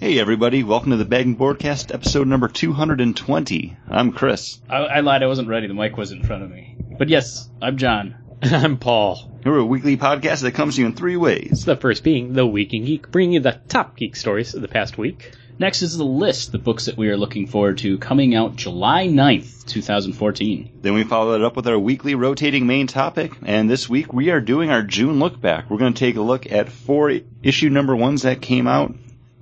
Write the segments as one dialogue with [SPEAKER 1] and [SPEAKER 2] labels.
[SPEAKER 1] Hey everybody, welcome to the Bagging Boardcast, episode number 220. I'm Chris.
[SPEAKER 2] I, I lied. I wasn't ready. The mic was in front of me. But yes, I'm John.
[SPEAKER 3] I'm Paul.
[SPEAKER 1] We're a weekly podcast that comes to you in three ways.
[SPEAKER 3] The first being the Week in Geek, bringing you the top geek stories of the past week.
[SPEAKER 2] Next is the list, the books that we are looking forward to coming out July 9th, 2014.
[SPEAKER 1] Then we follow it up with our weekly rotating main topic, and this week we are doing our June look back. We're going to take a look at four issue number ones that came out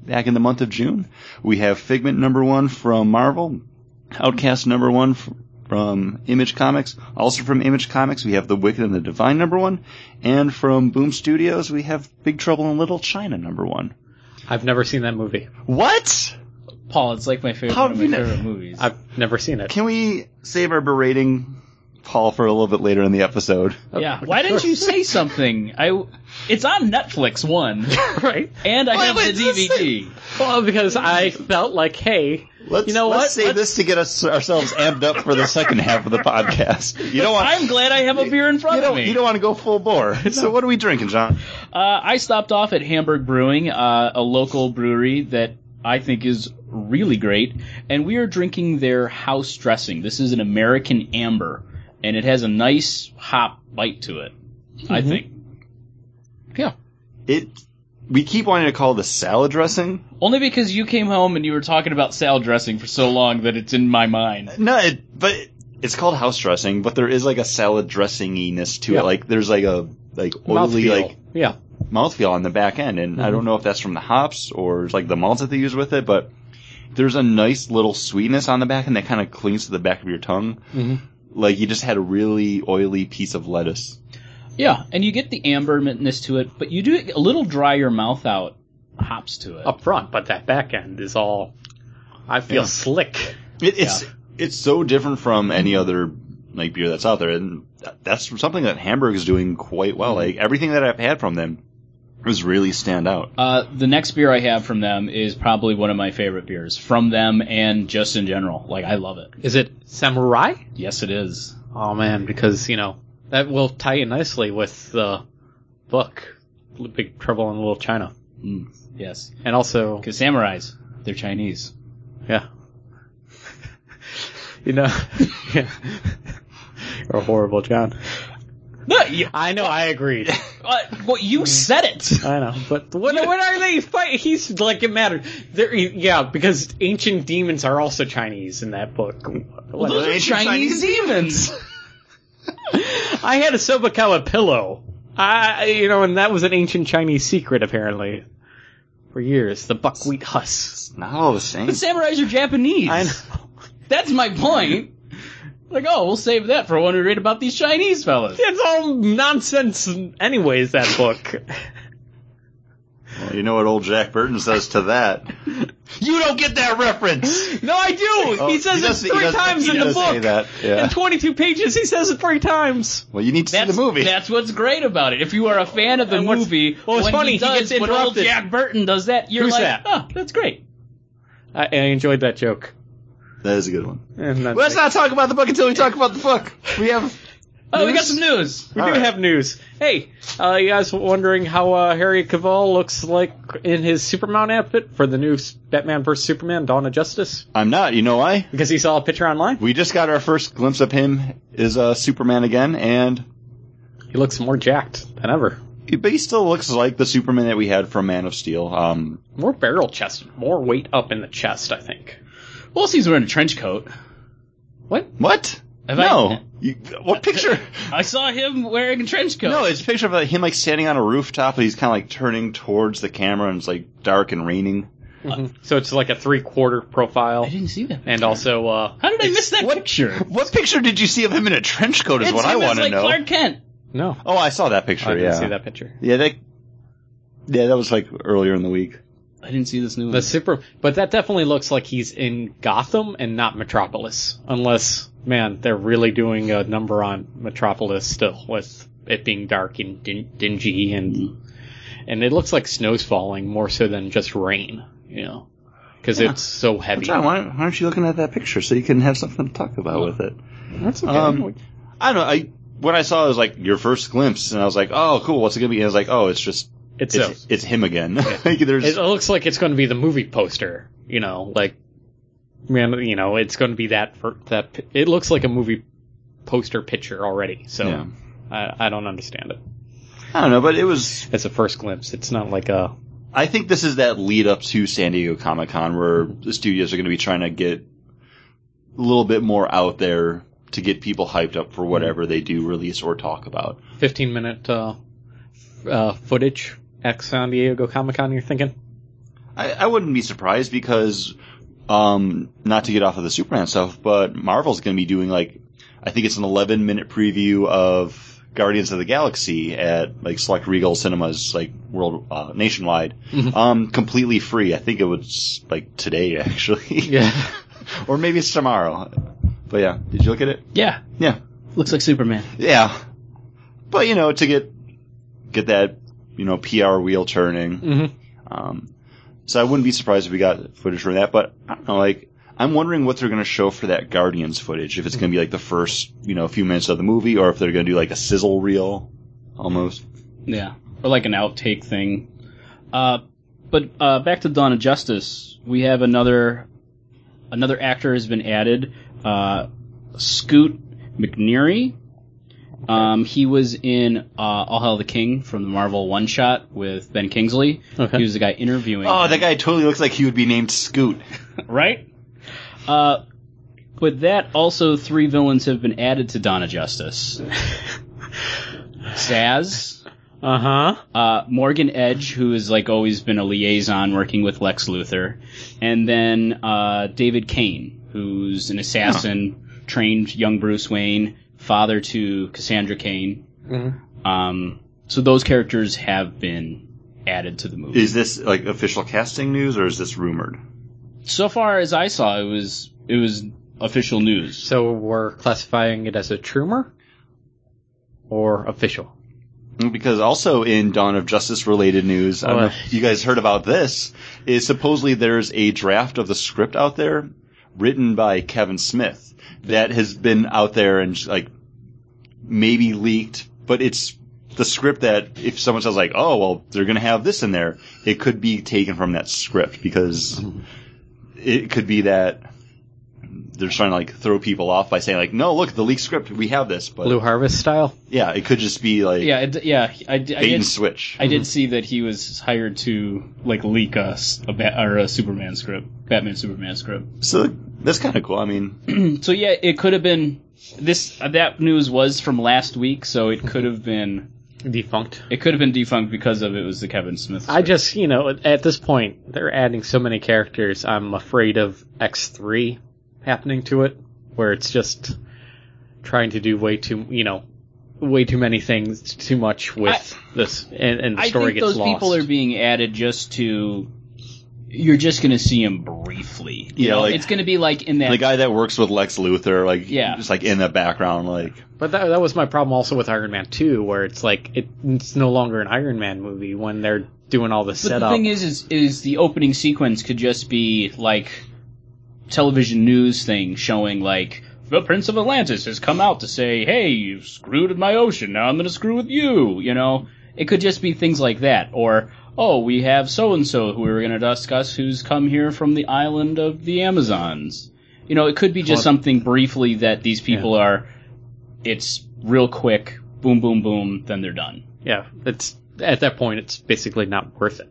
[SPEAKER 1] back in the month of June. We have Figment number one from Marvel, Outcast number one f- from Image Comics. Also from Image Comics, we have The Wicked and the Divine number one, and from Boom Studios, we have Big Trouble in Little China number one.
[SPEAKER 3] I've never seen that movie.
[SPEAKER 1] What?
[SPEAKER 2] Paul, it's like my favorite
[SPEAKER 1] How
[SPEAKER 2] one of my
[SPEAKER 1] have you
[SPEAKER 2] favorite
[SPEAKER 1] not-
[SPEAKER 2] movies.
[SPEAKER 3] I've never seen it.
[SPEAKER 1] Can we save our berating Paul for a little bit later in the episode?
[SPEAKER 2] yeah. Why didn't you say something? I. It's on Netflix one,
[SPEAKER 3] right?
[SPEAKER 2] and I
[SPEAKER 1] Why
[SPEAKER 2] have the
[SPEAKER 1] would you say-
[SPEAKER 2] DVD.
[SPEAKER 3] Well, because I felt like, hey,
[SPEAKER 1] Let's,
[SPEAKER 3] you know
[SPEAKER 1] let's
[SPEAKER 3] what?
[SPEAKER 1] save
[SPEAKER 3] Let's-
[SPEAKER 1] this to get us ourselves amped up for the second half of the podcast. You don't want
[SPEAKER 2] I'm glad I have a beer in front
[SPEAKER 1] you
[SPEAKER 2] of
[SPEAKER 1] don't,
[SPEAKER 2] me.
[SPEAKER 1] you don't want to go full bore. So what are we drinking, John?
[SPEAKER 2] Uh, I stopped off at Hamburg Brewing, uh, a local brewery that I think is really great, and we are drinking their house dressing. This is an American amber, and it has a nice hop bite to it. I think. Mm-hmm. Yeah.
[SPEAKER 1] It. We keep wanting to call this salad dressing.
[SPEAKER 2] Only because you came home and you were talking about salad dressing for so long that it's in my mind.
[SPEAKER 1] No, it, but it's called house dressing. But there is like a salad dressinginess to
[SPEAKER 3] Yeah.
[SPEAKER 1] it. Like there's like a like oily
[SPEAKER 3] mouthfeel.
[SPEAKER 1] like
[SPEAKER 3] yeah.
[SPEAKER 1] mouthfeel on the back end, and I don't know if that's from the hops or like the malts that they use with it, but there's a nice little sweetness on the back end that kind of clings to the back of your tongue.
[SPEAKER 3] Mhm.
[SPEAKER 1] Like you just had a really oily piece of lettuce.
[SPEAKER 2] Yeah, and you get the amberness to it, but you do a little dry your mouth out hops to it.
[SPEAKER 3] Up front, but that back end is all. I feel
[SPEAKER 1] Yeah.
[SPEAKER 3] slick.
[SPEAKER 1] It, it's it's so different from any other like beer that's out there, and that- that's something that Hamburg is doing quite well. Like everything that I've had from them is really stand out.
[SPEAKER 2] Uh, the next beer I have from them is probably one of my favorite beers from them and just in general. Like I love it.
[SPEAKER 3] Is it samurai?
[SPEAKER 2] Yes, it is.
[SPEAKER 3] Oh man, because you know that will tie in nicely with the book, Big Trouble in Little China,
[SPEAKER 2] Mm, yes,
[SPEAKER 3] and also
[SPEAKER 2] because samurais they're Chinese.
[SPEAKER 3] Yeah. you know, yeah. You're horrible, John.
[SPEAKER 2] No, you,
[SPEAKER 3] I know, I agreed.
[SPEAKER 2] uh, well, you
[SPEAKER 3] Mm.
[SPEAKER 2] said it.
[SPEAKER 3] I know, but what, what are they fight? He's like, it mattered. There, yeah, because ancient demons are also Chinese in that book. What-
[SPEAKER 1] those-
[SPEAKER 2] Those are
[SPEAKER 1] ancient
[SPEAKER 2] Chinese
[SPEAKER 1] Chinese
[SPEAKER 2] demons.
[SPEAKER 3] I had a Sobakawa pillow. I, you know, and that was an ancient Chinese secret apparently for years. The buckwheat husk.
[SPEAKER 1] It's not all the same.
[SPEAKER 2] But samurais are Japanese.
[SPEAKER 3] I know.
[SPEAKER 2] That's my point. Like, oh, we'll save that for when we read about these Chinese fellas.
[SPEAKER 3] It's all nonsense, anyways. That book.
[SPEAKER 1] Well, you know what old Jack Burton says to that? you don't get that reference.
[SPEAKER 3] No, I do.
[SPEAKER 1] Oh,
[SPEAKER 3] he says
[SPEAKER 1] does-
[SPEAKER 3] it
[SPEAKER 1] he
[SPEAKER 3] three
[SPEAKER 1] does-
[SPEAKER 3] times
[SPEAKER 1] he
[SPEAKER 3] in the
[SPEAKER 1] does
[SPEAKER 3] book.
[SPEAKER 1] Say that.
[SPEAKER 3] In
[SPEAKER 1] Yeah.
[SPEAKER 3] 22 pages, he says it three times.
[SPEAKER 1] Well, you need to see
[SPEAKER 2] That's
[SPEAKER 1] the movie.
[SPEAKER 2] That's what's great about it. If you are a fan of the
[SPEAKER 3] And what's-
[SPEAKER 2] movie,
[SPEAKER 3] well, it's
[SPEAKER 2] when
[SPEAKER 3] funny,
[SPEAKER 2] he
[SPEAKER 3] he
[SPEAKER 2] does
[SPEAKER 3] gets
[SPEAKER 2] when old
[SPEAKER 3] interrupted.
[SPEAKER 2] Jack Burton does that, you're
[SPEAKER 3] Who's
[SPEAKER 2] like,
[SPEAKER 3] that?
[SPEAKER 2] oh, that's great.
[SPEAKER 3] I, I enjoyed that joke.
[SPEAKER 1] that is a good one.
[SPEAKER 3] And that's
[SPEAKER 1] Let's
[SPEAKER 3] it.
[SPEAKER 1] not talk about the book until we talk about the book. We have
[SPEAKER 2] Oh, we got some news.
[SPEAKER 3] we do
[SPEAKER 1] Alright.
[SPEAKER 3] have news. Hey, uh, you guys wondering how uh, Harry Cavill looks like in his Superman outfit for the new s- Batman vs Superman: Dawn of Justice?
[SPEAKER 1] I'm not. You know why?
[SPEAKER 3] Because he saw a picture online.
[SPEAKER 1] We just got our first glimpse of him as uh, Superman again, and
[SPEAKER 3] He looks more jacked than ever.
[SPEAKER 1] but he still looks like the Superman that we had from Man of Steel. Um,
[SPEAKER 3] More barrel chested, more weight up in the chest. I think.
[SPEAKER 2] Well, he's wearing a trench coat.
[SPEAKER 3] What?
[SPEAKER 1] what?
[SPEAKER 2] Have
[SPEAKER 1] no.
[SPEAKER 2] I-
[SPEAKER 1] You, what picture?
[SPEAKER 2] I saw him wearing a trench coat.
[SPEAKER 1] No, it's a picture of like, him like standing on a rooftop, and he's kind of like turning towards the camera, and it's like dark and raining.
[SPEAKER 3] So it's like a three-quarter profile,
[SPEAKER 2] I didn't see that.
[SPEAKER 3] and also uh,
[SPEAKER 2] How did I miss that
[SPEAKER 1] what-
[SPEAKER 2] picture?
[SPEAKER 1] What picture did you see of him in a trench coat? Is
[SPEAKER 2] It's
[SPEAKER 1] what I
[SPEAKER 2] him as,
[SPEAKER 1] want to
[SPEAKER 2] like
[SPEAKER 1] know.
[SPEAKER 2] Clark Kent.
[SPEAKER 3] no,
[SPEAKER 1] Oh, I saw that picture.
[SPEAKER 3] I didn't
[SPEAKER 1] yeah,
[SPEAKER 3] see that picture.
[SPEAKER 1] yeah, that. Yeah, that was like earlier in the week.
[SPEAKER 2] I didn't see this new
[SPEAKER 3] The
[SPEAKER 2] one.
[SPEAKER 3] super, but that definitely looks like he's in Gotham and not Metropolis. Unless, man, they're really doing a number on Metropolis still with it being dark and din- dingy and,
[SPEAKER 1] Mm-hmm.
[SPEAKER 3] and it looks like snow's falling more so than just rain, you know, cause it's so heavy.
[SPEAKER 1] John, why, why aren't you looking at that picture so you can have something to talk about with it?
[SPEAKER 3] That's okay.
[SPEAKER 1] Um, I don't know. I when I saw it, it was like your first glimpse, and I was like, oh, cool. What's it gonna be? And I was like, oh, it's just
[SPEAKER 3] It's,
[SPEAKER 1] It's,
[SPEAKER 3] a-
[SPEAKER 1] it's him again. like there's
[SPEAKER 3] it looks like it's going to be the movie poster. You know, like man, you know, it's going to be that for that. pi- It looks like a movie poster picture already. So
[SPEAKER 1] Yeah.
[SPEAKER 3] I, I don't understand it.
[SPEAKER 1] I don't know, but it was.
[SPEAKER 3] It's a first glimpse. It's not like a
[SPEAKER 1] I think this is that lead up to San Diego Comic Con where the studios are going to be trying to get a little bit more out there to get people hyped up for whatever they do release or talk about.
[SPEAKER 3] 15 minute uh, f- uh, footage at San Diego Comic Con. You're thinking?
[SPEAKER 1] I, I wouldn't be surprised because, um, not to get off of the Superman stuff, but Marvel's going to be doing like, I think it's an 11 minute preview of Guardians of the Galaxy at like select Regal Cinemas, like world uh, nationwide,
[SPEAKER 3] Mhm.
[SPEAKER 1] um, completely free. I think it was like today actually,
[SPEAKER 3] Yeah.
[SPEAKER 1] or maybe it's tomorrow. But yeah, did you look at it?
[SPEAKER 2] Yeah,
[SPEAKER 1] Yeah,
[SPEAKER 2] looks like Superman.
[SPEAKER 1] yeah. But you know, to get get that you know PR wheel turning.
[SPEAKER 3] Mm-hmm.
[SPEAKER 1] Um, so I wouldn't be surprised if we got footage from that, but I don't know, like, I'm wondering what they're going to show for that Guardians footage. If it's going to be like the first, you know, few minutes of the movie, or if they're going to do like a sizzle reel, almost.
[SPEAKER 2] Yeah, or like an outtake thing. Uh, but uh, back to Dawn of Justice, we have another another actor has been added, uh, Scoot McNeary. Um, he was in uh, All Hell the King from the Marvel One Shot with Ben Kingsley.
[SPEAKER 3] Okay.
[SPEAKER 2] He was the guy interviewing,
[SPEAKER 1] Oh, that guy totally looks like he would be named Scoot.
[SPEAKER 2] right? Uh, with that, also three villains have been added to Dawn of Justice. Zaz.
[SPEAKER 3] Uh huh.
[SPEAKER 2] uh, Morgan Edge, who has like always been a liaison working with Lex Luthor, and then uh, David Kane, who's an assassin, trained young Bruce Wayne, father to Cassandra Kane.
[SPEAKER 3] Mm-hmm.
[SPEAKER 2] Um, so those characters have been added to the movie.
[SPEAKER 1] Is this like official casting news, or is this rumored?
[SPEAKER 2] so far as I saw, it was it was official news.
[SPEAKER 3] So we're classifying it as a trumor or official.
[SPEAKER 1] Because also in Dawn of Justice related news, I don't
[SPEAKER 2] Oh,
[SPEAKER 1] know if you guys heard about this, is supposedly there's a draft of the script out there written by Kevin Smith that has been out there and like maybe leaked, but it's the script that if someone says like, oh, well, they're going to have this in there, it could be taken from that script because it could be that they're trying to like throw people off by saying like, no, look, the leaked script, we have this, but
[SPEAKER 3] Blue Harvest style.
[SPEAKER 1] yeah, it could just be like
[SPEAKER 2] Yeah, it, yeah, I, d- I
[SPEAKER 1] bait
[SPEAKER 2] did.
[SPEAKER 1] and switch.
[SPEAKER 2] I did see that he was hired to like leak a, s- a Bat- or a Superman script, Batman Superman script.
[SPEAKER 1] So that's kind of cool. I mean,
[SPEAKER 2] So yeah, it could have been this. uh, That news was from last week, so
[SPEAKER 1] Mhm.
[SPEAKER 2] it could have been
[SPEAKER 3] Defunct.
[SPEAKER 2] it could have been defunct because of it was the Kevin Smith.
[SPEAKER 3] I just, you know, at this point, they're adding so many characters. I'm afraid of X3 happening to it, where it's just trying to do way too, you know, way too many things, too much with this, and, and the
[SPEAKER 2] I
[SPEAKER 3] story
[SPEAKER 2] think
[SPEAKER 3] gets
[SPEAKER 2] those
[SPEAKER 3] lost.
[SPEAKER 2] people are being added just to. You're just gonna see him briefly. You
[SPEAKER 1] Yeah,
[SPEAKER 2] know,
[SPEAKER 1] like-
[SPEAKER 2] it's gonna be like in that.
[SPEAKER 1] the guy that works with Lex Luthor, like,
[SPEAKER 2] Yeah.
[SPEAKER 1] just like in the background, like,
[SPEAKER 3] But that, that was my problem also with Iron Man 2, where it's like, it, it's no longer an Iron Man movie when they're doing all the
[SPEAKER 2] but
[SPEAKER 3] setup.
[SPEAKER 2] the thing is, is, is the opening sequence could just be like television news thing showing like the Prince of Atlantis has come out to say, "Hey, you screwed with my ocean. Now I'm going to screw with you." You know, it could just be things like that, or oh, we have so and so who we were going to discuss, who's come here from the island of the Amazons. You know, it could be just
[SPEAKER 3] Well-
[SPEAKER 2] something briefly that these people are. It's real quick, boom, boom, boom, then they're done.
[SPEAKER 3] yeah, it's, at that point, it's basically not worth it.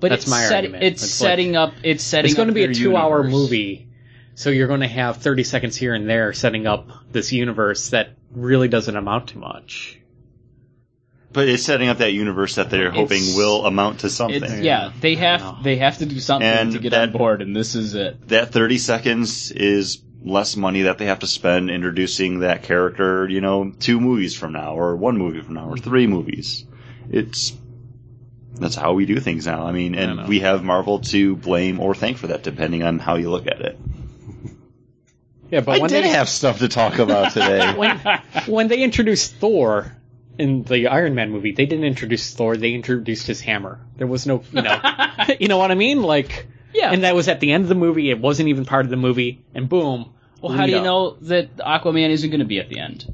[SPEAKER 2] But
[SPEAKER 3] That's
[SPEAKER 2] it's
[SPEAKER 3] my
[SPEAKER 2] set-
[SPEAKER 3] argument.
[SPEAKER 2] It's,
[SPEAKER 3] It's like-
[SPEAKER 2] setting up. It's setting.
[SPEAKER 3] it's going to
[SPEAKER 2] up
[SPEAKER 3] be a
[SPEAKER 2] their
[SPEAKER 3] two-hour
[SPEAKER 2] universe.
[SPEAKER 3] movie, so you're going to have 30 seconds here and there setting up this universe that really doesn't amount to much.
[SPEAKER 1] but it's setting up that universe that they're hoping
[SPEAKER 2] It's-
[SPEAKER 1] will amount to something.
[SPEAKER 2] It's, yeah, they have
[SPEAKER 3] Wow.
[SPEAKER 2] they have to do something
[SPEAKER 1] And
[SPEAKER 2] to get
[SPEAKER 1] that-
[SPEAKER 2] on board, and this is it.
[SPEAKER 1] That 30 seconds is less money that they have to spend introducing that character, you know, two movies from now, or one movie from now, or three movies. It's, that's how we do things now. I mean, and
[SPEAKER 3] know.
[SPEAKER 1] we have Marvel to blame or thank for that, depending on how you look at it.
[SPEAKER 3] Yeah, but
[SPEAKER 1] I
[SPEAKER 3] when
[SPEAKER 1] did
[SPEAKER 3] they
[SPEAKER 1] have stuff to talk about today.
[SPEAKER 3] when when they introduced Thor in the Iron Man movie, they didn't introduce Thor. They introduced his hammer. There was no, you know, you know what I mean? Like,
[SPEAKER 2] Yeah.
[SPEAKER 3] and that was at the end of the movie. It wasn't even part of the movie, and boom.
[SPEAKER 2] Well, how do you
[SPEAKER 3] lead up.
[SPEAKER 2] know that Aquaman isn't going to be at the end?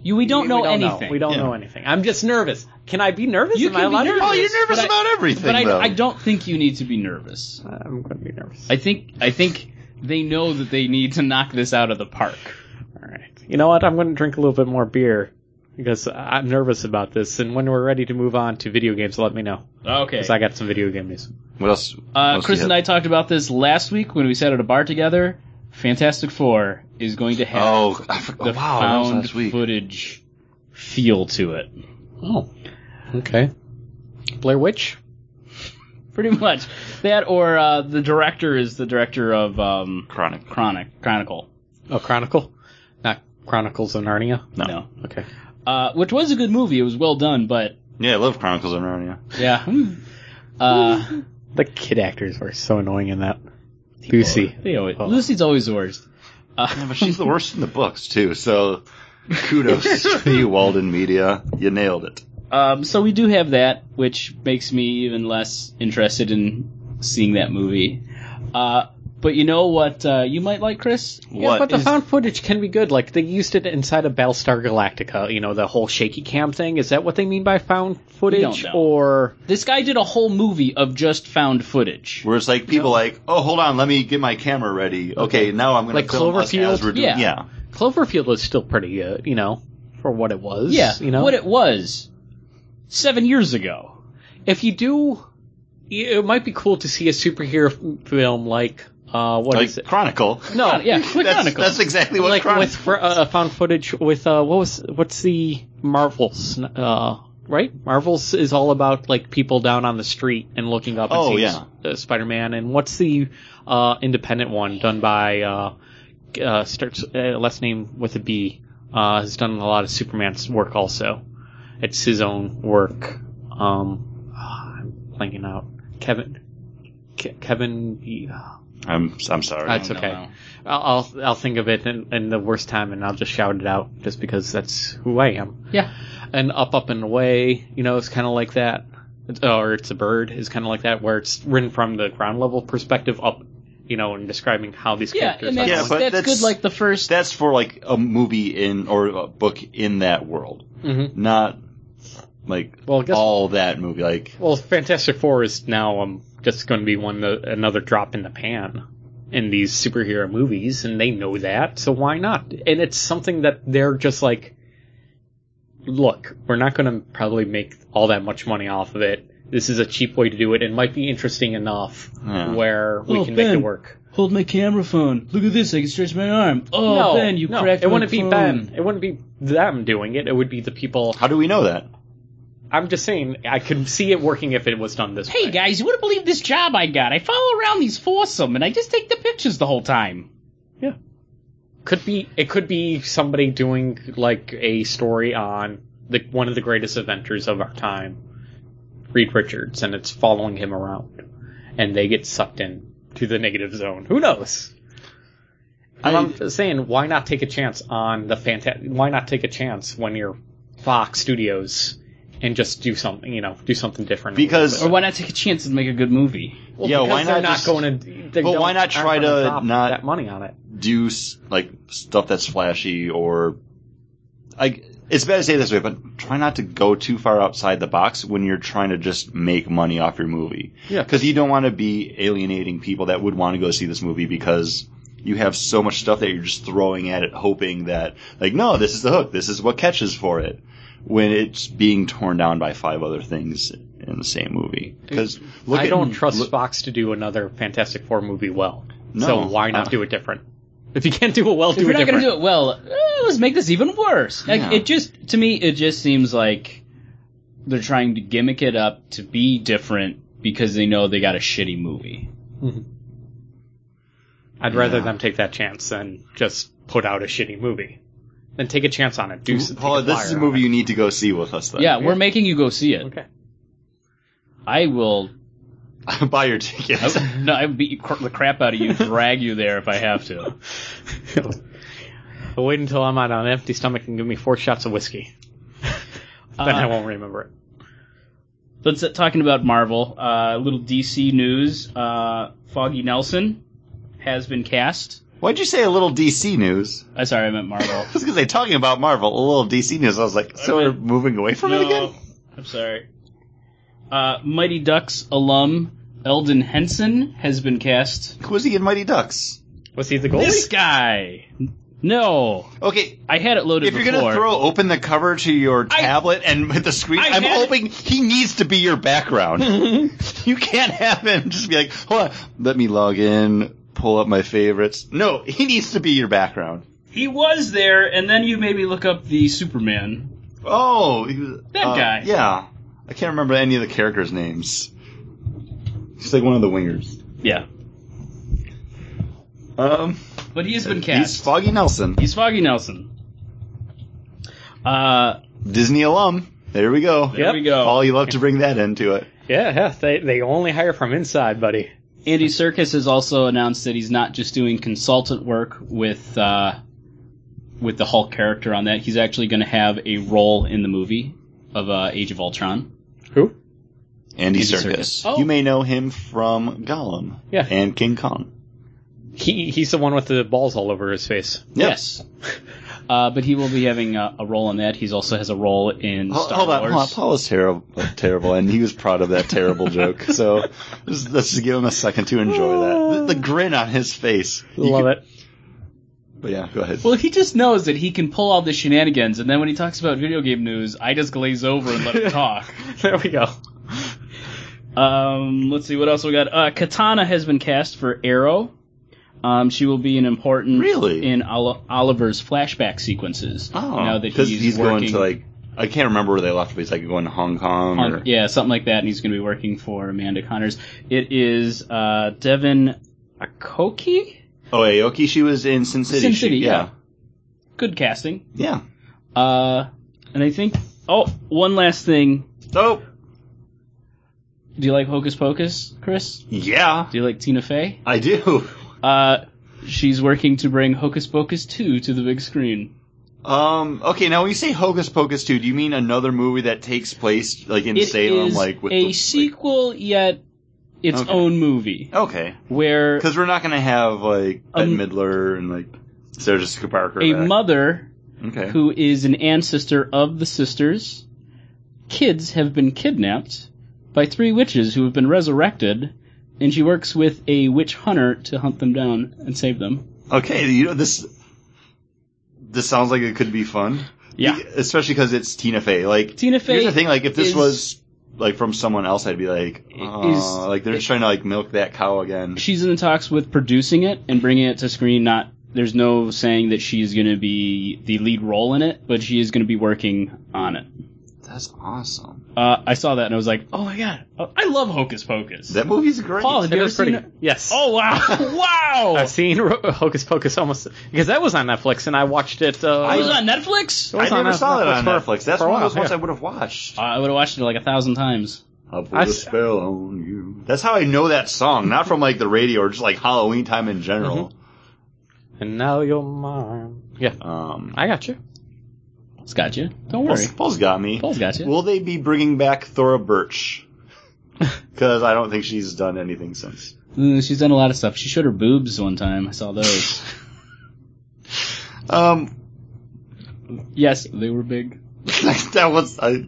[SPEAKER 2] You, we don't know anything.
[SPEAKER 3] Know. We don't
[SPEAKER 1] Yeah.
[SPEAKER 3] know anything. I'm just nervous. Can I be nervous?
[SPEAKER 2] You
[SPEAKER 3] Am
[SPEAKER 2] can
[SPEAKER 3] I
[SPEAKER 2] be
[SPEAKER 3] allowed
[SPEAKER 2] nervous.
[SPEAKER 3] to
[SPEAKER 1] Oh,
[SPEAKER 3] be
[SPEAKER 1] you're nervous
[SPEAKER 2] But I-
[SPEAKER 1] about everything,
[SPEAKER 2] But I,
[SPEAKER 1] though.
[SPEAKER 2] I don't think you need to be nervous.
[SPEAKER 3] I'm going to be nervous.
[SPEAKER 2] I think I think they know that they need to knock this out of the park.
[SPEAKER 3] All right. You know what? I'm going to drink a little bit more beer because I'm nervous about this. And when we're ready to move on to video games, let me know
[SPEAKER 2] Okay.
[SPEAKER 3] because I got some video game news.
[SPEAKER 1] What else?
[SPEAKER 2] Uh, Chris and I talked about this last week when we sat at a bar together. Fantastic Four is going to have
[SPEAKER 1] Oh, I for-
[SPEAKER 2] the
[SPEAKER 1] oh, wow, that was
[SPEAKER 2] found
[SPEAKER 1] last week.
[SPEAKER 2] footage feel to it.
[SPEAKER 3] Oh, okay. Blair Witch.
[SPEAKER 2] Pretty much that, or uh, the director is the director of um,
[SPEAKER 1] Chronic.
[SPEAKER 2] Chronic Chronicle.
[SPEAKER 3] Oh, Chronicle, not Chronicles of Narnia.
[SPEAKER 1] No.
[SPEAKER 3] Okay.
[SPEAKER 2] Uh, which was a good movie. It was well done, but
[SPEAKER 1] Yeah, I love Chronicles of Narnia.
[SPEAKER 2] yeah. hmm. Uh,
[SPEAKER 3] The kid actors were so annoying in that. Lucy.
[SPEAKER 2] they always,
[SPEAKER 3] Oh.
[SPEAKER 2] Lucy's always the worst. Uh,
[SPEAKER 1] Yeah, but she's the worst in the books too. So, kudos to you, Walden Media. You nailed it.
[SPEAKER 2] Um, so we do have that, which makes me even less interested in seeing that movie. Uh, but you know what? Uh, you might like Chris.
[SPEAKER 1] What
[SPEAKER 3] yeah, but the
[SPEAKER 2] is-
[SPEAKER 3] found footage can be good. Like they used it inside of Battlestar Galactica. You know, the whole shaky cam thing. Is that what they mean by found footage?
[SPEAKER 2] know.
[SPEAKER 3] Or
[SPEAKER 2] This guy did a whole movie of just found footage.
[SPEAKER 1] Where it's like people like, oh, hold on, let me get my camera ready. Okay, now I'm going
[SPEAKER 3] Like
[SPEAKER 1] to film us
[SPEAKER 3] Cloverfield?
[SPEAKER 1] as we're doing.
[SPEAKER 2] Yeah.
[SPEAKER 1] yeah.
[SPEAKER 3] Cloverfield was still pretty good. You know, for what it was.
[SPEAKER 2] Yeah,
[SPEAKER 3] You know,
[SPEAKER 2] what it was seven years ago.
[SPEAKER 3] if you do, it might be cool to see a superhero f- film like uh, what is
[SPEAKER 1] Like
[SPEAKER 3] it?
[SPEAKER 1] Chronicle.
[SPEAKER 3] No,
[SPEAKER 2] Oh, Yeah, Click
[SPEAKER 1] that's,
[SPEAKER 2] Chronicle.
[SPEAKER 1] that's exactly what
[SPEAKER 3] like
[SPEAKER 1] Chronicle.
[SPEAKER 3] with fr- uh, found footage with uh, what was what's the Marvels uh, right? Marvels is all about like people down on the street and looking up. And
[SPEAKER 1] Oh,
[SPEAKER 3] seeing
[SPEAKER 1] yeah.
[SPEAKER 3] S- uh, Spider Man and what's the uh, independent one done by uh, uh, starts uh, last name with a B uh, has done a lot of Superman's work also. It's his own work. Um, I'm blanking out. Kevin. Ke- Kevin. uh,
[SPEAKER 1] I'm I'm sorry.
[SPEAKER 3] That's
[SPEAKER 2] don't
[SPEAKER 3] okay.
[SPEAKER 2] know.
[SPEAKER 3] I'll, I'll I'll think of it in, in the worst time, and I'll just shout it out, just because that's who I am.
[SPEAKER 2] Yeah.
[SPEAKER 3] And up, up and away, you know, it's kind of like that, it's, oh, or it's a bird is kind of like that, where it's written from the ground level perspective up, you know, and describing how these
[SPEAKER 2] Yeah,
[SPEAKER 3] characters.
[SPEAKER 2] and that's,
[SPEAKER 1] Yeah,
[SPEAKER 3] are
[SPEAKER 1] but
[SPEAKER 2] that's,
[SPEAKER 1] that's-
[SPEAKER 2] good. Like the first.
[SPEAKER 1] that's for like a movie in or a book in that world,
[SPEAKER 3] Mhm.
[SPEAKER 1] not like
[SPEAKER 3] Well, I guess-
[SPEAKER 1] all that movie. Like
[SPEAKER 3] Well, Fantastic Four is now um, just going to be one the, another drop in the pan in these superhero movies, and they know that, so why not? And it's something that they're just like, look, we're not going to probably make all that much money off of it. This is a cheap way to do it, and might be interesting enough
[SPEAKER 1] Yeah.
[SPEAKER 3] where we
[SPEAKER 2] Oh,
[SPEAKER 3] can make
[SPEAKER 2] Ben.
[SPEAKER 3] it work.
[SPEAKER 2] Hold my camera phone. Look at this. I can stretch my arm. Oh,
[SPEAKER 3] no,
[SPEAKER 2] Ben, you
[SPEAKER 3] no,
[SPEAKER 2] cracked
[SPEAKER 3] it
[SPEAKER 2] my
[SPEAKER 3] wouldn't
[SPEAKER 2] phone.
[SPEAKER 3] be Ben. It wouldn't be them doing it. It would be the people.
[SPEAKER 1] how do we know that?
[SPEAKER 3] I'm just saying, I could see it working if it was done this way.
[SPEAKER 2] Hey guys, you wouldn't believe this job I got. I follow around these foursome and I just take the pictures the whole time.
[SPEAKER 3] could be it could be somebody doing like a story on the one of the greatest inventors of our time, Reed Richards, and it's following him around, and they get sucked in to the negative zone. Who knows? I,
[SPEAKER 1] I-
[SPEAKER 3] am just saying, why not take a chance on the fantastic? Why not take a chance when you're Fox Studios and just do something, you know, do something different?
[SPEAKER 1] Because
[SPEAKER 2] Or why not take a chance and make a good movie?
[SPEAKER 3] well,
[SPEAKER 1] yeah,
[SPEAKER 3] because
[SPEAKER 1] why
[SPEAKER 3] they're
[SPEAKER 1] not
[SPEAKER 3] not
[SPEAKER 1] just-
[SPEAKER 3] going to? they
[SPEAKER 1] but why
[SPEAKER 3] don't-
[SPEAKER 1] not try
[SPEAKER 3] aren't gonna
[SPEAKER 1] to
[SPEAKER 3] drop
[SPEAKER 1] not-
[SPEAKER 3] that money on it?
[SPEAKER 1] do s- like stuff that's flashy or I it's bad to say it this way, but try not to go too far outside the box when you're trying to just make money off your movie.
[SPEAKER 3] Yeah.
[SPEAKER 1] Because you don't want to be alienating people that would want to go see this movie because you have so much stuff that you're just throwing at it hoping that like, no, this is the hook, this is what catches for it. When it's being torn down by five other things in the same movie. Because look
[SPEAKER 3] I
[SPEAKER 1] at-
[SPEAKER 3] don't trust
[SPEAKER 1] look-
[SPEAKER 3] Fox to do another Fantastic Four movie well.
[SPEAKER 1] No.
[SPEAKER 3] so why not
[SPEAKER 1] Uh,
[SPEAKER 3] do it different? If you can't do it well,
[SPEAKER 2] If
[SPEAKER 3] do
[SPEAKER 2] you're
[SPEAKER 3] it
[SPEAKER 2] not going
[SPEAKER 3] different.
[SPEAKER 2] to do it well, eh, let's make this even worse. Like,
[SPEAKER 1] Yeah.
[SPEAKER 2] It just, to me, it just seems like they're trying to gimmick it up to be different because they know they got a shitty movie.
[SPEAKER 3] I'd rather
[SPEAKER 1] Yeah.
[SPEAKER 3] them take that chance than just put out a shitty movie. Then take a chance on it. Do s- take
[SPEAKER 1] Paula, this
[SPEAKER 3] flyer
[SPEAKER 1] is a
[SPEAKER 3] on
[SPEAKER 1] movie
[SPEAKER 3] it.
[SPEAKER 1] you need to go see with us then.
[SPEAKER 2] yeah, we're making you go see it.
[SPEAKER 3] Okay.
[SPEAKER 2] I will.
[SPEAKER 1] Buy your tickets.
[SPEAKER 2] I would- no, I would beat cr- the crap out of you, drag you there if I have to.
[SPEAKER 3] But wait until I'm on an empty stomach and give me four shots of whiskey. then I
[SPEAKER 2] Uh,
[SPEAKER 3] won't remember it.
[SPEAKER 2] Let's uh, talking about Marvel. Uh, little DC news. Uh, Foggy Nelson has been cast.
[SPEAKER 1] Why'd you say a little DC news?
[SPEAKER 2] I'm sorry, I meant
[SPEAKER 1] I
[SPEAKER 2] Marvel.
[SPEAKER 1] was gonna say talking about Marvel, a little DC news. I was like, so
[SPEAKER 2] I
[SPEAKER 1] we're
[SPEAKER 2] meant-
[SPEAKER 1] moving away from it again.
[SPEAKER 2] I'm sorry. Uh, Mighty Ducks alum Eldon Henson has been cast.
[SPEAKER 1] Was he in Mighty Ducks?
[SPEAKER 3] Was he the goalie?
[SPEAKER 2] This guy. No,
[SPEAKER 1] Okay,
[SPEAKER 2] I had it loaded
[SPEAKER 1] if you're
[SPEAKER 2] before.
[SPEAKER 1] gonna throw open the cover to your
[SPEAKER 2] I-
[SPEAKER 1] tablet and hit the screen,
[SPEAKER 2] I
[SPEAKER 1] I'm
[SPEAKER 2] had-
[SPEAKER 1] hoping he needs to be your background. you can't have him just be like, hold on, let me log in, pull up my favorites. No, he needs to be your background.
[SPEAKER 2] he was there, and then you maybe look up the Superman.
[SPEAKER 1] Oh, he was,
[SPEAKER 2] That
[SPEAKER 1] uh,
[SPEAKER 2] guy.
[SPEAKER 1] Yeah, I can't remember any of the characters' names. He's like one of the wingers.
[SPEAKER 2] Yeah,
[SPEAKER 1] Um,
[SPEAKER 2] but he has been
[SPEAKER 1] he's
[SPEAKER 2] cast.
[SPEAKER 1] Foggy Nelson,
[SPEAKER 2] He's Foggy Nelson. Uh,
[SPEAKER 1] Disney alum. There we go.
[SPEAKER 2] there
[SPEAKER 3] Yep.
[SPEAKER 2] we go.
[SPEAKER 1] All you love to bring that into it.
[SPEAKER 3] Yeah, yeah. They they only hire from inside, buddy.
[SPEAKER 2] Andy Serkis has also announced that he's not just doing consultant work with uh, with the Hulk character on that. He's actually going to have a role in the movie of uh, Age of Ultron.
[SPEAKER 3] Who?
[SPEAKER 1] Andy,
[SPEAKER 2] Andy
[SPEAKER 1] Serkis.
[SPEAKER 2] Serkis.
[SPEAKER 3] Oh.
[SPEAKER 1] You may know him from Gollum
[SPEAKER 3] Yeah.
[SPEAKER 1] and King Kong.
[SPEAKER 3] He he's the one with the balls all over his face.
[SPEAKER 1] Yep.
[SPEAKER 2] Yes. Uh, but he will be having a, a role in that. He's also has a role in
[SPEAKER 1] Hold,
[SPEAKER 2] Star
[SPEAKER 1] hold on,
[SPEAKER 2] Wars.
[SPEAKER 1] hold on. Paul is terrible, terrible, and he was proud of that terrible joke. So just, let's just give him a second to enjoy that. The, the grin on his face. You
[SPEAKER 3] Love
[SPEAKER 1] could-
[SPEAKER 3] it.
[SPEAKER 1] But yeah, go ahead.
[SPEAKER 2] Well, he just knows that he can pull all the shenanigans, and then when he talks about video game news, I just glaze over and let him talk.
[SPEAKER 3] There we go.
[SPEAKER 2] Um, let's see what else we got. Uh, Katana has been cast for Arrow. Um, she will be an important
[SPEAKER 1] Really?
[SPEAKER 2] in Oli- Oliver's flashback sequences.
[SPEAKER 1] oh,
[SPEAKER 2] now that
[SPEAKER 1] because
[SPEAKER 2] he's,
[SPEAKER 1] he's, going
[SPEAKER 2] working,
[SPEAKER 1] to like I can't remember where they left, but he's like going to Hong Kong.
[SPEAKER 2] on-
[SPEAKER 1] or,
[SPEAKER 2] yeah, something like that, and he's going to be working for Amanda Connors. It is uh, Devin Akoki.
[SPEAKER 1] Oh, Aoki, she was in Sin City.
[SPEAKER 2] Sin
[SPEAKER 1] She-
[SPEAKER 2] City,
[SPEAKER 1] yeah,
[SPEAKER 2] Good casting.
[SPEAKER 1] yeah.
[SPEAKER 2] Uh, and I think. Oh, one last thing.
[SPEAKER 1] Oh,
[SPEAKER 2] Do you like Hocus Pocus, Chris?
[SPEAKER 1] yeah,
[SPEAKER 2] Do you like Tina Fey?
[SPEAKER 1] I do.
[SPEAKER 2] Uh, she's working to bring Hocus Pocus 2 to the big screen.
[SPEAKER 1] Um. Okay. Now, when you say Hocus Pocus 2, do you mean another movie that takes place like in
[SPEAKER 2] It is
[SPEAKER 1] Salem, like with
[SPEAKER 2] a
[SPEAKER 1] the, like-
[SPEAKER 2] sequel, yet its
[SPEAKER 1] Okay.
[SPEAKER 2] own movie.
[SPEAKER 1] okay.
[SPEAKER 2] Where
[SPEAKER 1] Because we're not going to have like Bette
[SPEAKER 2] Um,
[SPEAKER 1] Midler and like Sarah Jessica Parker.
[SPEAKER 2] a
[SPEAKER 1] back.
[SPEAKER 2] mother
[SPEAKER 1] okay.
[SPEAKER 2] who is an ancestor of the sisters, kids have been kidnapped by three witches who have been resurrected, and she works with a witch hunter to hunt them down and save them.
[SPEAKER 1] okay. You know this. This sounds like it could be fun.
[SPEAKER 2] Yeah.
[SPEAKER 1] Especially because it's Tina Fey. Like
[SPEAKER 2] Tina Fey
[SPEAKER 1] Here's the thing. Like if this
[SPEAKER 2] is-
[SPEAKER 1] was like from someone else, I'd be like, uh,
[SPEAKER 2] Is-
[SPEAKER 1] like they're just trying to like milk that cow again.
[SPEAKER 2] She's in the talks with producing it and bringing it to screen. Not there's no saying that she's going to be the lead role in it, but she is going to be working on it.
[SPEAKER 1] That's awesome.
[SPEAKER 2] Uh, I saw that and I was like, oh my god, Oh, I love Hocus Pocus.
[SPEAKER 1] That movie's great.
[SPEAKER 2] Paul, have
[SPEAKER 3] It
[SPEAKER 2] you ever
[SPEAKER 3] was pretty.
[SPEAKER 2] seen?
[SPEAKER 3] Good. Yes.
[SPEAKER 2] Oh wow, wow!
[SPEAKER 3] I've seen Ro- Hocus Pocus almost because that was on Netflix and I watched it. Uh,
[SPEAKER 2] it was on Netflix.
[SPEAKER 3] It was
[SPEAKER 1] I never
[SPEAKER 3] on
[SPEAKER 1] saw that on
[SPEAKER 3] for-
[SPEAKER 1] Netflix. That's
[SPEAKER 3] for a
[SPEAKER 1] one of
[SPEAKER 3] while,
[SPEAKER 1] those ones
[SPEAKER 3] yeah.
[SPEAKER 1] I would have watched.
[SPEAKER 2] I would have watched it like a thousand times.
[SPEAKER 1] I'll put
[SPEAKER 3] I
[SPEAKER 1] a
[SPEAKER 3] s-
[SPEAKER 1] spell on you. That's how I know that song, not from like the radio or just like Halloween time in general.
[SPEAKER 3] And now you're mine. Yeah,
[SPEAKER 1] Um,
[SPEAKER 3] Mm-hmm. I got you.
[SPEAKER 2] It's got you. Don't worry.
[SPEAKER 1] Paul's, Paul's got me.
[SPEAKER 2] Paul's got you.
[SPEAKER 1] Will they be bringing back Thora Birch? Because I don't think she's done anything since.
[SPEAKER 2] Mm, She's done a lot of stuff. She showed her boobs one time. I saw those.
[SPEAKER 1] Um,
[SPEAKER 2] yes, they were big.
[SPEAKER 1] that was I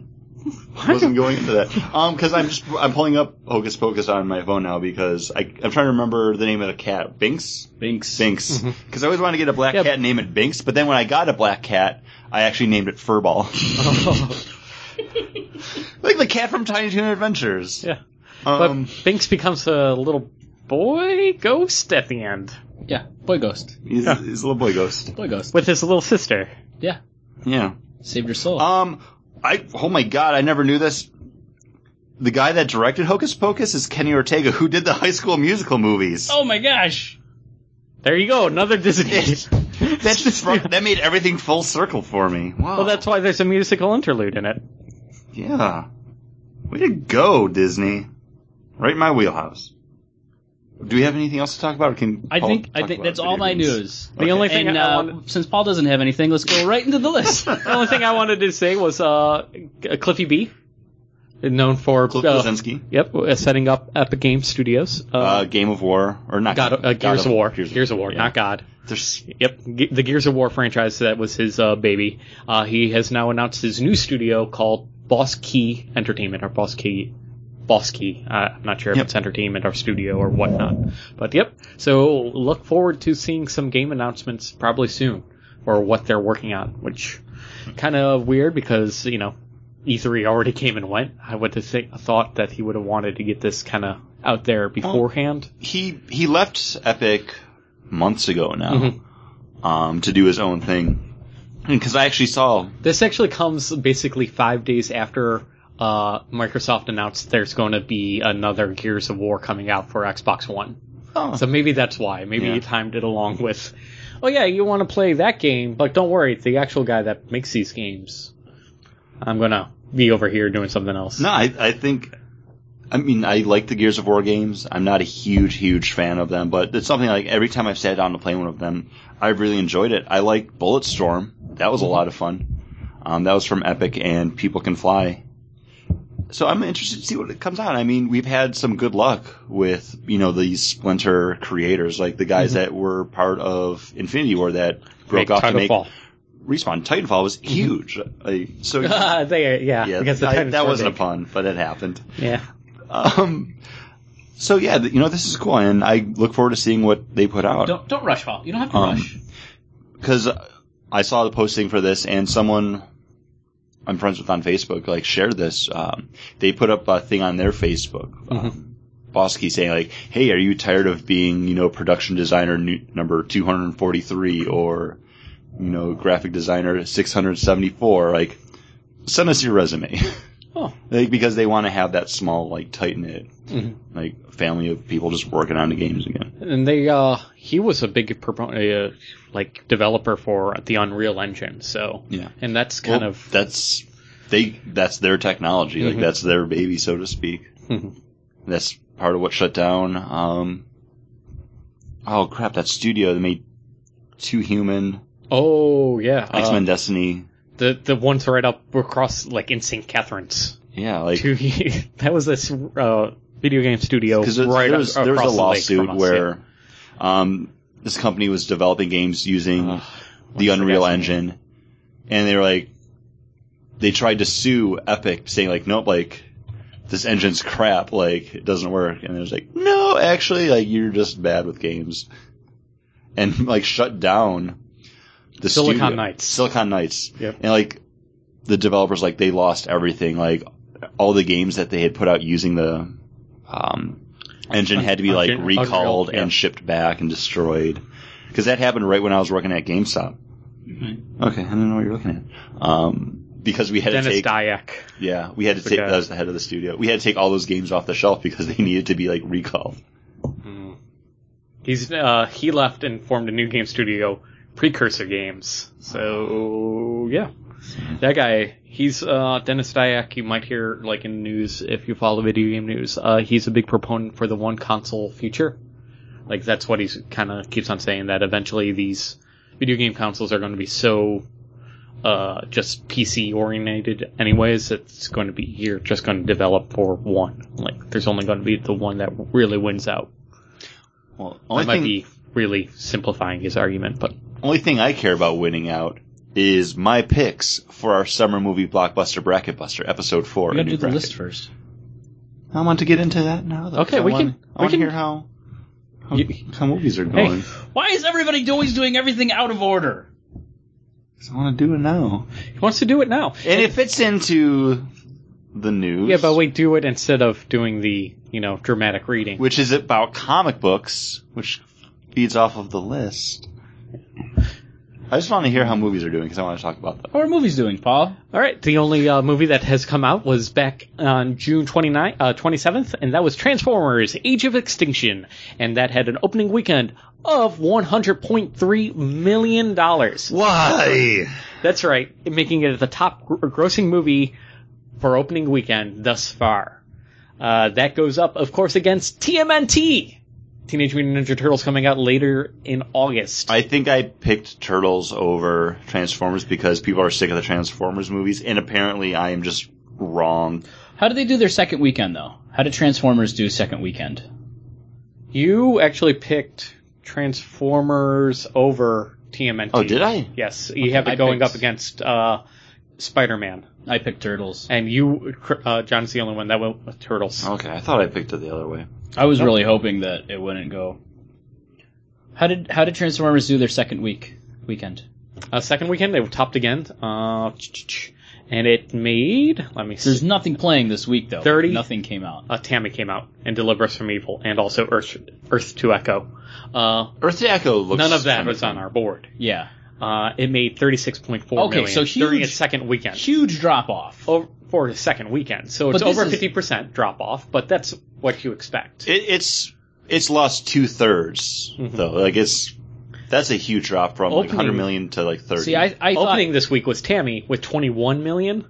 [SPEAKER 1] wasn't going into that. Um, because I'm just I'm pulling up Hocus Pocus on my phone now because I I'm trying to remember the name of the cat. Binks.
[SPEAKER 2] Binks.
[SPEAKER 1] Binks.
[SPEAKER 3] Mm-hmm.
[SPEAKER 1] Because I always wanted to get a black
[SPEAKER 3] Yep.
[SPEAKER 1] cat and name it Binks, but then when I got a black cat, I actually named it Furball. Like the cat from Tiny Toon Adventures.
[SPEAKER 3] Oh. yeah, but
[SPEAKER 1] Um,
[SPEAKER 3] Binks becomes a little boy ghost at the end
[SPEAKER 2] Yeah, boy ghost.
[SPEAKER 1] he's, he's a little boy ghost.
[SPEAKER 2] Boy ghost.
[SPEAKER 3] with his little sister.
[SPEAKER 2] Yeah,
[SPEAKER 1] Yeah.
[SPEAKER 2] saved your soul.
[SPEAKER 1] Um, I oh my god, I never knew this. The guy that directed Hocus Pocus is Kenny Ortega, who did the High School Musical movies.
[SPEAKER 2] oh my gosh.
[SPEAKER 3] There you go, another Disney.
[SPEAKER 1] That's just fun. that made everything full circle for me. Wow.
[SPEAKER 3] well, that's why there's a musical interlude in it.
[SPEAKER 1] yeah. Way to go, Disney. Right in my wheelhouse. Do we have anything else to talk about? Or can
[SPEAKER 2] I
[SPEAKER 1] Paul
[SPEAKER 2] think I
[SPEAKER 1] talk
[SPEAKER 2] think
[SPEAKER 1] about
[SPEAKER 2] that's
[SPEAKER 1] video
[SPEAKER 2] all my
[SPEAKER 1] games?
[SPEAKER 2] news.
[SPEAKER 3] The only thing
[SPEAKER 2] And
[SPEAKER 3] I
[SPEAKER 2] uh,
[SPEAKER 3] wanted,
[SPEAKER 2] since Paul doesn't have anything, let's go right into the list.
[SPEAKER 3] the only thing I wanted to say was uh, Cliffy B known for
[SPEAKER 1] Cliff
[SPEAKER 3] uh,
[SPEAKER 1] Blazinski.
[SPEAKER 3] Yep, uh, setting up Epic Game Studios. Uh,
[SPEAKER 1] Uh, Game of War, or not
[SPEAKER 3] God, uh, Gears of War. Gears, of War,
[SPEAKER 1] yeah.
[SPEAKER 3] not God.
[SPEAKER 1] There's-
[SPEAKER 3] Yep, Ge- the Gears of War franchise that was his uh, baby. Uh, he has now announced his new studio called Boss Key Entertainment or Boss Key. Boss Key. Uh, I'm not sure if
[SPEAKER 1] Yep.
[SPEAKER 3] it's entertainment or studio or whatnot, but yep. So look forward to seeing some game announcements probably soon, or what they're working on, which kind of weird because you know E3 already came and went. I would have thi- thought that he would have wanted to get this kind of out there beforehand.
[SPEAKER 1] he he left Epic months ago now
[SPEAKER 3] Mhm.
[SPEAKER 2] Mm-hmm.
[SPEAKER 1] um, to do his own thing. Because I actually saw
[SPEAKER 3] This actually comes basically five days after uh, Microsoft announced there's going to be another Gears of War coming out for Xbox One.
[SPEAKER 1] oh,
[SPEAKER 3] So maybe that's why. Maybe
[SPEAKER 1] Yeah.
[SPEAKER 3] you timed it along with, oh yeah, you want to play that game, but don't worry, it's the actual guy that makes these games. I'm gonna be over here doing something else.
[SPEAKER 1] No, I, I think. I mean, I like the Gears of War games. I'm not a huge, huge fan of them, but it's something like every time I've sat down to play one of them, I've really enjoyed it. I like Bulletstorm. That was a lot of fun. Um, that was from Epic and People Can Fly. So I'm interested to see what it comes out. I mean, we've had some good luck with, you know, these Splinter creators, like the guys
[SPEAKER 3] Mm-hmm.
[SPEAKER 1] that were part of Infinity War that broke
[SPEAKER 3] Make
[SPEAKER 1] off to make
[SPEAKER 3] Titanfall.
[SPEAKER 1] Respawn. Titanfall was huge. I, so, yeah,
[SPEAKER 3] they, yeah, because the
[SPEAKER 1] I-
[SPEAKER 3] Titans
[SPEAKER 1] that
[SPEAKER 3] were
[SPEAKER 1] wasn't a
[SPEAKER 3] big.
[SPEAKER 1] pun, but it happened.
[SPEAKER 3] Yeah.
[SPEAKER 1] Um, so yeah, th- you know this is cool, and I look forward to seeing what they put out
[SPEAKER 2] Don't don't rush, Paul. You don't have to
[SPEAKER 1] Um,
[SPEAKER 2] rush.
[SPEAKER 1] because I saw the posting for this, and someone I'm friends with on Facebook like shared this. Um, they put up a thing on their Facebook. Um, Bosky saying like, "Hey, are you tired of being you know production designer nu- number 243 or you know graphic designer 674? Like, send us your resume."
[SPEAKER 3] Oh.
[SPEAKER 1] like because they want to have that small like tight knit
[SPEAKER 3] Mhm.
[SPEAKER 1] like family of people just working on the games again.
[SPEAKER 3] And they, uh, he was a big proponent, uh, like developer for the Unreal Engine. So,
[SPEAKER 1] Yeah.
[SPEAKER 3] and that's kind
[SPEAKER 1] Well,
[SPEAKER 3] of
[SPEAKER 1] that's they that's their technology like
[SPEAKER 3] Mhm.
[SPEAKER 1] that's their baby so to speak
[SPEAKER 3] Mhm.
[SPEAKER 1] that's part of what shut down um oh crap that studio that made two human
[SPEAKER 3] oh yeah, uh,
[SPEAKER 1] x-men destiny
[SPEAKER 3] the the ones right up across like in St. Catharines.
[SPEAKER 1] yeah like
[SPEAKER 3] Two- that was this uh, video game studio
[SPEAKER 1] because there's
[SPEAKER 3] right
[SPEAKER 1] there's
[SPEAKER 3] up,
[SPEAKER 1] there's a
[SPEAKER 3] across the lake
[SPEAKER 1] lawsuit
[SPEAKER 3] from us, yeah.
[SPEAKER 1] where um this company was developing games using
[SPEAKER 3] Ugh,
[SPEAKER 1] the
[SPEAKER 3] what's
[SPEAKER 1] Unreal
[SPEAKER 3] guy's name?
[SPEAKER 1] Engine, and they were like, they tried to sue Epic, saying like, nope, like this engine's crap, like it doesn't work. And it was like, no, actually, like you're just bad with games, and like shut down the
[SPEAKER 3] Silicon
[SPEAKER 1] studio-
[SPEAKER 3] Knights.
[SPEAKER 1] Silicon Knights,
[SPEAKER 3] Yep.
[SPEAKER 1] and like the developers, like they lost everything, like all the games that they had put out using the um, engine had to be like
[SPEAKER 3] Unreal,
[SPEAKER 1] recalled
[SPEAKER 3] yeah.
[SPEAKER 1] and shipped back and destroyed. Because that happened right when I was working at GameStop. Okay, I don't know what you're looking at. Um, because we had to
[SPEAKER 3] Mm-hmm. Dennis
[SPEAKER 1] take,
[SPEAKER 3] Dyack.
[SPEAKER 1] yeah, we had to
[SPEAKER 3] the
[SPEAKER 1] take
[SPEAKER 3] guy.
[SPEAKER 1] that was the head of the studio. We had to take all those games off the shelf because they needed to be like recalled.
[SPEAKER 3] He's uh, he left and formed a new game studio, Precursor Games. So yeah, that guy. He's uh, Dennis Dyack. You might hear like in the news if you follow video game news. Uh, he's a big proponent for the one console future. Like that's what he's kind of keeps on saying that eventually these video game consoles are going to be so uh, just PC oriented anyways. It's going to be you're just going to develop for one. Like there's only going to be the one that really wins out.
[SPEAKER 1] Well,
[SPEAKER 3] I
[SPEAKER 1] only
[SPEAKER 3] might
[SPEAKER 1] thing,
[SPEAKER 3] be really simplifying his argument, but
[SPEAKER 1] only thing I care about winning out is my picks for our summer movie blockbuster bracket buster episode four.
[SPEAKER 2] We
[SPEAKER 1] a
[SPEAKER 2] gotta
[SPEAKER 1] new
[SPEAKER 2] do the
[SPEAKER 1] bracket.
[SPEAKER 2] list first.
[SPEAKER 1] I want to get into that now. though, 'cause
[SPEAKER 3] Okay,
[SPEAKER 1] I
[SPEAKER 3] we
[SPEAKER 1] wanna-
[SPEAKER 3] can-
[SPEAKER 1] I
[SPEAKER 3] we
[SPEAKER 1] want to
[SPEAKER 3] can-
[SPEAKER 1] hear how how,
[SPEAKER 3] You-
[SPEAKER 1] how movies are
[SPEAKER 3] Hey.
[SPEAKER 1] going.
[SPEAKER 2] Why is everybody always doing everything out of order?
[SPEAKER 1] 'Cause I want to do it now.
[SPEAKER 3] he wants to do it now.
[SPEAKER 1] And it fits into the news.
[SPEAKER 3] Yeah, but we do it instead of doing the you know dramatic reading.
[SPEAKER 1] Which is about comic books, which feeds off of the list. I just want to hear how movies are doing because I want to talk about them.
[SPEAKER 2] How are movies doing, Paul?
[SPEAKER 3] All right, the only uh, movie that has come out was back on June 29, uh, 27th, and that was Transformers: Age of Extinction, and that had an opening weekend of 100.3 million dollars.
[SPEAKER 1] Why?
[SPEAKER 3] That's right, making it the top gr- grossing movie for opening weekend thus far. Uh, that goes up, of course, against TMNT, Teenage Mutant Ninja Turtles, coming out later in August.
[SPEAKER 1] I think I picked Turtles over Transformers because people are sick of the Transformers movies, and apparently I am just wrong.
[SPEAKER 2] How did they do their second weekend though? How did Transformers do second weekend?
[SPEAKER 3] You actually picked Transformers over TMNT.
[SPEAKER 1] Oh, did I?
[SPEAKER 3] Yes, you have
[SPEAKER 2] I
[SPEAKER 3] it going
[SPEAKER 2] picked-
[SPEAKER 3] up against uh, Spider-Man,
[SPEAKER 2] I picked Turtles.
[SPEAKER 3] and you, uh, John's the only one that went with Turtles.
[SPEAKER 1] Okay, I thought I picked it the other way.
[SPEAKER 2] I was really hoping that it wouldn't go. How did how did Transformers do their second week weekend?
[SPEAKER 3] Uh, second weekend they were topped again, uh, and it made. Let me see.
[SPEAKER 2] There's nothing playing this week though.
[SPEAKER 3] 30?
[SPEAKER 2] Nothing came out.
[SPEAKER 3] uh, Tammy came out and Deliver Us from Evil, and also Earth, Earth to Echo. Uh,
[SPEAKER 1] Earth to Echo looks.
[SPEAKER 3] none of that
[SPEAKER 1] kinda
[SPEAKER 3] was on
[SPEAKER 1] fun.
[SPEAKER 3] our board.
[SPEAKER 2] Yeah.
[SPEAKER 3] Uh, it made thirty six point four million
[SPEAKER 2] Okay, so
[SPEAKER 3] during
[SPEAKER 2] huge-
[SPEAKER 3] its second weekend.
[SPEAKER 2] Huge drop off.
[SPEAKER 3] Over, for the second weekend, so it's
[SPEAKER 2] But this
[SPEAKER 3] over
[SPEAKER 2] is-
[SPEAKER 3] fifty percent drop off. But that's what you expect.
[SPEAKER 1] It, it's it's lost two thirds though. Like it's that's a huge drop from like
[SPEAKER 3] Mm-hmm. Opening-
[SPEAKER 1] 100 million to like 30.
[SPEAKER 2] See, I I thought
[SPEAKER 3] Opening this week was Tammy with twenty one million,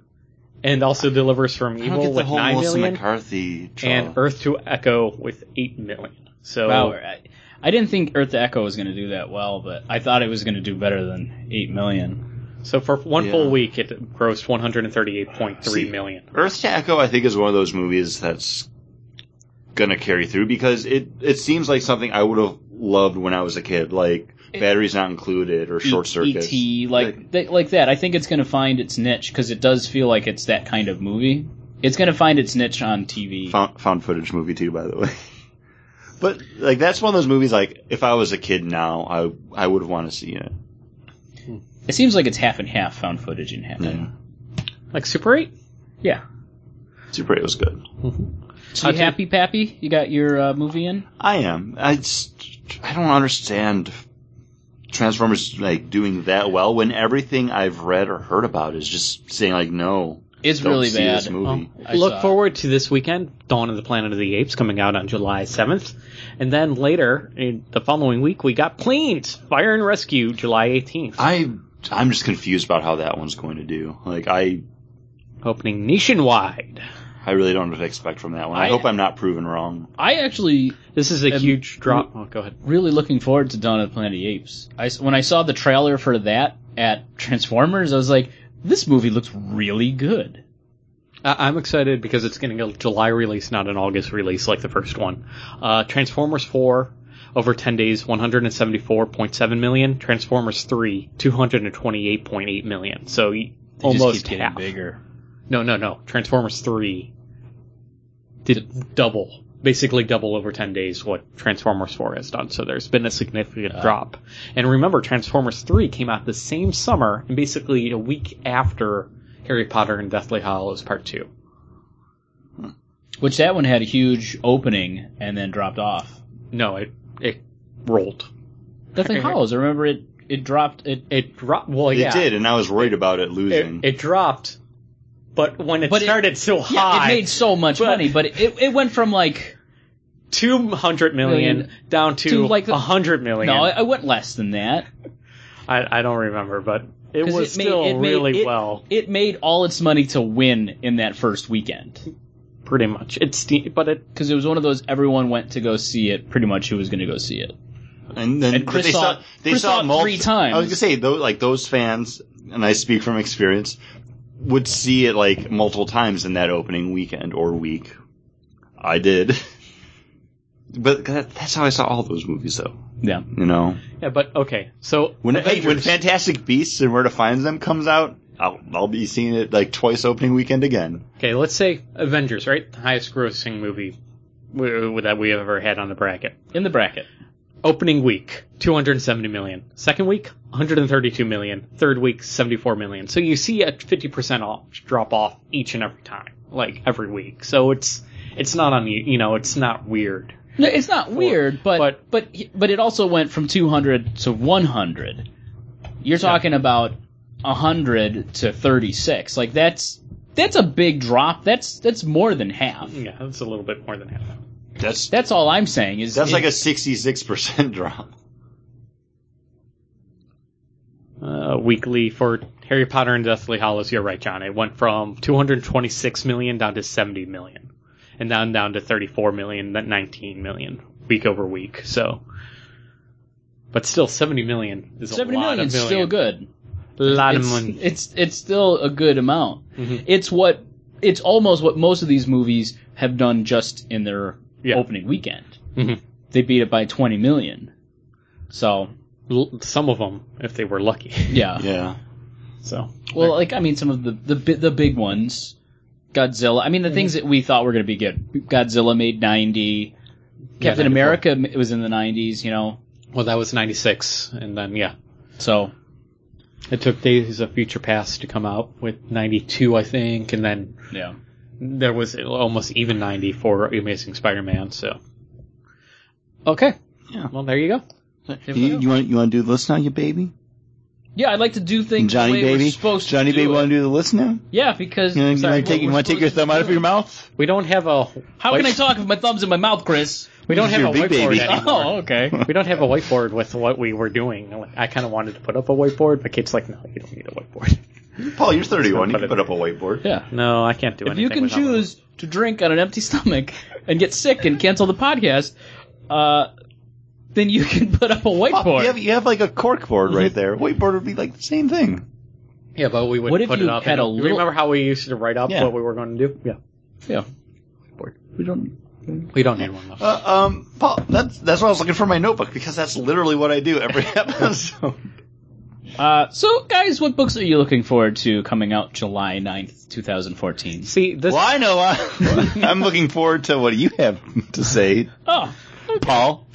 [SPEAKER 3] and also Deliver Us from
[SPEAKER 1] I don't
[SPEAKER 3] Evil
[SPEAKER 1] get the
[SPEAKER 3] with
[SPEAKER 1] whole
[SPEAKER 3] nine
[SPEAKER 1] Melissa
[SPEAKER 3] million,
[SPEAKER 1] McCarthy. Draw.
[SPEAKER 3] and Earth to Echo with eight million. So
[SPEAKER 2] wow. I, I didn't think Earth to Echo was going to do that well, but I thought it was going to do better than eight million.
[SPEAKER 3] So for one
[SPEAKER 1] Yeah.
[SPEAKER 3] full week, it grossed 138.3 million.
[SPEAKER 1] Earth to Echo, I think, is one of those movies that's gonna carry through because it it seems like something I would have loved when I was a kid, like batteries not included or short
[SPEAKER 2] E-
[SPEAKER 1] circuits.
[SPEAKER 2] ET, like
[SPEAKER 1] Like-
[SPEAKER 2] th- like that. I think it's going to find its niche because it does feel like it's that kind of movie. It's going to find its niche on TV.
[SPEAKER 1] found, found footage movie too, by the way. But like that's one of those movies. Like if I was a kid now, I I would want to see it.
[SPEAKER 2] It seems like it's half and half found footage and
[SPEAKER 1] Mm-hmm.
[SPEAKER 2] half. Yeah.
[SPEAKER 3] Like Super 8?
[SPEAKER 2] yeah.
[SPEAKER 1] Super 8 was good.
[SPEAKER 2] So you
[SPEAKER 3] Uh,
[SPEAKER 2] happy, Pappy? You got your uh, movie in?
[SPEAKER 1] I am. I just I don't understand Transformers like doing that well when everything I've read or heard about is just saying like no.
[SPEAKER 2] It's
[SPEAKER 1] don't
[SPEAKER 2] really
[SPEAKER 1] see
[SPEAKER 2] bad.
[SPEAKER 1] This movie.
[SPEAKER 2] I saw
[SPEAKER 3] Look
[SPEAKER 2] it.
[SPEAKER 3] forward to this weekend, Dawn of the Planet of the Apes coming out on July 7th. And then later, in the following week, we got Planes, Fire and Rescue, July 18th.
[SPEAKER 1] I I'm just confused about how that one's going to do. Like I
[SPEAKER 3] Opening nationwide.
[SPEAKER 1] I really don't know what to expect from that one. I,
[SPEAKER 2] I-
[SPEAKER 1] hope I'm not proven wrong.
[SPEAKER 2] I actually
[SPEAKER 3] This is a
[SPEAKER 2] And-
[SPEAKER 3] huge drop. Oh, go ahead.
[SPEAKER 2] really looking forward to Dawn of the Planet of the Apes. I s when I saw the trailer for that at Transformers, I was like, this movie looks really good.
[SPEAKER 3] I- I'm excited because it's getting a July release, not an August release like the first one. Uh, Transformers 4, over 10 days, 174.7 million. Transformers 3, 228.8 million. So y-
[SPEAKER 2] They just
[SPEAKER 3] almost
[SPEAKER 2] keep getting
[SPEAKER 3] half.
[SPEAKER 2] bigger.
[SPEAKER 3] No, no, no. Transformers 3 did double, basically double over 10 days what Transformers 4 has done. So there's been a significant
[SPEAKER 2] Uh.
[SPEAKER 3] drop. And remember, Transformers 3 came out the same summer and basically a week after Harry Potter and Deathly Hollows Part 2.
[SPEAKER 2] Which that one had a huge opening and then dropped off.
[SPEAKER 3] No, it it rolled.
[SPEAKER 2] Deathly Hollows. I remember it. It dropped. It.
[SPEAKER 3] It dropped. Well,
[SPEAKER 1] It
[SPEAKER 3] yeah,
[SPEAKER 1] did, and I was worried about it losing.
[SPEAKER 3] It, it dropped, but when it
[SPEAKER 2] But it-
[SPEAKER 3] started so
[SPEAKER 2] Yeah, it
[SPEAKER 3] high,
[SPEAKER 2] made so much
[SPEAKER 3] But-
[SPEAKER 2] money, but it, it went from like
[SPEAKER 3] two hundred million
[SPEAKER 2] Million.
[SPEAKER 3] down to,
[SPEAKER 2] To, like, the-
[SPEAKER 3] hundred million.
[SPEAKER 2] no, it went less than that.
[SPEAKER 3] I, I don't remember, but it
[SPEAKER 2] 'Cause
[SPEAKER 3] was
[SPEAKER 2] made-
[SPEAKER 3] still
[SPEAKER 2] made-
[SPEAKER 3] really
[SPEAKER 2] it-
[SPEAKER 3] well,
[SPEAKER 2] It made all its money to win in that first weekend
[SPEAKER 3] pretty much. It's the- but it
[SPEAKER 2] because it was one of those everyone went to go see it. Pretty much who was going to go see it.
[SPEAKER 1] And then
[SPEAKER 2] And
[SPEAKER 1] but
[SPEAKER 2] Chris
[SPEAKER 1] they
[SPEAKER 2] saw
[SPEAKER 1] saw,
[SPEAKER 2] it-
[SPEAKER 1] they
[SPEAKER 2] Chris saw
[SPEAKER 1] saw,
[SPEAKER 2] it
[SPEAKER 1] mul-
[SPEAKER 2] three times.
[SPEAKER 1] I was gonna say those like those fans, and I speak from experience, would see it like multiple times in that opening weekend or week. I did, but that, that's how I saw all those movies, though.
[SPEAKER 2] Yeah.
[SPEAKER 1] You know,
[SPEAKER 3] yeah, but okay. So
[SPEAKER 1] when hey,
[SPEAKER 3] Avengers-
[SPEAKER 1] when Fantastic Beasts and Where to Find Them comes out, I'll I'll be seeing it like twice opening weekend again.
[SPEAKER 3] okay, let's say Avengers, right? The highest grossing movie we, that we ever had on the bracket.
[SPEAKER 2] In the bracket.
[SPEAKER 3] Opening week, 270 million. Second week, 132 million. Third week, 74 million. So you see a 50% off, drop off each and every time, like every week. So it's it's not on you, you know, it's not weird.
[SPEAKER 2] No, it's not weird, but,
[SPEAKER 3] but-
[SPEAKER 2] but but it also went from 200 to 100. You're talking about 100 to 36. Like that's that's a big drop. That's that's more than half.
[SPEAKER 3] Yeah, that's a little bit more than half.
[SPEAKER 1] That's
[SPEAKER 2] That's all I'm saying is
[SPEAKER 1] that's
[SPEAKER 2] it-
[SPEAKER 1] like a sixty six percent drop.
[SPEAKER 3] Uh, weekly for Harry Potter and Deathly Hollows, you're right, John. It went from 226 million down to 70 million. And then down to 34 million, then 19 million week over week. So, but still 70 million is a
[SPEAKER 2] 70
[SPEAKER 3] lot
[SPEAKER 2] million
[SPEAKER 3] of
[SPEAKER 2] is
[SPEAKER 3] million.
[SPEAKER 2] still good.
[SPEAKER 3] lot of
[SPEAKER 2] it's,
[SPEAKER 3] money.
[SPEAKER 2] It's it's still a good amount. It's what it's almost what most of these movies have done just in their
[SPEAKER 3] Yeah.
[SPEAKER 2] opening weekend.
[SPEAKER 3] Mhm.
[SPEAKER 2] They beat it by 20 million. So,
[SPEAKER 3] L- some of them if they were lucky.
[SPEAKER 2] yeah.
[SPEAKER 1] Yeah.
[SPEAKER 3] So
[SPEAKER 2] Well, like I mean, some of the the bi- the big ones, Godzilla. I mean, the things that we thought were going to be good. Godzilla made ninety. Captain
[SPEAKER 3] 94.
[SPEAKER 2] America America was in the nineties. You know,
[SPEAKER 3] well, that was '96, and then yeah,
[SPEAKER 2] so
[SPEAKER 3] it took Days of Future Past to come out with '92, I think, and then
[SPEAKER 2] yeah.
[SPEAKER 3] there was almost even 90 for Amazing Spider-Man. So okay,
[SPEAKER 1] Yeah.
[SPEAKER 3] well there you go.
[SPEAKER 1] You, you want you want to do the list now, you baby?
[SPEAKER 2] Yeah, I'd like to do things
[SPEAKER 1] Johnny
[SPEAKER 2] the way we're
[SPEAKER 1] baby.
[SPEAKER 2] supposed to
[SPEAKER 1] Johnny
[SPEAKER 2] do
[SPEAKER 1] baby,
[SPEAKER 2] it.
[SPEAKER 1] want to do the list now?
[SPEAKER 2] Yeah, because
[SPEAKER 1] You,
[SPEAKER 2] sorry,
[SPEAKER 1] want to take,
[SPEAKER 2] we're-
[SPEAKER 1] you want to take
[SPEAKER 2] we're
[SPEAKER 1] your
[SPEAKER 2] supposed
[SPEAKER 1] thumb out of
[SPEAKER 2] do
[SPEAKER 1] your
[SPEAKER 2] it.
[SPEAKER 1] mouth?
[SPEAKER 3] We don't have a
[SPEAKER 2] How
[SPEAKER 3] white-
[SPEAKER 2] can I talk if my thumb's in my mouth, Chris?
[SPEAKER 3] We don't
[SPEAKER 1] This is
[SPEAKER 3] have
[SPEAKER 1] your
[SPEAKER 3] a
[SPEAKER 1] big
[SPEAKER 3] whiteboard
[SPEAKER 1] baby.
[SPEAKER 3] anymore.
[SPEAKER 2] Oh, okay.
[SPEAKER 3] We don't have a whiteboard with what we were doing. I kind of wanted to put up a whiteboard, but Kate's like, "No, you don't need a whiteboard."
[SPEAKER 1] Paul, you're 31. You
[SPEAKER 3] Put
[SPEAKER 1] can
[SPEAKER 3] it-
[SPEAKER 1] put up a whiteboard.
[SPEAKER 2] Yeah.
[SPEAKER 3] No, I can't do
[SPEAKER 2] If
[SPEAKER 3] anything.
[SPEAKER 2] you can
[SPEAKER 3] without one.
[SPEAKER 2] choose to drink on an empty stomach and get sick and cancel the podcast, uh, then you can put up a
[SPEAKER 1] Oh,
[SPEAKER 2] whiteboard.
[SPEAKER 1] you, have, you have like a cork board right there. Whiteboard would be like the same thing.
[SPEAKER 3] Yeah, but we would
[SPEAKER 2] What if
[SPEAKER 3] put
[SPEAKER 2] you
[SPEAKER 3] it up.
[SPEAKER 2] had
[SPEAKER 3] and-
[SPEAKER 2] a little-
[SPEAKER 3] Remember how we used to write up
[SPEAKER 1] Yeah.
[SPEAKER 3] what we were going to do? Yeah.
[SPEAKER 2] yeah.
[SPEAKER 1] We don't.
[SPEAKER 3] We don't need one.
[SPEAKER 1] Uh, um, Paul, that's that's what I was looking for in my notebook because that's literally what I do every episode.
[SPEAKER 2] Uh, so, guys, what books are you looking forward to coming out July 9th, 2014?
[SPEAKER 3] See, this
[SPEAKER 1] well, I know. I, I'm looking forward to what you have to say,
[SPEAKER 2] Oh,
[SPEAKER 1] Paul.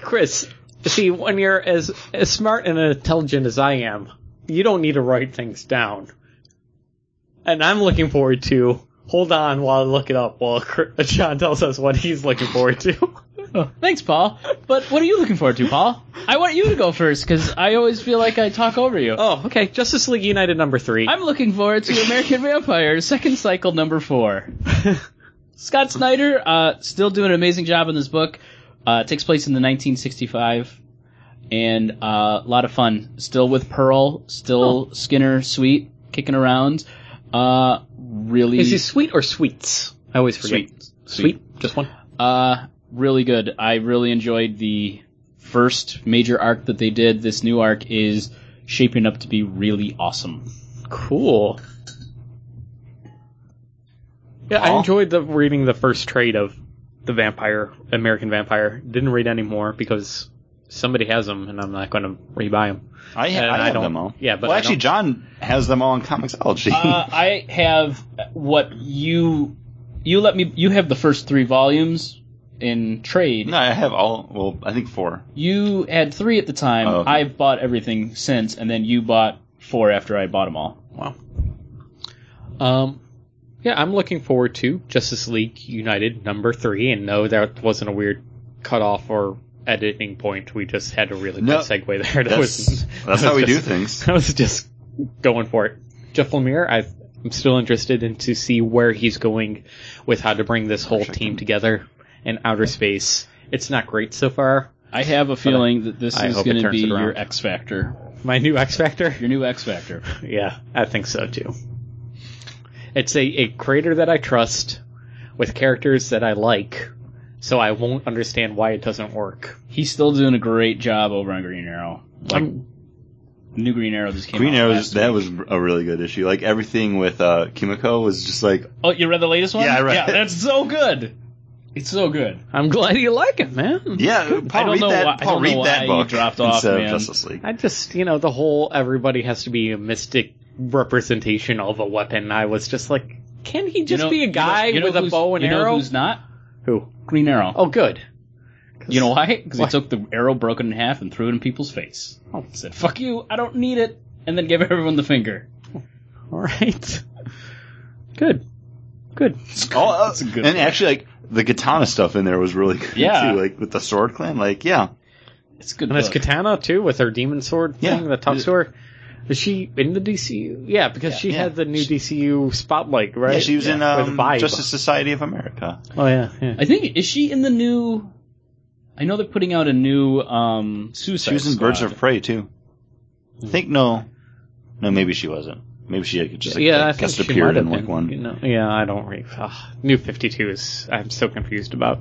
[SPEAKER 3] Chris, see, when you're as as smart and intelligent as I am, you don't need to write things down. And I'm looking forward to hold on while I look it up while Cr- John tells us what he's looking forward to.
[SPEAKER 2] Oh. thanks, Paul. But what are you looking forward to, Paul? I want you to go first because I always feel like I talk over you.
[SPEAKER 3] oh, okay. Justice League United number three.
[SPEAKER 2] I'm looking forward to American Vampire Second Cycle number four. Scott Snyder uh, still doing an amazing job in this book. Uh, it takes place in the 1965, and uh, a lot of fun. Still with Pearl,
[SPEAKER 3] Oh.
[SPEAKER 2] still Skinner, sweet, kicking around. Uh, really,
[SPEAKER 3] Is he sweet or sweets? I always forget.
[SPEAKER 2] Sweet.
[SPEAKER 3] Sweet. Just one.
[SPEAKER 2] uh, really good. I really enjoyed the first major arc that they did. This new arc is shaping up to be really awesome.
[SPEAKER 3] Cool. Yeah, I
[SPEAKER 1] Aw.
[SPEAKER 3] enjoyed the reading the first trade of the vampire, American Vampire. Didn't read any more because somebody has them, and I'm not going to rebuy them.
[SPEAKER 1] I, ha-
[SPEAKER 3] And
[SPEAKER 1] I
[SPEAKER 3] I
[SPEAKER 1] have
[SPEAKER 3] don't-
[SPEAKER 1] them all.
[SPEAKER 3] yeah, but
[SPEAKER 1] well,
[SPEAKER 3] I
[SPEAKER 1] actually,
[SPEAKER 3] don't-
[SPEAKER 1] John has them all in Comicsology.
[SPEAKER 2] uh, I have what you you let me. You have the first three volumes in trade.
[SPEAKER 1] no, I have all. Well, I think four.
[SPEAKER 2] You had three at the time.
[SPEAKER 1] Oh, okay.
[SPEAKER 2] I've bought everything since, and then you bought four after I bought them all.
[SPEAKER 3] Wow. Um, yeah, I'm looking forward to Justice League United number three, and no, that wasn't a weird cutoff or editing point. We just had a really
[SPEAKER 1] No.
[SPEAKER 3] good segue there. That
[SPEAKER 1] That's,
[SPEAKER 3] was
[SPEAKER 1] that's
[SPEAKER 3] that
[SPEAKER 1] how we
[SPEAKER 3] was
[SPEAKER 1] do
[SPEAKER 3] just-
[SPEAKER 1] things.
[SPEAKER 3] I was just going for it. Jeff Lemire, i I'm still interested in to see where he's going with how to bring this whole team together in outer space. It's not great so far.
[SPEAKER 2] I have a feeling that this
[SPEAKER 3] I
[SPEAKER 2] is
[SPEAKER 3] hope it
[SPEAKER 2] going to
[SPEAKER 3] turns
[SPEAKER 2] be
[SPEAKER 3] it around.
[SPEAKER 2] your X Factor,
[SPEAKER 3] My new X Factor.
[SPEAKER 2] your new X Factor.
[SPEAKER 3] Yeah, I think so too. It's a, a creator that I trust with characters that I like, so I won't understand why it doesn't work.
[SPEAKER 2] He's still doing a great job over on Green Arrow. Like,
[SPEAKER 3] I'm-
[SPEAKER 2] new Green Arrow just came
[SPEAKER 1] Green
[SPEAKER 2] out.
[SPEAKER 1] Arrow,
[SPEAKER 2] last
[SPEAKER 1] that
[SPEAKER 2] week.
[SPEAKER 1] was a really good issue. Like everything with uh, Kimiko was just like
[SPEAKER 2] Oh, you read the latest one?
[SPEAKER 1] Yeah, I read
[SPEAKER 2] Yeah,
[SPEAKER 1] it.
[SPEAKER 2] that's so good. It's so good.
[SPEAKER 3] I'm glad you like it, man.
[SPEAKER 1] Yeah,
[SPEAKER 2] I don't
[SPEAKER 1] Paul, read
[SPEAKER 2] know
[SPEAKER 1] that.
[SPEAKER 2] why- I
[SPEAKER 1] Paul,
[SPEAKER 2] don't
[SPEAKER 1] read
[SPEAKER 2] know
[SPEAKER 1] that
[SPEAKER 2] why you
[SPEAKER 1] book
[SPEAKER 2] dropped off,
[SPEAKER 1] instead
[SPEAKER 2] man.
[SPEAKER 1] of Justice League.
[SPEAKER 3] I just, you know, the whole everybody has to be a mystic representation of a weapon. I was just like, can he just
[SPEAKER 2] You know-
[SPEAKER 3] be a
[SPEAKER 2] you know-
[SPEAKER 3] guy
[SPEAKER 2] you know
[SPEAKER 3] with a
[SPEAKER 2] who's-
[SPEAKER 3] bow and
[SPEAKER 2] you know
[SPEAKER 3] arrow?
[SPEAKER 2] who's not?
[SPEAKER 3] Who?
[SPEAKER 2] Green Arrow.
[SPEAKER 3] Oh, good.
[SPEAKER 2] You know why? Because he
[SPEAKER 3] Why?
[SPEAKER 2] took the arrow broken in half and threw it in people's face. Said, fuck you, I don't need it. And then gave everyone the finger.
[SPEAKER 3] All right. Good. Good.
[SPEAKER 1] Oh, uh,
[SPEAKER 2] That's a good
[SPEAKER 1] and
[SPEAKER 2] one.
[SPEAKER 1] actually, like the Katana stuff in there was really good
[SPEAKER 2] Yeah.
[SPEAKER 1] too. Like with the Sword Clan, like yeah,
[SPEAKER 2] It's a good.
[SPEAKER 3] And it's
[SPEAKER 2] book.
[SPEAKER 3] Katana too with her demon sword
[SPEAKER 1] Yeah.
[SPEAKER 3] thing that talks to her. Is she in the DCU? Yeah, because she
[SPEAKER 1] Yeah.
[SPEAKER 3] had the new DCU spotlight, right?
[SPEAKER 1] yeah she was in
[SPEAKER 3] With
[SPEAKER 1] um,
[SPEAKER 3] Vibe.
[SPEAKER 1] Justice Society of America.
[SPEAKER 3] Oh yeah, yeah.
[SPEAKER 2] I think is she in the new? I know they're putting out a new um, Suicide
[SPEAKER 1] She was in
[SPEAKER 2] Squad.
[SPEAKER 1] Birds of Prey too. I think no, no, maybe she wasn't. Maybe she like, just like,
[SPEAKER 3] yeah, I
[SPEAKER 1] like,
[SPEAKER 3] think
[SPEAKER 1] guest
[SPEAKER 3] she
[SPEAKER 1] appeared
[SPEAKER 3] might have
[SPEAKER 1] in like
[SPEAKER 3] been,
[SPEAKER 1] one.
[SPEAKER 3] you know. yeah, I don't re ugh, New Fifty Two is I'm so confused about.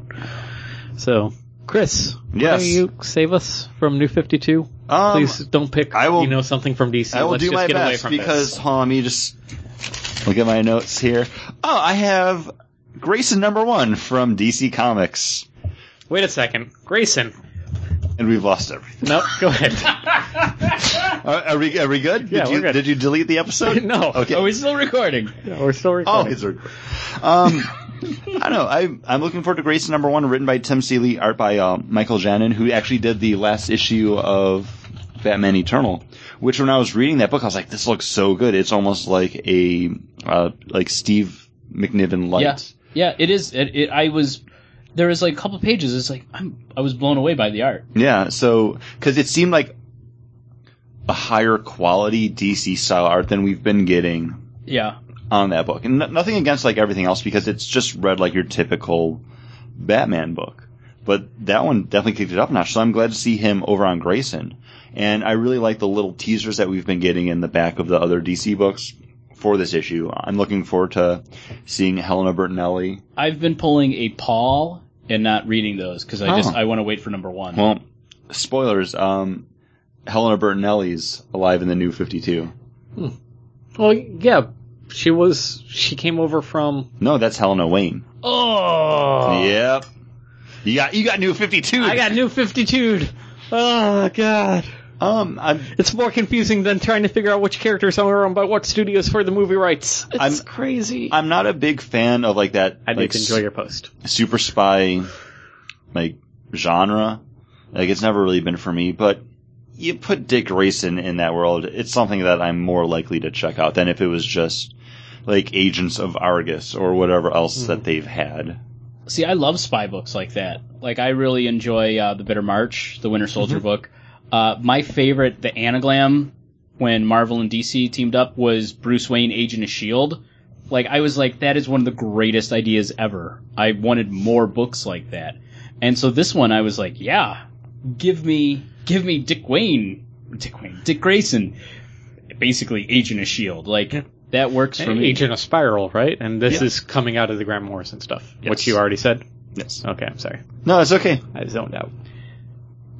[SPEAKER 3] So, Chris, why
[SPEAKER 1] Yes.
[SPEAKER 3] don't you save us from New Fifty Two?
[SPEAKER 1] Um,
[SPEAKER 3] Please don't pick.
[SPEAKER 1] I will-
[SPEAKER 3] you know something from DC.
[SPEAKER 1] I will
[SPEAKER 3] Let's
[SPEAKER 1] do
[SPEAKER 3] just
[SPEAKER 1] my
[SPEAKER 3] get away
[SPEAKER 1] best
[SPEAKER 3] from
[SPEAKER 1] because
[SPEAKER 3] this.
[SPEAKER 1] hold on, let me just Look at my notes here. Oh, I have Grayson number one from DC Comics,
[SPEAKER 3] Wait a second, Grayson.
[SPEAKER 1] and we've lost everything.
[SPEAKER 3] Nope, go ahead.
[SPEAKER 1] Are, are we? Are we good?
[SPEAKER 3] Yeah,
[SPEAKER 1] did
[SPEAKER 3] we're
[SPEAKER 1] you,
[SPEAKER 3] good.
[SPEAKER 1] Did you delete the episode?
[SPEAKER 3] no, Oh,
[SPEAKER 1] Okay.
[SPEAKER 2] Are we still recording?
[SPEAKER 3] No, we're still
[SPEAKER 1] Oh,
[SPEAKER 3] recording.
[SPEAKER 1] it's recording. Um, I don't know. I, I'm looking forward to Grayson number one, written by Tim Seeley, art by uh, Michael Janin, who actually did the last issue of Batman Eternal. Which, when I was reading that book, I was like, "This looks so good." It's almost like a uh, like Steve McNiven light.
[SPEAKER 2] Yeah, yeah, it is. It, it, I was there was like a couple pages. It's like I'm I was blown away by the art.
[SPEAKER 1] Yeah, so because it seemed like a higher quality DC style art than we've been getting
[SPEAKER 2] Yeah,
[SPEAKER 1] on that book, and no- nothing against like everything else because it's just read like your typical Batman book. But that one definitely kicked it up a notch, so I'm glad to see him over on Grayson. And I really like the little teasers that we've been getting in the back of the other DC books for this issue. I'm looking forward to seeing Helena Bertinelli.
[SPEAKER 2] I've been pulling a Paul and not reading those because I just
[SPEAKER 1] Oh.
[SPEAKER 2] I want to wait for number one.
[SPEAKER 1] Well, spoilers. Um, Helena Bertinelli's alive in the New 52.
[SPEAKER 3] Well, yeah, she was. She came over from.
[SPEAKER 1] No, that's Helena Wayne.
[SPEAKER 3] Oh,
[SPEAKER 1] Yep. You got you got new fifty two.
[SPEAKER 3] I got new fiftitude. Oh God,
[SPEAKER 1] um. I'm
[SPEAKER 3] it's more confusing than trying to figure out which characters are owned by what studios for the movie rights. It's
[SPEAKER 1] I'm-
[SPEAKER 3] crazy.
[SPEAKER 1] I'm not a big fan of like that.
[SPEAKER 3] I did
[SPEAKER 1] like,
[SPEAKER 3] enjoy your post.
[SPEAKER 1] s- super spy, like genre. Like it's never really been for me. But you put Dick Grayson in that world, it's something that I'm more likely to check out than if it was just like Agents of Argus or whatever else
[SPEAKER 3] Mm-hmm.
[SPEAKER 1] that they've had.
[SPEAKER 2] See, I love spy books like that. Like I really enjoy uh, the Bitter March, the Winter Soldier book. Uh, my favorite, the Anaglam, when Marvel and DC teamed up, was Bruce Wayne, Agent of Shield. E Like I was like, that is one of the greatest ideas ever. I wanted more books like that, and so this one, I was like, yeah, give me, give me Dick Wayne, Dick Wayne, Dick Grayson, basically Agent of Shield. E Like that works for me.
[SPEAKER 3] Agent of Spiral, right? And this
[SPEAKER 1] Yeah.
[SPEAKER 3] is coming out of the Grant Morrison stuff,
[SPEAKER 1] Yes.
[SPEAKER 3] which you already said.
[SPEAKER 1] Yes.
[SPEAKER 3] Okay, I'm sorry,
[SPEAKER 1] No, it's okay.
[SPEAKER 3] I zoned out.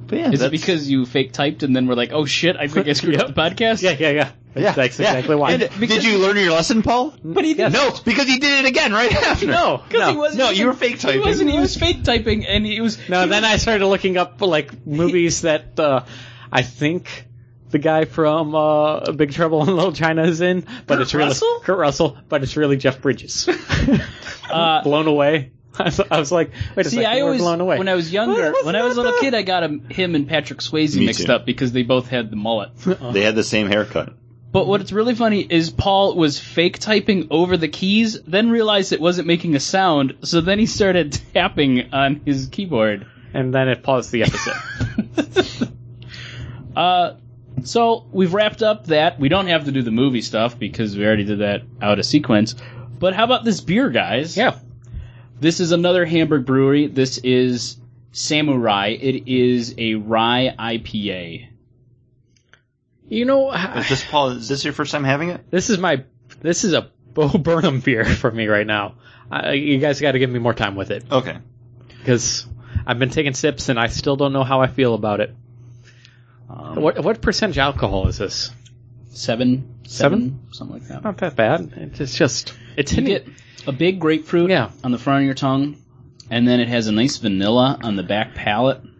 [SPEAKER 1] But yeah,
[SPEAKER 2] Is it
[SPEAKER 1] that's-
[SPEAKER 2] because you fake typed and then we're like, oh shit, I think I screwed up the podcast?
[SPEAKER 3] Yeah, yeah, yeah.
[SPEAKER 1] Yeah,
[SPEAKER 3] that's
[SPEAKER 1] yeah.
[SPEAKER 3] exactly why.
[SPEAKER 1] And did you learn your lesson, Paul?
[SPEAKER 3] but he did
[SPEAKER 1] No, because he did it again right after.
[SPEAKER 3] No,
[SPEAKER 2] Because
[SPEAKER 3] no,
[SPEAKER 2] he wasn't.
[SPEAKER 1] no,
[SPEAKER 2] even-
[SPEAKER 1] you were fake typing.
[SPEAKER 2] He wasn't. He was fake typing, and he was.
[SPEAKER 3] No,
[SPEAKER 2] he
[SPEAKER 3] then
[SPEAKER 2] was-
[SPEAKER 3] I started looking up like movies that uh, I think the guy from uh, Big Trouble in Little China is in, but
[SPEAKER 2] Kurt
[SPEAKER 3] it's really
[SPEAKER 2] Russell?
[SPEAKER 3] Kurt Russell, but it's really Jeff Bridges.
[SPEAKER 2] Uh,
[SPEAKER 3] blown away. I was, I was like, wait a
[SPEAKER 2] See,
[SPEAKER 3] second,
[SPEAKER 2] I
[SPEAKER 3] we're
[SPEAKER 2] always
[SPEAKER 3] blown away.
[SPEAKER 2] when I was younger,
[SPEAKER 3] Well,
[SPEAKER 2] when I was a
[SPEAKER 3] wasn't
[SPEAKER 2] little
[SPEAKER 3] that
[SPEAKER 2] kid, I got him, him and Patrick Swayze
[SPEAKER 1] Me
[SPEAKER 2] mixed
[SPEAKER 1] too.
[SPEAKER 2] up because they both had the mullet.
[SPEAKER 1] They had the same haircut.
[SPEAKER 2] but what's really funny is Paul was fake typing over the keys, then realized it wasn't making a sound, so then he started tapping on his keyboard.
[SPEAKER 3] and then it paused the episode.
[SPEAKER 2] Uh, so we've wrapped up that. We don't have to do the movie stuff because we already did that out of sequence. But how about this beer, guys?
[SPEAKER 3] yeah,
[SPEAKER 2] This is another Hamburg brewery. This is Samurai. It is a rye IPA.
[SPEAKER 3] you know,
[SPEAKER 1] Is this Paul? Is this your first time having it?
[SPEAKER 3] this is my this is a Bo Burnham beer for me right now. I, you guys got to give me more time with it.
[SPEAKER 1] Okay.
[SPEAKER 3] because I've been taking sips and I still don't know how I feel about it. what what percentage alcohol is this?
[SPEAKER 2] Um, Seven,
[SPEAKER 3] Seven? Oh,
[SPEAKER 2] something like that.
[SPEAKER 3] Not that bad. It's it's just it's
[SPEAKER 2] You
[SPEAKER 3] hitting
[SPEAKER 2] get a big grapefruit
[SPEAKER 3] Yeah.
[SPEAKER 2] on the front of your tongue, and then it has a nice vanilla on the back palate.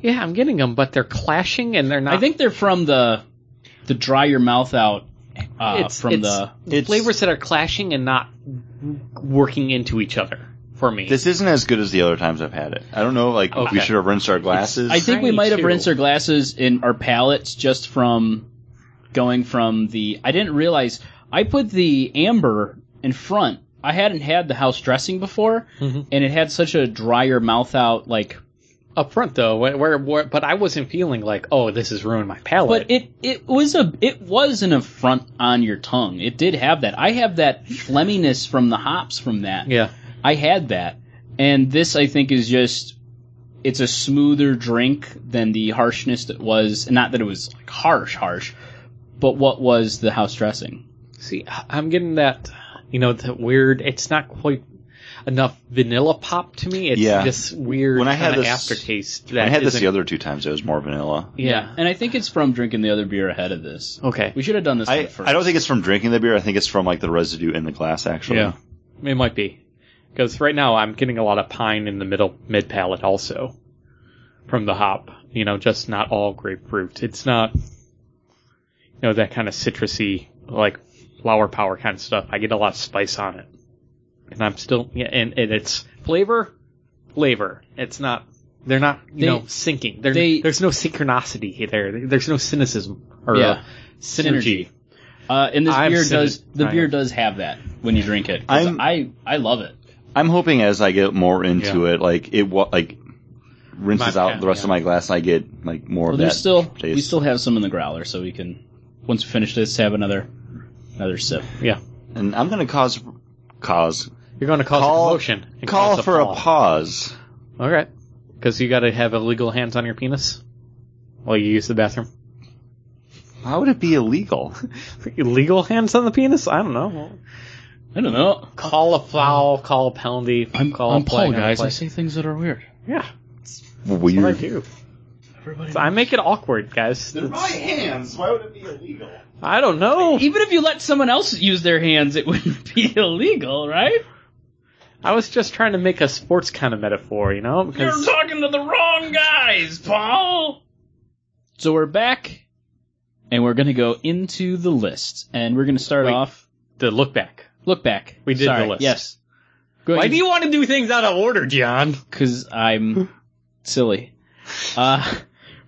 [SPEAKER 3] Yeah, I'm getting them, but they're clashing and they're not.
[SPEAKER 2] I think they're from the the dry your mouth out uh,
[SPEAKER 3] it's
[SPEAKER 2] from
[SPEAKER 3] it's
[SPEAKER 2] the
[SPEAKER 1] It's-
[SPEAKER 3] flavors that are clashing and not working into each other for me.
[SPEAKER 1] This isn't as good as the other times I've had it. I don't know. Like
[SPEAKER 3] Okay.
[SPEAKER 1] we should have rinsed our glasses.
[SPEAKER 2] I think we
[SPEAKER 3] Tiny
[SPEAKER 2] might have
[SPEAKER 3] too.
[SPEAKER 2] rinsed our glasses in our palates just from going from the. I didn't realize I put the amber in front. I hadn't had the house dressing before,
[SPEAKER 3] Mhm.
[SPEAKER 2] and it had such a drier mouth out like.
[SPEAKER 3] Up front though, where, where, where but I wasn't feeling like oh this has ruined my palate.
[SPEAKER 2] But it it was a it was an affront on your tongue. It did have that. I have that phlegminess from the hops from that.
[SPEAKER 3] yeah,
[SPEAKER 2] I had that, and this I think is just it's a smoother drink than the harshness that was. Not that it was like harsh, harsh, but what was the house dressing?
[SPEAKER 3] See, I- I'm getting that, you know, that weird. It's not quite. enough vanilla pop to me. It's
[SPEAKER 1] Yeah.
[SPEAKER 3] this weird
[SPEAKER 1] When I had
[SPEAKER 3] kinda
[SPEAKER 1] this-
[SPEAKER 3] aftertaste. That
[SPEAKER 1] I had this
[SPEAKER 3] isn't-
[SPEAKER 1] the other two times. It was more vanilla.
[SPEAKER 3] Yeah. Oh.
[SPEAKER 2] And I think it's from drinking the other beer ahead of this.
[SPEAKER 3] Okay.
[SPEAKER 2] We should have done this
[SPEAKER 1] I,
[SPEAKER 2] one first.
[SPEAKER 1] I don't think it's from drinking the beer. I think it's from like the residue in the glass. Actually,
[SPEAKER 3] Yeah. It might be. Because right now I'm getting a lot of pine in the middle mid palate also from the hop. You know, just not all grapefruit. It's not you know, that kind of citrusy, like flower power kind of stuff. I get a lot of spice on it. And I'm still yeah, and, and it's flavor flavor. It's not they're not you
[SPEAKER 2] They-
[SPEAKER 3] know sinking. They're,
[SPEAKER 2] they-
[SPEAKER 3] there's no synchronicity there. There's no cynicism or
[SPEAKER 2] Yeah.
[SPEAKER 3] synergy.
[SPEAKER 2] Uh, and this
[SPEAKER 3] I'm
[SPEAKER 2] beer
[SPEAKER 3] sitting-
[SPEAKER 2] does the
[SPEAKER 3] I
[SPEAKER 2] beer
[SPEAKER 3] am.
[SPEAKER 2] does have that when you drink it. 'Cause
[SPEAKER 1] I'm-
[SPEAKER 2] I I love it.
[SPEAKER 1] I'm hoping as I get more into it, like it wa- like rinses
[SPEAKER 3] My-
[SPEAKER 1] out the rest of
[SPEAKER 3] yeah.
[SPEAKER 1] my glass, and I get like more
[SPEAKER 2] Well,
[SPEAKER 1] of that.
[SPEAKER 2] there's still we
[SPEAKER 1] taste.
[SPEAKER 2] still have some in the growler, so we can once we finish this have another another sip.
[SPEAKER 3] Yeah.
[SPEAKER 1] and I'm gonna cause cause
[SPEAKER 3] You're going to cause
[SPEAKER 1] Call-
[SPEAKER 3] a commotion. and
[SPEAKER 1] call
[SPEAKER 3] cause
[SPEAKER 1] for a
[SPEAKER 3] fall.
[SPEAKER 1] pause.
[SPEAKER 3] All right. Because you got to have illegal hands on your penis while you use the bathroom.
[SPEAKER 1] How would it be illegal?
[SPEAKER 3] Illegal hands on the penis? I don't know.
[SPEAKER 2] I don't know.
[SPEAKER 3] Call a foul, call a penalty.
[SPEAKER 2] I'm,
[SPEAKER 3] call
[SPEAKER 2] I'm
[SPEAKER 3] a play,
[SPEAKER 2] Paul,
[SPEAKER 3] not a
[SPEAKER 2] guys.
[SPEAKER 3] play.
[SPEAKER 2] I say things that are weird.
[SPEAKER 3] Yeah, that's what I
[SPEAKER 1] Weird.
[SPEAKER 3] do.
[SPEAKER 2] Everybody.
[SPEAKER 3] So I make it awkward, guys. It's-
[SPEAKER 1] hands. Why would it be illegal?
[SPEAKER 3] I don't know.
[SPEAKER 2] Even if you let someone else use their hands, it wouldn't be illegal, right?
[SPEAKER 3] I was just trying to make a sports kind of metaphor, you know? Because
[SPEAKER 2] talking to the wrong guys, Paul. So we're back, and we're gonna go into the list, and we're gonna start
[SPEAKER 3] Wait.
[SPEAKER 2] off.
[SPEAKER 3] the look back.
[SPEAKER 2] Look back.
[SPEAKER 3] We did the
[SPEAKER 2] Sorry,
[SPEAKER 3] list.
[SPEAKER 2] Yes. Go
[SPEAKER 3] Why
[SPEAKER 2] ahead.
[SPEAKER 3] do you want to do things out of order, John?
[SPEAKER 2] because I'm silly. Uh,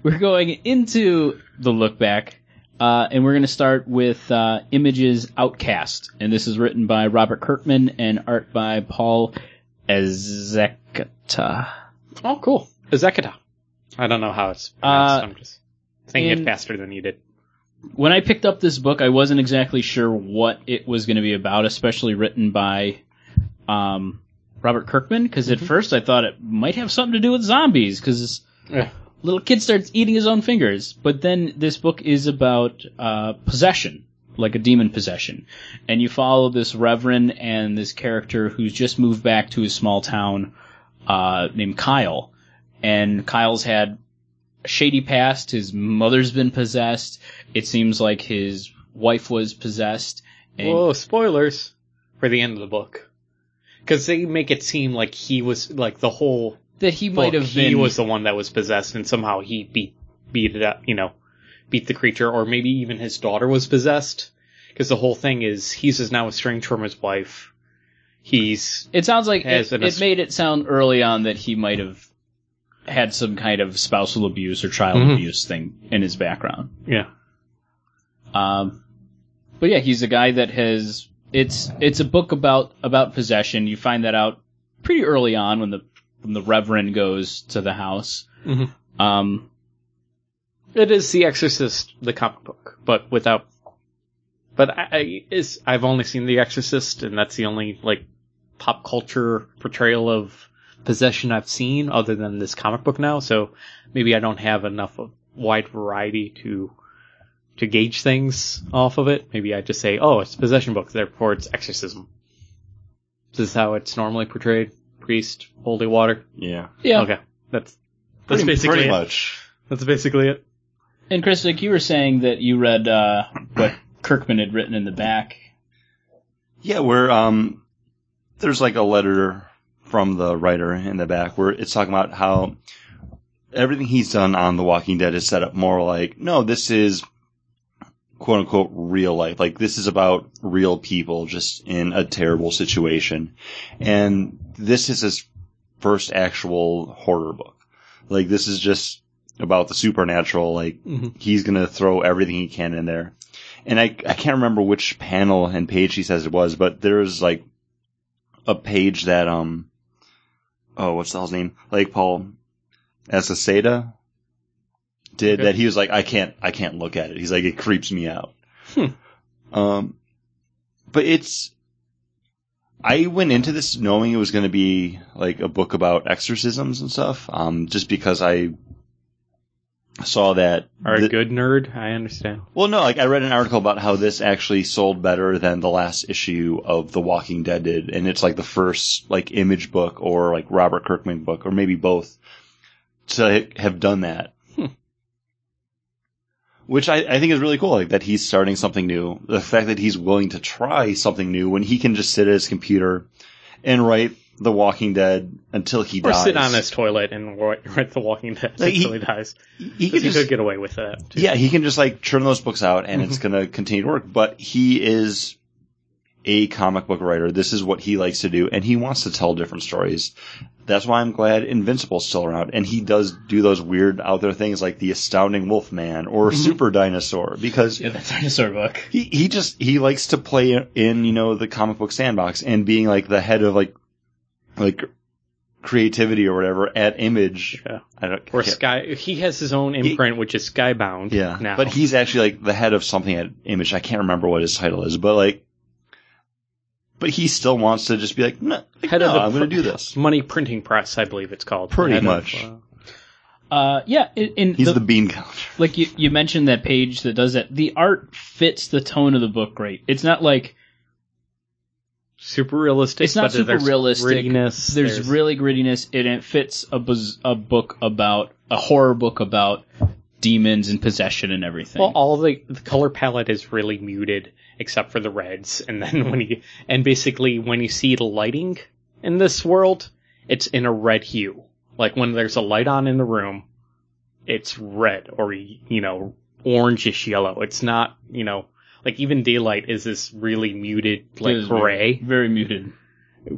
[SPEAKER 2] we're going into the look back, uh, and we're going to start with uh, Images Outcast. And this is written by Robert Kirkman and art by Paul Ezekata.
[SPEAKER 3] Oh, cool. Ezekata. I don't know how it's pronounced.
[SPEAKER 2] Uh,
[SPEAKER 3] I'm just saying
[SPEAKER 2] in-
[SPEAKER 3] it faster than you did.
[SPEAKER 2] When I picked up this book, I wasn't exactly sure what it was going to be about, especially written by um, Robert Kirkman, because at first I thought it might have something to do with zombies, because
[SPEAKER 3] Yeah.
[SPEAKER 2] little kid starts eating his own fingers. But then this book is about uh, possession, like a demon possession, and you follow this reverend and this character who's just moved back to his small town uh, named Kyle, and Kyle's had a shady past. His mother's been possessed. It seems like his wife was possessed. And
[SPEAKER 3] Whoa, spoilers for the end of the book. Because they make it seem like he was, like the whole
[SPEAKER 2] that he might
[SPEAKER 3] book,
[SPEAKER 2] have
[SPEAKER 3] he
[SPEAKER 2] been
[SPEAKER 3] was the one that was possessed and somehow he beat, beat it up, you know, beat the creature, or maybe even his daughter was possessed. Because the whole thing is, he's just now estranged from his wife. He's,
[SPEAKER 2] It sounds like
[SPEAKER 3] Has
[SPEAKER 2] it,
[SPEAKER 3] been a
[SPEAKER 2] it
[SPEAKER 3] sp-
[SPEAKER 2] made it sound early on that he might have had some kind of spousal abuse or child
[SPEAKER 1] Mm-hmm.
[SPEAKER 3] Mhm.
[SPEAKER 2] abuse thing in his background.
[SPEAKER 3] yeah.
[SPEAKER 2] Um, but yeah, he's a guy that has it's it's a book about about possession. You find that out pretty early on when the when the reverend goes to the house.
[SPEAKER 3] Mhm.
[SPEAKER 2] Um,
[SPEAKER 3] It is The Exorcist, the comic book, but without. But I, I is I've only seen The Exorcist, and that's the only like pop culture portrayal of possession I've seen, other than this comic book now. So maybe I don't have enough of wide variety to to gauge things off of it. Maybe I just say, oh, it's a possession book, therefore it's exorcism. This is how it's normally portrayed: priest, holy water.
[SPEAKER 1] Yeah.
[SPEAKER 2] yeah.
[SPEAKER 3] Okay, that's that's
[SPEAKER 1] Pretty,
[SPEAKER 3] basically
[SPEAKER 1] pretty
[SPEAKER 3] it.
[SPEAKER 1] much.
[SPEAKER 3] That's basically it.
[SPEAKER 2] And Chris, like you were saying that you read uh, what Kirkman had written in the back.
[SPEAKER 1] Yeah, where um, there's like a letter from the writer in the back where it's talking about how everything he's done on The Walking Dead is set up more like, no, this is quote unquote real life. Like this is about real people just in a terrible situation, and this is his first actual horror book. Like this is just about the supernatural. Like
[SPEAKER 3] Mhm.
[SPEAKER 1] he's gonna throw everything he can in there and I, I can't remember which panel and page he says it was, but there's like a page that um oh what's the hell's name like Paul Esaceda did
[SPEAKER 3] Okay.
[SPEAKER 1] that he was like I can't I can't look at it. He's like it creeps me out.
[SPEAKER 3] Hmm.
[SPEAKER 1] Um, but it's I went into this knowing it was going to be like a book about exorcisms and stuff, um, just because I saw that.
[SPEAKER 3] Are
[SPEAKER 1] the-
[SPEAKER 3] a good nerd? I understand.
[SPEAKER 1] Well, no, like I read an article about how this actually sold better than the last issue of The Walking Dead did, and it's like the first like image book or like Robert Kirkman book or maybe both to have done that.
[SPEAKER 3] Hmm.
[SPEAKER 1] Which I, I think is really cool, like that he's starting something new. The fact that he's willing to try something new when he can just sit at his computer and write The Walking Dead until he
[SPEAKER 3] Or
[SPEAKER 1] dies.
[SPEAKER 3] sit on his toilet and wa- write The Walking Dead
[SPEAKER 1] Like, he-
[SPEAKER 3] until he dies.
[SPEAKER 1] He
[SPEAKER 3] Because
[SPEAKER 1] could
[SPEAKER 3] he
[SPEAKER 1] just
[SPEAKER 3] could get away with that. Too.
[SPEAKER 1] yeah, he can just like churn those books out and
[SPEAKER 3] Mm-hmm.
[SPEAKER 1] it's going to continue to work. But he is a comic book writer. This is what he likes to do and he wants to tell different stories. That's why I'm glad Invincible's still around and he does do those weird out there things like the astounding Wolfman or
[SPEAKER 3] Mm-hmm.
[SPEAKER 1] Super Dinosaur because
[SPEAKER 2] Yeah, that dinosaur book.
[SPEAKER 1] he, he just he likes to play in you know the comic book sandbox and being like the head of like like creativity or whatever at Image.
[SPEAKER 3] Yeah.
[SPEAKER 1] I don't
[SPEAKER 3] Or
[SPEAKER 1] yeah.
[SPEAKER 3] Sky. He has his own imprint, which is Skybound.
[SPEAKER 1] Yeah.
[SPEAKER 3] Now.
[SPEAKER 1] But he's actually like the head of something at Image. I can't remember what his title is, but like, but he still wants to just be like, no, like,
[SPEAKER 3] Head of
[SPEAKER 1] no,
[SPEAKER 3] the
[SPEAKER 1] I'm going
[SPEAKER 3] pr-
[SPEAKER 1] to do this.
[SPEAKER 3] Money Printing Press, I believe it's called.
[SPEAKER 1] Pretty
[SPEAKER 3] Head of,
[SPEAKER 1] much.
[SPEAKER 3] uh,
[SPEAKER 2] Uh, yeah, in, in
[SPEAKER 1] He's
[SPEAKER 2] the-
[SPEAKER 1] the, bean counter.
[SPEAKER 2] like you, you mentioned that page that does that. The art fits the tone of the book great. It's not like
[SPEAKER 3] super realistic.
[SPEAKER 2] It's not
[SPEAKER 3] but
[SPEAKER 2] super
[SPEAKER 3] there's
[SPEAKER 2] realistic.
[SPEAKER 3] Grittiness.
[SPEAKER 2] there's, really grittiness and it fits a buz- a book about a horror book about demons and possession and everything.
[SPEAKER 3] Well, all the, the color palette is really muted except for the reds, and then when you and basically when you see the lighting in this world, it's in a red hue. Like when there's a light on in the room, it's red or you know orangish yellow. It's not you know like even daylight is this really muted
[SPEAKER 2] It
[SPEAKER 3] like
[SPEAKER 2] is very-
[SPEAKER 3] gray,
[SPEAKER 2] very muted.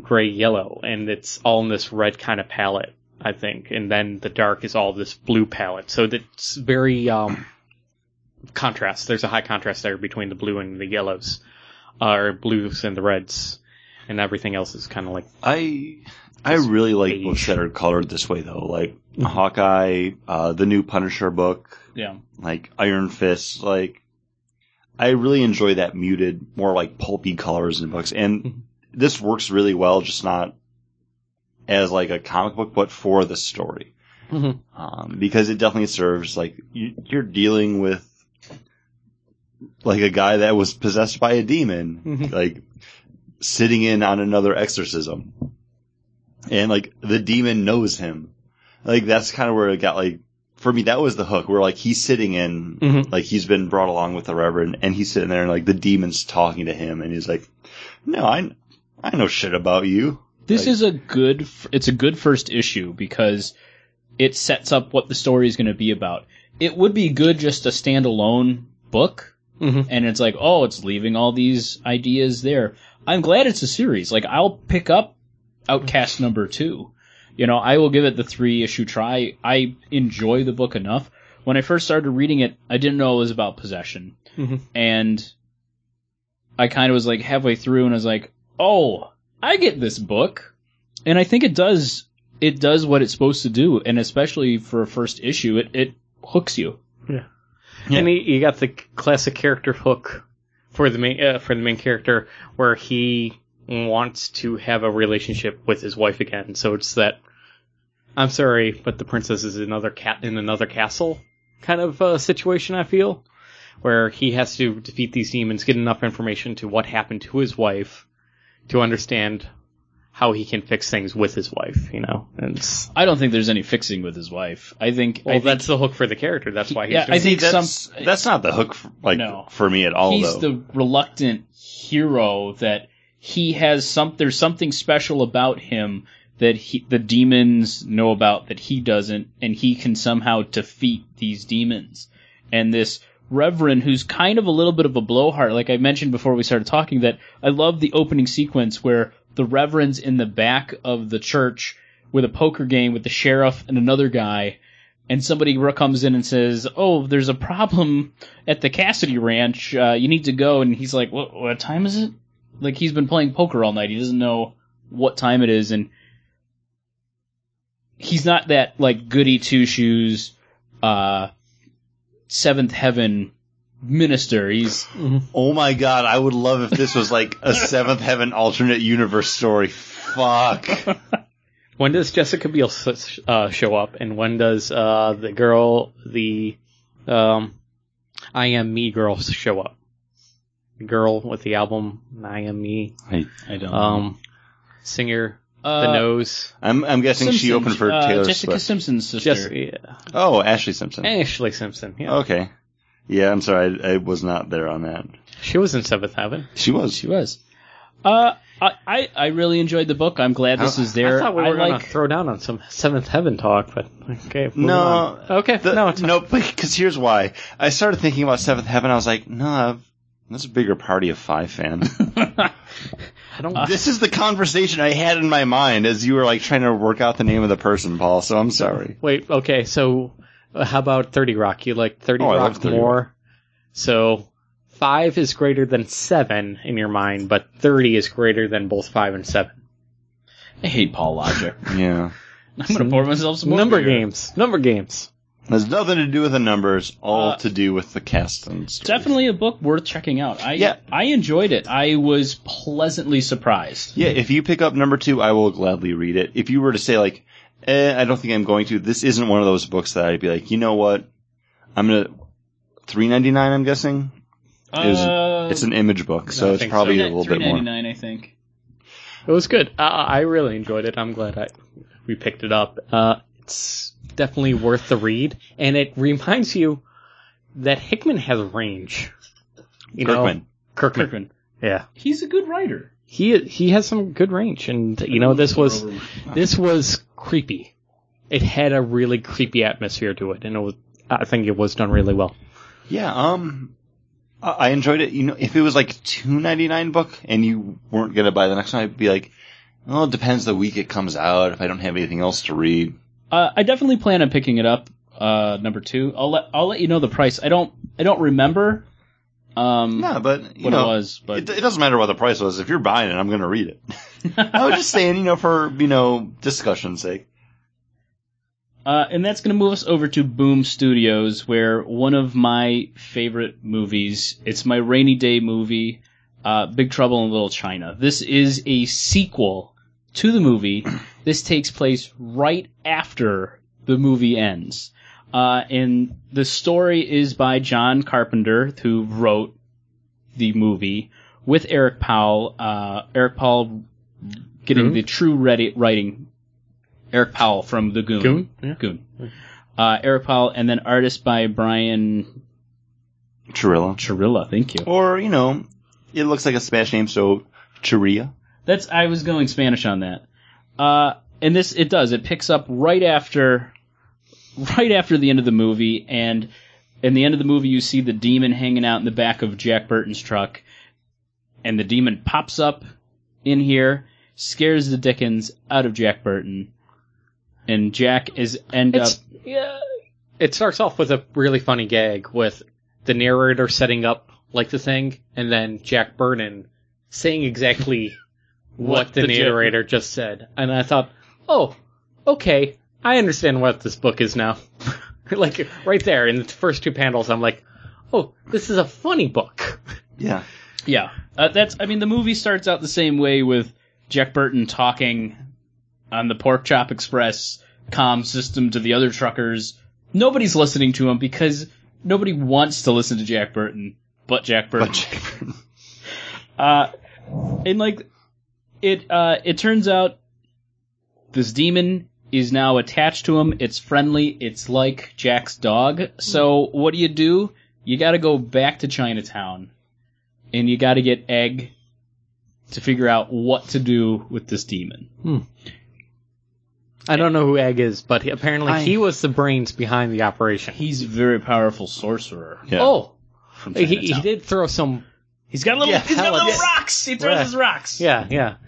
[SPEAKER 3] gray yellow, and it's all in this red kind of palette. I think, and then the dark is all this blue palette. So that's very um, contrast. There's a high contrast there between the blue and the yellows, uh, or blues and the reds, and everything else is kind of like
[SPEAKER 1] I, I really like
[SPEAKER 3] beige.
[SPEAKER 1] books that are colored this way though, like Hawkeye, uh, the new Punisher book,
[SPEAKER 2] Yeah.
[SPEAKER 1] like Iron Fist, like, I really enjoy that muted, more like pulpy colors in books. And this works really well, just not as like a comic book, but for the story. um, because it definitely serves like you, you're dealing with like a guy that was possessed by a demon,
[SPEAKER 3] Mhm.
[SPEAKER 1] like sitting in on another exorcism, and like the demon knows him. Like that's kind of where it got like for me that was the hook where like he's sitting in
[SPEAKER 2] Mm-hmm.
[SPEAKER 3] Mhm.
[SPEAKER 1] like he's been brought along with the reverend and he's sitting there and like the demon's talking to him and he's like, no, I I know shit about you.
[SPEAKER 2] This
[SPEAKER 1] Like-
[SPEAKER 2] is a good. f- It's a good first issue because it sets up what the story is going to be about. It would be good just a standalone book,
[SPEAKER 3] Mhm.
[SPEAKER 2] and it's like, oh, it's leaving all these ideas there. I'm glad it's a series. Like I'll pick up Outcast number two. You know, I will give it the three issue try. I enjoy the book enough. When I first started reading it, I didn't know it was about possession
[SPEAKER 3] Mhm.
[SPEAKER 2] and I kind of was like halfway through and I was like, "Oh, I get this book." And I think it does it does what it's supposed to do, and especially for a first issue, it it hooks you.
[SPEAKER 1] Yeah.
[SPEAKER 3] And he, you got the classic character hook for the main uh, for the main character where he wants to have a relationship with his wife again. So it's that I'm sorry, but the princess is another cat in another castle kind of uh, situation. I feel where he has to defeat these demons, get enough information to what happened to his wife to understand how he can fix things with his wife. You know, and it's,
[SPEAKER 2] I don't think there's any fixing with his wife. I think
[SPEAKER 3] well,
[SPEAKER 2] I think
[SPEAKER 3] that's the hook for the character. That's why he's
[SPEAKER 2] Yeah, I
[SPEAKER 3] doing it.
[SPEAKER 1] See,
[SPEAKER 2] think
[SPEAKER 1] that's,
[SPEAKER 2] some-
[SPEAKER 1] that's not the hook, for, like
[SPEAKER 2] No.
[SPEAKER 1] for me at all.
[SPEAKER 2] he's
[SPEAKER 1] though.
[SPEAKER 2] the reluctant hero that he has some there's something special about him that he, the demons know about that he doesn't and he can somehow defeat these demons and this reverend who's kind of a little bit of a blowhard like i mentioned before we started talking that i love the opening sequence where the reverend's in the back of the church with a poker game with the sheriff and another guy and somebody comes in and says, "Oh, there's a problem at the Cassidy Ranch. Uh, you need to go." And he's like, "What? What time is it?" Like he's been playing poker all night. He doesn't know what time it is, and he's not that like goody two shoes, uh, seventh heaven minister. He's
[SPEAKER 3] Mm-hmm.
[SPEAKER 1] Oh my god, I would love if this was like a Seventh Heaven alternate universe story. Fuck.
[SPEAKER 3] When does Jessica Biel s- uh, show up, and when does uh, the girl, the um, I Am Me girl, show up? The girl with the album I Am Me,
[SPEAKER 2] I don't.
[SPEAKER 3] um, singer,
[SPEAKER 2] uh,
[SPEAKER 3] the nose,
[SPEAKER 1] I'm I'm guessing she
[SPEAKER 2] Simpson,
[SPEAKER 1] opened for
[SPEAKER 2] uh,
[SPEAKER 1] Taylor
[SPEAKER 2] Jessica
[SPEAKER 1] Swift.
[SPEAKER 2] Simpson's sister.
[SPEAKER 3] just yeah,
[SPEAKER 1] oh, Ashley Simpson.
[SPEAKER 3] Ashley Simpson. Yeah,
[SPEAKER 1] Okay. Yeah, I'm sorry. I, I was not there on that.
[SPEAKER 3] she was in Seventh Heaven.
[SPEAKER 1] She was.
[SPEAKER 2] She was. Uh, I, I I really enjoyed the book. I'm glad this
[SPEAKER 1] I-
[SPEAKER 2] is there.
[SPEAKER 3] I thought we were
[SPEAKER 2] like.
[SPEAKER 3] gonna throw down on some Seventh Heaven talk, but okay. moving
[SPEAKER 1] No.
[SPEAKER 3] on. Okay.
[SPEAKER 1] The,
[SPEAKER 3] no.
[SPEAKER 1] no,
[SPEAKER 3] It's,
[SPEAKER 1] because here's why. I started thinking about Seventh Heaven. I was like, no, I've- that's a bigger party of five fan.
[SPEAKER 3] I don't.
[SPEAKER 1] this is the conversation I had in my mind as you were like trying to work out the name of the person, Paul. So I'm sorry.
[SPEAKER 3] wait. Okay. So, uh, how about Thirty Rock? You like Thirty
[SPEAKER 1] Oh, I
[SPEAKER 3] Rock
[SPEAKER 1] love 30
[SPEAKER 3] more? So, five is greater than seven in your mind, but thirty is greater than both five and seven.
[SPEAKER 2] I hate Paul Logic.
[SPEAKER 1] Yeah,
[SPEAKER 2] I'm gonna pour myself some more
[SPEAKER 3] number
[SPEAKER 2] beer.
[SPEAKER 3] games. Number games.
[SPEAKER 1] has nothing to do with the numbers. All
[SPEAKER 2] Uh,
[SPEAKER 1] to do with the cast and story.
[SPEAKER 2] Definitely a book worth checking out. I
[SPEAKER 1] Yeah.
[SPEAKER 2] I enjoyed it. I was pleasantly surprised.
[SPEAKER 1] Yeah, if you pick up number two, I will gladly read it. If you were to say like, eh, I don't think I'm going to. This isn't one of those books that I'd be like, you know what, I'm gonna three ninety nine. I'm guessing Is-
[SPEAKER 2] Uh,
[SPEAKER 1] it's an image book, so it's
[SPEAKER 3] think
[SPEAKER 1] probably
[SPEAKER 2] three-
[SPEAKER 1] a little bit more.
[SPEAKER 2] 3.99, I think.
[SPEAKER 3] It was good. Uh, I really enjoyed it. I'm glad I we picked it up. Uh, it's definitely worth the read, and it reminds you that Hickman has range. You know,
[SPEAKER 1] Kirkman.
[SPEAKER 3] Kirkman.
[SPEAKER 2] Kirkman.
[SPEAKER 3] Yeah.
[SPEAKER 2] He's a good writer.
[SPEAKER 3] He he has some good range, and you know this was this was creepy. It had a really creepy atmosphere to it, and it was I think it was done really well.
[SPEAKER 1] Yeah, um, I I enjoyed it. You know, if it was like two ninety nine book and you weren't gonna buy the next one, I'd be like, well, it depends the week it comes out. If I don't have anything else to read,
[SPEAKER 2] Uh, I definitely plan on picking it up. Uh, number two. I'll let I'll let you know the price. I don't I don't remember. Um,
[SPEAKER 1] no, but you
[SPEAKER 2] what
[SPEAKER 1] know,
[SPEAKER 2] it was, but
[SPEAKER 1] It, it doesn't matter what the price was. If you're buying it, I'm going to read it. I was just saying, you know, for you know discussion's sake.
[SPEAKER 2] Uh, and that's going to move us over to Boom Studios, where one of my favorite movies, it's my rainy day movie, uh, Big Trouble in Little China. This is a sequel to the movie. This takes place right after the movie ends. Uh, and the story is by John Carpenter, who wrote the movie with Eric Powell, uh, Eric Powell getting
[SPEAKER 3] Goon?
[SPEAKER 2] the true ready- writing, Eric Powell from The Goon.
[SPEAKER 3] Goon? Yeah.
[SPEAKER 2] Goon. Uh, Eric Powell, and then artist by Brian
[SPEAKER 1] Chirilla.
[SPEAKER 2] Chirilla. Thank you.
[SPEAKER 1] Or, you know, it looks like a Smash name, so Chiria.
[SPEAKER 2] That's I was going Spanish on that. Uh, and this it does. It picks up right after, right after the end of the movie, and in the end of the movie you see the demon hanging out in the back of Jack Burton's truck, and the demon pops up in here, scares the Dickens out of Jack Burton, and Jack is end up.
[SPEAKER 3] It's yeah, it starts off with a really funny gag with the narrator setting up like the thing, and then Jack Burton saying exactly what,
[SPEAKER 2] What
[SPEAKER 3] the,
[SPEAKER 2] the Jack-
[SPEAKER 3] narrator just said, and I thought, oh, okay, I understand what this book is now. like right there in the first two panels, I'm like, oh, this is a funny book.
[SPEAKER 1] Yeah.
[SPEAKER 2] Yeah, uh, that's. I mean, the movie starts out the same way with Jack Burton talking on the Pork Chop Express comm system to the other truckers. Nobody's listening to him because nobody wants to listen to Jack Burton, but Jack Burton.
[SPEAKER 1] But Jack Burton.
[SPEAKER 2] Uh, and like, it uh, it turns out this demon is now attached to him. It's friendly. It's like Jack's dog. So what do you do? You got to go back to Chinatown, and you got to get Egg to figure out what to do with this demon.
[SPEAKER 3] I don't know who Egg is, but he, apparently
[SPEAKER 1] I-
[SPEAKER 3] he was the brains behind the operation.
[SPEAKER 2] He's a very powerful sorcerer
[SPEAKER 1] Yeah.
[SPEAKER 3] Oh,
[SPEAKER 2] from
[SPEAKER 3] he,
[SPEAKER 2] Chinatown.
[SPEAKER 3] he did throw some.
[SPEAKER 2] He's got little.
[SPEAKER 1] Yeah,
[SPEAKER 2] he's got
[SPEAKER 1] hella-
[SPEAKER 2] little
[SPEAKER 1] yeah.
[SPEAKER 2] rocks. He throws
[SPEAKER 3] Yeah.
[SPEAKER 2] his rocks.
[SPEAKER 3] Yeah, yeah.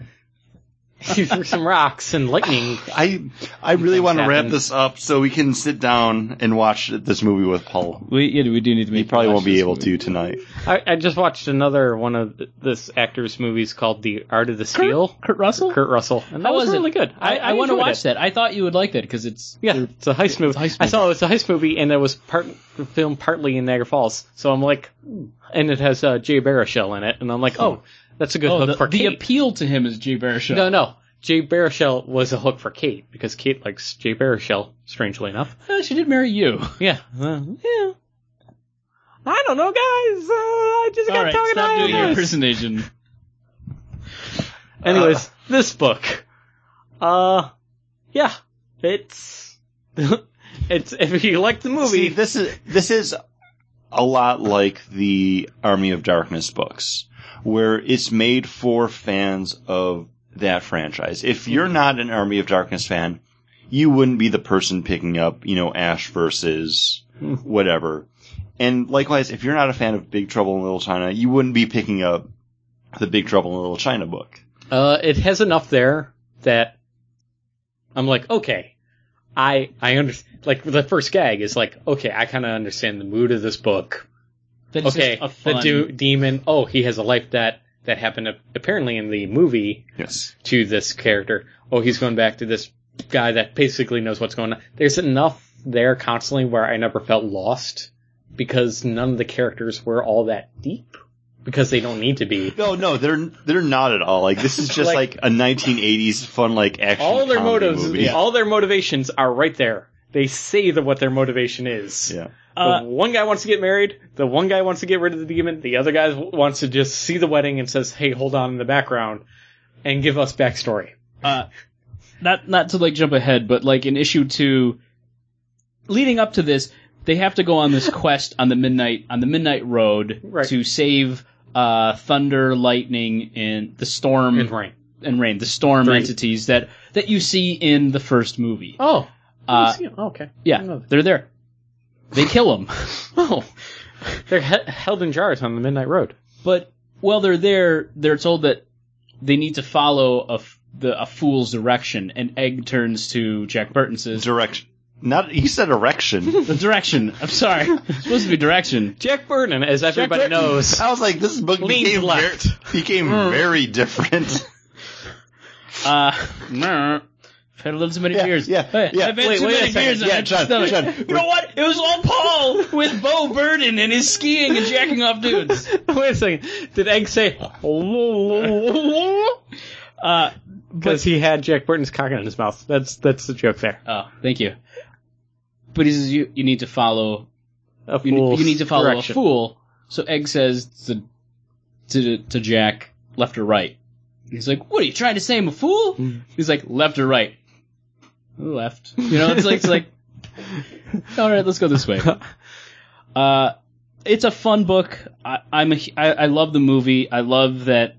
[SPEAKER 3] He threw some rocks and lightning.
[SPEAKER 1] I I really want to wrap
[SPEAKER 3] happened.
[SPEAKER 1] this up so we can sit down and watch this movie with Paul.
[SPEAKER 2] We, yeah, we do need to.
[SPEAKER 1] He
[SPEAKER 2] make-
[SPEAKER 1] probably
[SPEAKER 2] watch
[SPEAKER 1] won't be
[SPEAKER 2] this
[SPEAKER 1] able to
[SPEAKER 2] movie.
[SPEAKER 1] tonight.
[SPEAKER 3] I, I just watched another one of th- this actor's movies called The Art of the Steal.
[SPEAKER 2] Kurt, Kurt Russell.
[SPEAKER 3] Kurt Russell. And that
[SPEAKER 2] How
[SPEAKER 3] was,
[SPEAKER 2] it?
[SPEAKER 3] really good.
[SPEAKER 2] I, I, want to
[SPEAKER 3] enjoyed
[SPEAKER 2] watch
[SPEAKER 3] it.
[SPEAKER 2] that. I thought you would like that because it's
[SPEAKER 3] Yeah, it's a heist movie.
[SPEAKER 2] heist
[SPEAKER 3] I
[SPEAKER 2] movie.
[SPEAKER 3] saw it was a heist movie, and it was part filmed partly in Niagara Falls. So I'm like, ooh. and it has uh, Jay Baruchel in it, and I'm like, oh, that's a good
[SPEAKER 2] Hmm. oh,
[SPEAKER 3] hook
[SPEAKER 2] the,
[SPEAKER 3] for
[SPEAKER 2] the
[SPEAKER 3] Kate.
[SPEAKER 2] appeal to him is Jay Baruchel.
[SPEAKER 3] no, no, Jay Baruchel was a hook for Kate because Kate likes Jay Baruchel, strangely enough.
[SPEAKER 2] Uh, she did marry you.
[SPEAKER 3] Yeah. Uh, yeah. I don't know, guys. Uh, I just
[SPEAKER 2] All
[SPEAKER 3] got
[SPEAKER 2] right,
[SPEAKER 3] talking
[SPEAKER 2] stop
[SPEAKER 3] to
[SPEAKER 2] doing your
[SPEAKER 3] Iris.
[SPEAKER 2] impersonation.
[SPEAKER 3] Anyways, this book. Uh, yeah, it's it's if you like the
[SPEAKER 1] See,
[SPEAKER 3] movie,
[SPEAKER 1] this is this is a lot like the Army of Darkness books, where it's made for fans of that franchise. If you're
[SPEAKER 3] Mm-hmm.
[SPEAKER 1] not an Army of Darkness fan, you wouldn't be the person picking up, you know, Ash versus
[SPEAKER 3] Mhm.
[SPEAKER 1] whatever. And likewise, if you're not a fan of Big Trouble in Little China, you wouldn't be picking up the Big Trouble in Little China book.
[SPEAKER 3] uh, it has enough there that I'm like, okay, I I understand. Like the first gag is like, okay, I kind of understand the mood of this book.
[SPEAKER 2] That is
[SPEAKER 3] Okay,
[SPEAKER 2] just a
[SPEAKER 3] the
[SPEAKER 2] fun-
[SPEAKER 3] du- demon. Oh, he has a life that that happened ap- apparently in the movie
[SPEAKER 1] Yes.
[SPEAKER 3] to this character. Oh, he's going back to this guy that basically knows what's going on. There's enough there constantly where I never felt lost because none of the characters were all that deep because they don't need to be.
[SPEAKER 1] No, no, they're they're not at all. Like this is just like,
[SPEAKER 3] Like-
[SPEAKER 1] a 1980s fun like action.
[SPEAKER 3] All their
[SPEAKER 1] comedy
[SPEAKER 3] motives,
[SPEAKER 1] movie.
[SPEAKER 3] all their motivations are right there. They say that what their motivation is.
[SPEAKER 1] yeah.
[SPEAKER 2] Uh,
[SPEAKER 3] the one guy wants to get married. The one guy wants to get rid of the demon. The other guy wants to just see the wedding and says, "Hey, hold on in the background," and give us backstory.
[SPEAKER 2] uh, not not to like jump ahead, but like in issue two, leading up to this, they have to go on this quest on the midnight on the midnight road
[SPEAKER 3] Right.
[SPEAKER 2] to save uh, thunder, lightning, and the storm
[SPEAKER 3] And rain.
[SPEAKER 2] and rain, the storm
[SPEAKER 3] Three.
[SPEAKER 2] entities that that you see in the first movie.
[SPEAKER 3] Oh,
[SPEAKER 2] Uh,
[SPEAKER 3] oh okay. I
[SPEAKER 2] yeah,
[SPEAKER 3] know that.
[SPEAKER 2] they're there. They kill them.
[SPEAKER 3] Oh, they're he- held in jars on the Midnight Road.
[SPEAKER 2] But while they're there, they're told that they need to follow a, f- the, a fool's direction. And Egg turns to Jack Burton and says,
[SPEAKER 1] direction. Not you said erection.
[SPEAKER 2] "The direction. I'm sorry, it's supposed to be direction."
[SPEAKER 3] Jack Burton, as everybody
[SPEAKER 1] Burton.
[SPEAKER 3] knows,
[SPEAKER 1] I was like, this book
[SPEAKER 3] Leaned
[SPEAKER 1] became
[SPEAKER 3] left.
[SPEAKER 1] Very, became
[SPEAKER 2] Mm.
[SPEAKER 1] very different.
[SPEAKER 2] Uh, I've had a little too many
[SPEAKER 1] Yeah,
[SPEAKER 2] beers.
[SPEAKER 1] yeah,
[SPEAKER 2] Hey,
[SPEAKER 1] yeah.
[SPEAKER 2] I've had
[SPEAKER 3] Wait,
[SPEAKER 2] too
[SPEAKER 3] wait a
[SPEAKER 2] many
[SPEAKER 3] second.
[SPEAKER 2] beers. and
[SPEAKER 1] Yeah,
[SPEAKER 2] I had
[SPEAKER 1] John,
[SPEAKER 2] stomach.
[SPEAKER 1] John,
[SPEAKER 2] you know what? It was all Paul with Bo Burden and his skiing and jacking off dudes.
[SPEAKER 3] wait a second, did Egg say
[SPEAKER 2] Uh,
[SPEAKER 3] because he had Jack Burton's cock in his mouth? That's that's the joke there.
[SPEAKER 2] oh, thank you. But he says you you need to follow
[SPEAKER 3] A
[SPEAKER 2] you, ne-
[SPEAKER 3] fool's
[SPEAKER 2] you need to follow
[SPEAKER 3] direction.
[SPEAKER 2] a fool. So Egg says to, to to Jack, left or right. He's like, "What are you trying to say? I'm a fool?"
[SPEAKER 3] Mm.
[SPEAKER 2] He's like, "Left or right?" Left. You know, it's like it's like, all right, let's go this way. Uh, it's a fun book. I, I'm a, hu- I, I love the movie. I love that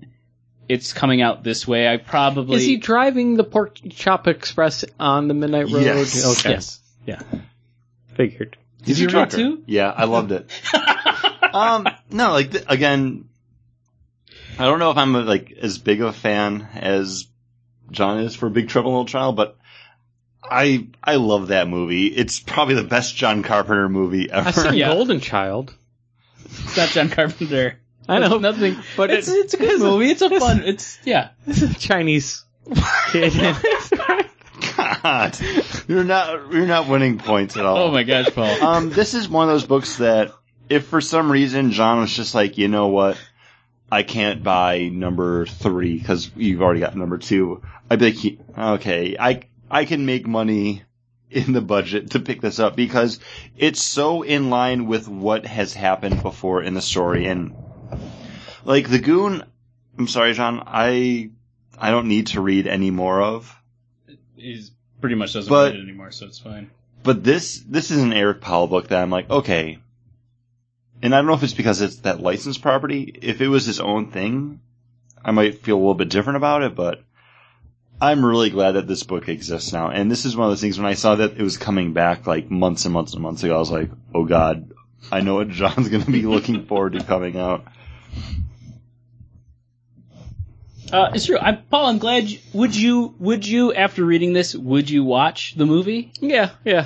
[SPEAKER 2] it's coming out this way. I probably
[SPEAKER 3] Is he driving the Pork Chop Express on the Midnight Road?
[SPEAKER 1] Yes.
[SPEAKER 3] Okay.
[SPEAKER 2] yes.
[SPEAKER 3] Yeah. Figured.
[SPEAKER 1] He's
[SPEAKER 2] you
[SPEAKER 1] a
[SPEAKER 2] read
[SPEAKER 1] trucker.
[SPEAKER 2] too?
[SPEAKER 1] Yeah, I loved it. um, no, like th- again, I don't know if I'm like as big of a fan as John is for Big Trouble in Little Child, but I I love that movie. It's probably the best John Carpenter movie ever.
[SPEAKER 3] I've seen
[SPEAKER 2] Yeah.
[SPEAKER 3] Golden Child.
[SPEAKER 2] It's not John Carpenter.
[SPEAKER 3] I know
[SPEAKER 2] It's nothing.
[SPEAKER 3] but
[SPEAKER 2] it's
[SPEAKER 3] it-
[SPEAKER 2] it's a good movie. It's a fun. It's yeah.
[SPEAKER 3] This is a Chinese kid.
[SPEAKER 1] God, you're not you're not winning points at all.
[SPEAKER 2] Oh my gosh, Paul.
[SPEAKER 1] um, this is one of those books that if for some reason John was just like, you know what, I can't buy number three because you've already got number two. I'd be like, "Yeah, okay, I I can make money in the budget to pick this up because it's so in line with what has happened before in the story and like the goon. I'm sorry, John. I I don't need to read any more of.
[SPEAKER 2] he's pretty much doesn't
[SPEAKER 1] But-
[SPEAKER 2] read it anymore, so it's fine.
[SPEAKER 1] But this this is an Eric Powell book that I'm like, okay. And I don't know if it's because it's that licensed property. If it was his own thing, I might feel a little bit different about it, but I'm really glad that this book exists now. And this is one of those things when I saw that it was coming back like months and months and months ago, I was like, oh god, I know what John's gonna be looking forward to coming out.
[SPEAKER 2] Uh, it's true. I'm, Paul, I'm glad. You, would you? Would you? After reading this, would you watch the movie?
[SPEAKER 3] yeah, yeah.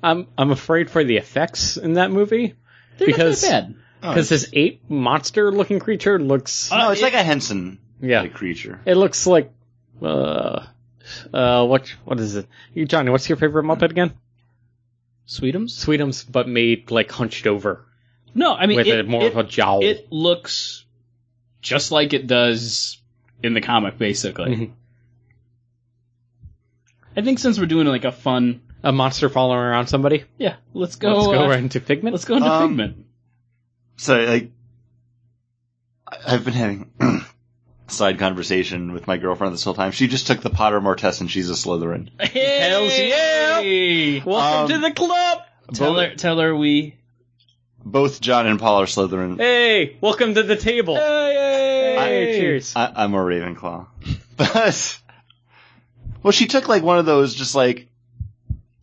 [SPEAKER 3] I'm I'm afraid for the effects in that movie
[SPEAKER 2] They're
[SPEAKER 3] Because-
[SPEAKER 2] not that bad.
[SPEAKER 3] because this ape monster looking creature looks
[SPEAKER 1] No, it's like a Henson
[SPEAKER 3] Uh, yeah,
[SPEAKER 1] like, creature.
[SPEAKER 3] it looks like uh uh what what is it? You Johnny, what's your favorite Muppet again?
[SPEAKER 2] Sweetums?
[SPEAKER 3] Sweetums, but made like hunched over
[SPEAKER 2] No, I mean
[SPEAKER 3] with
[SPEAKER 2] it,
[SPEAKER 3] a more
[SPEAKER 2] it,
[SPEAKER 3] of a jowl.
[SPEAKER 2] it looks just like it does in the comic, basically.
[SPEAKER 3] Mhm.
[SPEAKER 2] I think since we're doing like a fun,
[SPEAKER 3] A monster following around somebody.
[SPEAKER 2] yeah, let's go.
[SPEAKER 3] Let's go
[SPEAKER 2] uh,
[SPEAKER 3] right into Figment.
[SPEAKER 2] Let's go into
[SPEAKER 1] Um,
[SPEAKER 2] Figment.
[SPEAKER 1] So like, I- I've been having side conversation with my girlfriend this whole time. She just took the Pottermore test and she's a Slytherin.
[SPEAKER 3] Hells yeah! Welcome
[SPEAKER 1] Um,
[SPEAKER 3] to the club.
[SPEAKER 2] Tell her, tell her we.
[SPEAKER 1] Both John and Paul are Slytherin.
[SPEAKER 3] Hey, welcome to the table. Hey,
[SPEAKER 1] I-
[SPEAKER 3] cheers.
[SPEAKER 1] I, I'm a Ravenclaw. But well, she took like one of those just like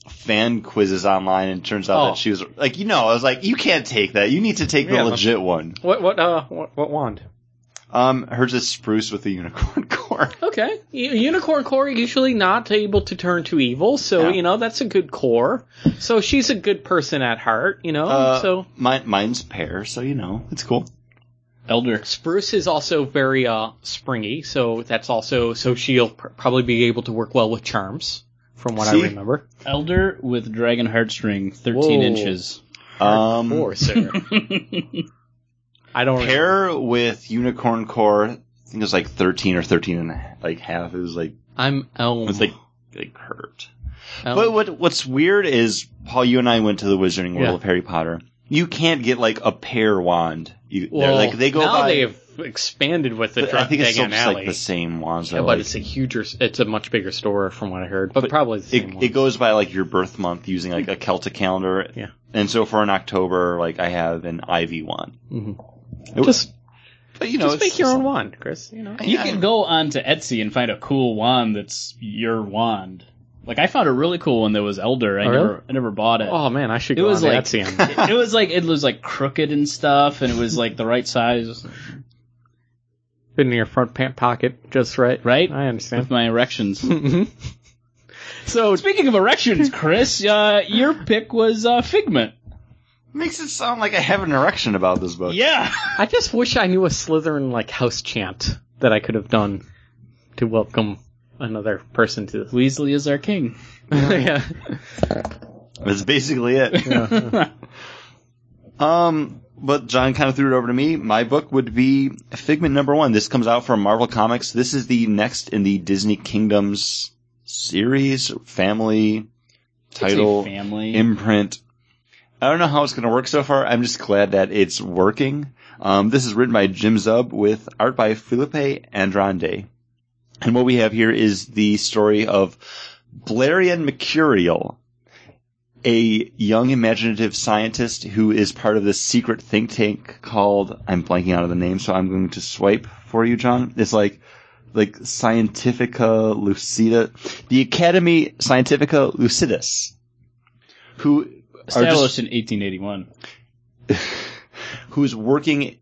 [SPEAKER 1] fan quizzes online, and it turns out
[SPEAKER 3] Oh.
[SPEAKER 1] that she was like, you know, I was like, you can't take that. You need to take the
[SPEAKER 3] Yeah, but-
[SPEAKER 1] legit one.
[SPEAKER 3] What what uh what, what wand?
[SPEAKER 1] Um, hers is spruce with the unicorn core.
[SPEAKER 3] Okay, U- unicorn core usually not able to turn to evil, so
[SPEAKER 1] Yeah.
[SPEAKER 3] you know that's a good core. So she's a good person at heart, you know.
[SPEAKER 1] Uh,
[SPEAKER 3] so
[SPEAKER 1] Mine, mine's pear, so you know it's cool.
[SPEAKER 2] Elder.
[SPEAKER 3] spruce is also very uh springy, so that's also so she'll pr- probably be able to work well with charms, from what
[SPEAKER 1] See?
[SPEAKER 3] I remember.
[SPEAKER 2] Elder with dragon heartstring, 13
[SPEAKER 3] Whoa.
[SPEAKER 2] inches.
[SPEAKER 1] Um,
[SPEAKER 3] Or sir, I don't remember.
[SPEAKER 1] pair with unicorn core i think it was like 13 or 13 and a- like half it was like it
[SPEAKER 3] I'm Elm.
[SPEAKER 1] was like like hurt
[SPEAKER 3] Elm.
[SPEAKER 1] but what what's weird is paul you and i went to the wizarding world
[SPEAKER 3] Yeah.
[SPEAKER 1] of harry potter you can't get like a pear wand you, they're,
[SPEAKER 3] Well,
[SPEAKER 1] like they go
[SPEAKER 3] now
[SPEAKER 1] by
[SPEAKER 3] they've expanded with the
[SPEAKER 1] but I
[SPEAKER 3] Dra-
[SPEAKER 1] think it's still
[SPEAKER 3] Dagon
[SPEAKER 1] just
[SPEAKER 3] Alley.
[SPEAKER 1] like the same wands.
[SPEAKER 3] Yeah,
[SPEAKER 1] that,
[SPEAKER 3] but
[SPEAKER 1] like,
[SPEAKER 3] it's a huger, it's a much bigger store from what I heard, but,
[SPEAKER 1] But
[SPEAKER 3] probably the same
[SPEAKER 1] it,
[SPEAKER 3] one.
[SPEAKER 1] it goes by like your birth month using like a Celtic calendar.
[SPEAKER 3] Yeah.
[SPEAKER 1] And so for an October, like I have an ivy wand.
[SPEAKER 3] Mhm.
[SPEAKER 1] It was-
[SPEAKER 3] Just,
[SPEAKER 1] but you know,
[SPEAKER 3] just
[SPEAKER 1] it's
[SPEAKER 3] make your
[SPEAKER 1] just
[SPEAKER 3] own
[SPEAKER 1] like-
[SPEAKER 3] wand, Chris. You know,
[SPEAKER 2] You
[SPEAKER 1] I-
[SPEAKER 2] can go onto Etsy and find a cool wand that's your wand. Like I found a really cool one that was Elder. I
[SPEAKER 3] Oh,
[SPEAKER 2] never
[SPEAKER 3] really?
[SPEAKER 2] I never bought it.
[SPEAKER 3] Oh man, I should
[SPEAKER 2] It
[SPEAKER 3] go
[SPEAKER 2] was
[SPEAKER 3] on
[SPEAKER 2] like-
[SPEAKER 3] Etsy and
[SPEAKER 2] it. It was like it was like crooked and stuff and it was like the right size,
[SPEAKER 3] put it in your front pant pocket just right.
[SPEAKER 2] right?
[SPEAKER 3] I understand.
[SPEAKER 2] With my erections.
[SPEAKER 3] Mhm. so
[SPEAKER 2] Speaking of erections, Chris, uh, your pick was uh, Figment.
[SPEAKER 1] Makes it sound like I have an erection about this book.
[SPEAKER 2] Yeah.
[SPEAKER 3] I just wish I knew a Slytherin like house chant that I could have done to welcome another person to this.
[SPEAKER 2] Weasley is our king.
[SPEAKER 3] yeah.
[SPEAKER 1] That's basically it. Um, but John kind of threw it over to me. My book would be Figment number one. This comes out from Marvel Comics. This is the next in the Disney Kingdoms series, family, title,
[SPEAKER 2] family.
[SPEAKER 1] imprint. I don't know how it's going to work so far. I'm just glad that it's working. Um, this is written by Jim Zub with art by Felipe Andrande. And what we have here is the story of Blarian Mercurial, a young imaginative scientist who is part of this secret think tank called, I'm blanking out of the name, so I'm going to swipe for you, John. It's like, like Scientifica Lucida, the Academy Scientifica Lucidus, who are
[SPEAKER 2] Established
[SPEAKER 1] just,
[SPEAKER 2] in 1881.
[SPEAKER 1] who's working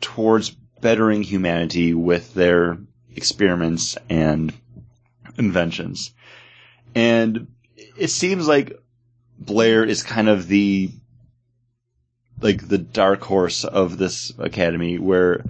[SPEAKER 1] towards bettering humanity with their experiments and inventions. And it seems like Blair is kind of the like the dark horse of this academy where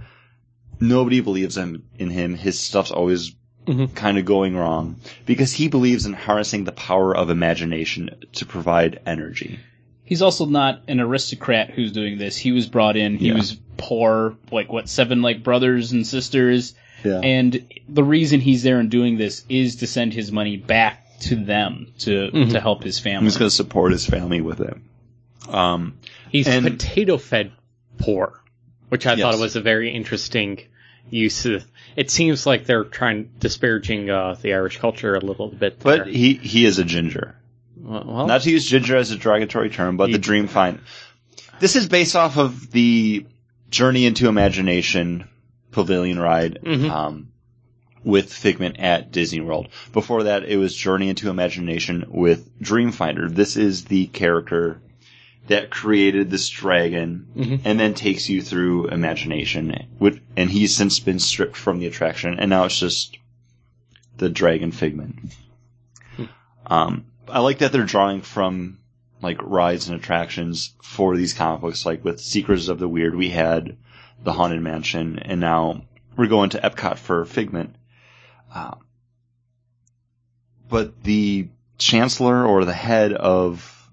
[SPEAKER 1] nobody believes him in him. His stuff's always
[SPEAKER 3] Mhm.
[SPEAKER 1] kind of going wrong because he believes in harnessing the power of imagination to provide energy.
[SPEAKER 2] He's also not an aristocrat who's doing this. He was brought in. He
[SPEAKER 1] Yeah.
[SPEAKER 2] was poor, like what seven like brothers and sisters,
[SPEAKER 1] Yeah.
[SPEAKER 2] and the reason he's there and doing this is to send his money back to them to
[SPEAKER 3] Mhm.
[SPEAKER 2] to help his family.
[SPEAKER 1] Mm-hmm. He's going to support his family with it. Um,
[SPEAKER 3] He's
[SPEAKER 1] And-
[SPEAKER 3] potato fed poor, which I
[SPEAKER 1] Yes.
[SPEAKER 3] thought was a very interesting use of. It seems like they're trying disparaging uh, the Irish culture a little bit.
[SPEAKER 1] but
[SPEAKER 3] there.
[SPEAKER 1] he, he is a ginger.
[SPEAKER 3] well,
[SPEAKER 1] Not to use ginger as a derogatory term, but the
[SPEAKER 3] He-
[SPEAKER 1] dream find. This is based off of the Journey into Imagination pavilion ride
[SPEAKER 3] Mhm.
[SPEAKER 1] um, with Figment at Disney World. Before that, it was Journey into Imagination with Dreamfinder. This is the character that created this dragon
[SPEAKER 3] Mhm.
[SPEAKER 1] and then takes you through imagination. With- And he's since been stripped from the attraction, and now it's just the dragon Figment. Um, I like that they're drawing from like rides and attractions for these comic books. Like with Secrets of the Weird, we had the Haunted Mansion, and now we're going to Epcot for Figment. Uh, but the chancellor or the head of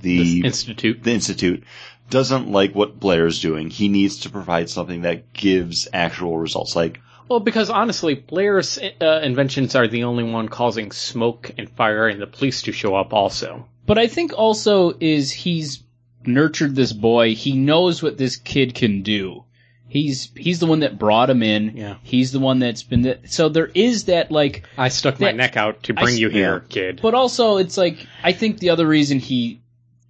[SPEAKER 1] the
[SPEAKER 3] this institute.
[SPEAKER 1] the institute doesn't like what Blair's doing. He needs to provide something that gives actual results. Like
[SPEAKER 3] Well, because honestly, Blair's uh, inventions are the only one causing smoke and fire and the police to show up also.
[SPEAKER 2] But I think also is he's nurtured this boy. He knows what this kid can do. He's he's the one that brought him in.
[SPEAKER 3] Yeah.
[SPEAKER 2] He's the one that's been the, so there is that like
[SPEAKER 3] I stuck my
[SPEAKER 2] That-
[SPEAKER 3] neck out to
[SPEAKER 2] I
[SPEAKER 3] bring
[SPEAKER 2] s-
[SPEAKER 3] you here,
[SPEAKER 1] yeah.
[SPEAKER 3] kid.
[SPEAKER 2] but also it's like I think the other reason he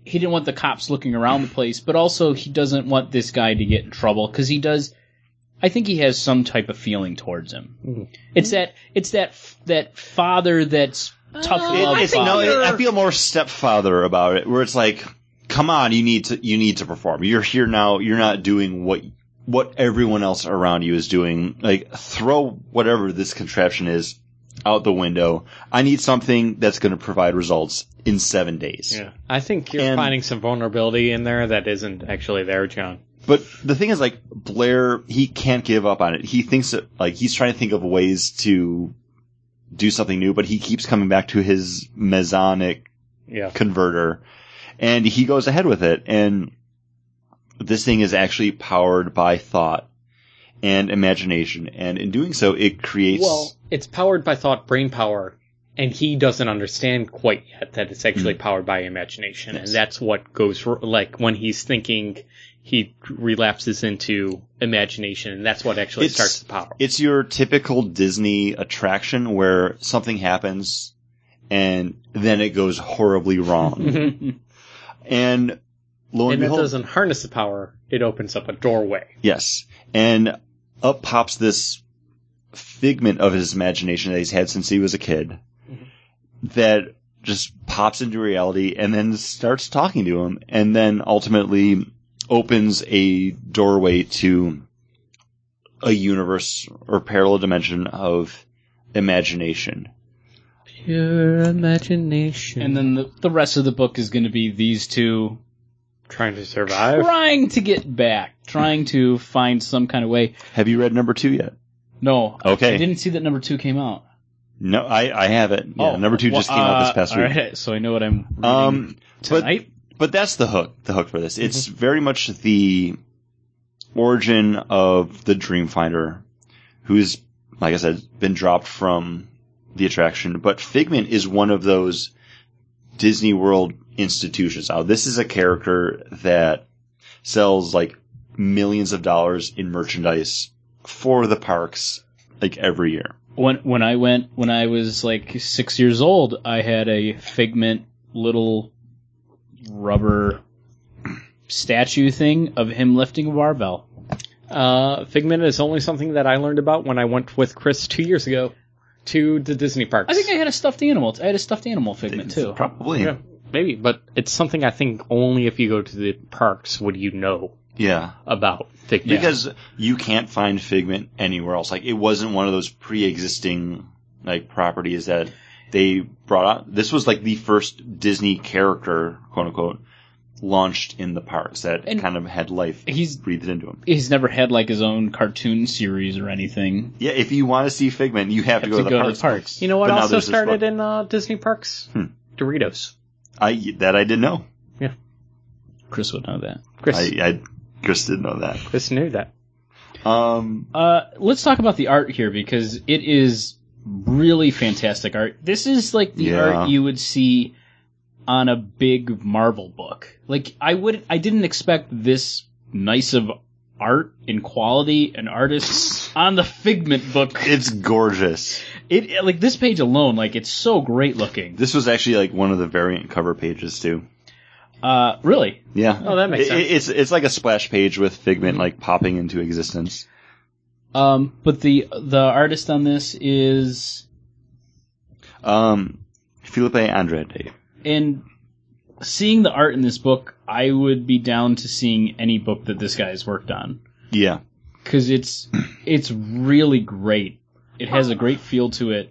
[SPEAKER 2] he didn't want the cops looking around the place, but also he doesn't want this guy to get in trouble cuz he does I think he has some type of feeling towards him.
[SPEAKER 3] Mm.
[SPEAKER 2] It's that it's that f- that father that's tough
[SPEAKER 3] Uh,
[SPEAKER 2] love.
[SPEAKER 1] I think no,
[SPEAKER 2] father.
[SPEAKER 1] it, I feel more stepfather about it, where it's like, come on, you need to you need to perform. You're here now. You're not doing what what everyone else around you is doing. Like throw whatever this contraption is out the window. I need something that's going to provide results in seven days.
[SPEAKER 3] Yeah. I think you're
[SPEAKER 1] And-
[SPEAKER 3] finding some vulnerability in there that isn't actually there, John.
[SPEAKER 1] But the thing is, like Blair, he can't give up on it. He thinks that, like, he's trying to think of ways to do something new, but he keeps coming back to his mesonic
[SPEAKER 3] Yeah.
[SPEAKER 1] converter, and he goes ahead with it. And this thing is actually powered by thought and imagination, and in doing so, it creates.
[SPEAKER 3] Well, it's powered by thought, brain power, and he doesn't understand quite yet that it's actually powered by imagination,
[SPEAKER 1] Hmm. Yes.
[SPEAKER 3] and that's what goes wr- like when he's thinking, he relapses into imagination, and that's what actually
[SPEAKER 1] It's-
[SPEAKER 3] starts the power.
[SPEAKER 1] it's your typical Disney attraction where something happens, and then it goes horribly wrong,
[SPEAKER 3] and
[SPEAKER 1] and lo and,
[SPEAKER 3] it
[SPEAKER 1] behold,
[SPEAKER 3] doesn't harness the power; it opens up a doorway.
[SPEAKER 1] Yes. And up pops this figment of his imagination that he's had since he was a kid Mm-hmm. that just pops into reality and then starts talking to him and then ultimately opens a doorway to a universe or parallel dimension of imagination.
[SPEAKER 3] Pure imagination.
[SPEAKER 2] and then the, the rest of the book is going to be these two
[SPEAKER 3] trying to survive.
[SPEAKER 2] trying to get back, trying to find some kind of way.
[SPEAKER 1] Have you read number two yet?
[SPEAKER 2] No,
[SPEAKER 1] Okay.
[SPEAKER 2] I didn't see that number two came out.
[SPEAKER 1] No, I, I haven't. Yeah, number two
[SPEAKER 2] well,
[SPEAKER 1] just came out this
[SPEAKER 2] uh,
[SPEAKER 1] past
[SPEAKER 2] all
[SPEAKER 1] week.
[SPEAKER 2] right, so I know what I'm reading
[SPEAKER 1] Um, but
[SPEAKER 2] tonight.
[SPEAKER 1] but that's the hook the hook for this it's very much the origin of the dreamfinder who's like i said been dropped from the attraction but figment is one of those disney world institutions now this is a character that sells like millions of dollars in merchandise for the parks like every year
[SPEAKER 2] when when I went when I was like six years old, I had a figment little rubber statue thing of him lifting a barbell.
[SPEAKER 3] Uh, Figment is only something that I learned about when I went with Chris two years ago to the Disney parks.
[SPEAKER 2] I think I had a stuffed animal. I had a stuffed animal figment too.
[SPEAKER 1] probably
[SPEAKER 3] Yeah, maybe, but it's something I think only if you go to the parks would you know
[SPEAKER 1] yeah.
[SPEAKER 3] about figment.
[SPEAKER 1] because you can't find Figment anywhere else. Like it wasn't one of those pre-existing like properties that they brought out. This was like the first Disney character, quote unquote, launched in the parks that
[SPEAKER 2] And-
[SPEAKER 1] kind of had life
[SPEAKER 2] He's
[SPEAKER 1] breathed into him.
[SPEAKER 2] he's never had like his own cartoon series or anything.
[SPEAKER 1] Yeah, if you want to see Figment, you have, to go, to, the parks.
[SPEAKER 2] parks.
[SPEAKER 3] you know what
[SPEAKER 1] But now
[SPEAKER 3] also
[SPEAKER 1] there's this
[SPEAKER 3] started
[SPEAKER 1] book.
[SPEAKER 3] in uh, Disney parks?
[SPEAKER 1] Hmm.
[SPEAKER 3] Doritos.
[SPEAKER 1] I that I didn't know.
[SPEAKER 2] Chris would know that.
[SPEAKER 3] Chris,
[SPEAKER 1] I, I Chris didn't know that.
[SPEAKER 3] Chris knew that.
[SPEAKER 1] Um,
[SPEAKER 2] Uh, let's talk about the art here because it is really fantastic art. This is like the
[SPEAKER 1] Yeah.
[SPEAKER 2] art you would see on a big Marvel book. Like I would, I didn't expect this nice of art and quality and artists on the Figment book.
[SPEAKER 1] it's gorgeous.
[SPEAKER 2] It like this page alone, like it's so great looking.
[SPEAKER 1] This was actually like one of the variant cover pages too.
[SPEAKER 2] Uh, really,
[SPEAKER 1] Yeah.
[SPEAKER 3] Oh, that makes
[SPEAKER 1] It-
[SPEAKER 3] sense.
[SPEAKER 1] It's it's like a splash page with Figment like popping into existence.
[SPEAKER 2] Um, but the the artist on this is
[SPEAKER 1] Um, Felipe Andrade.
[SPEAKER 2] and seeing the art in this book, I would be down to seeing any book that this guy has worked on
[SPEAKER 1] Yeah.
[SPEAKER 2] because it's it's really great. It has a great feel to it.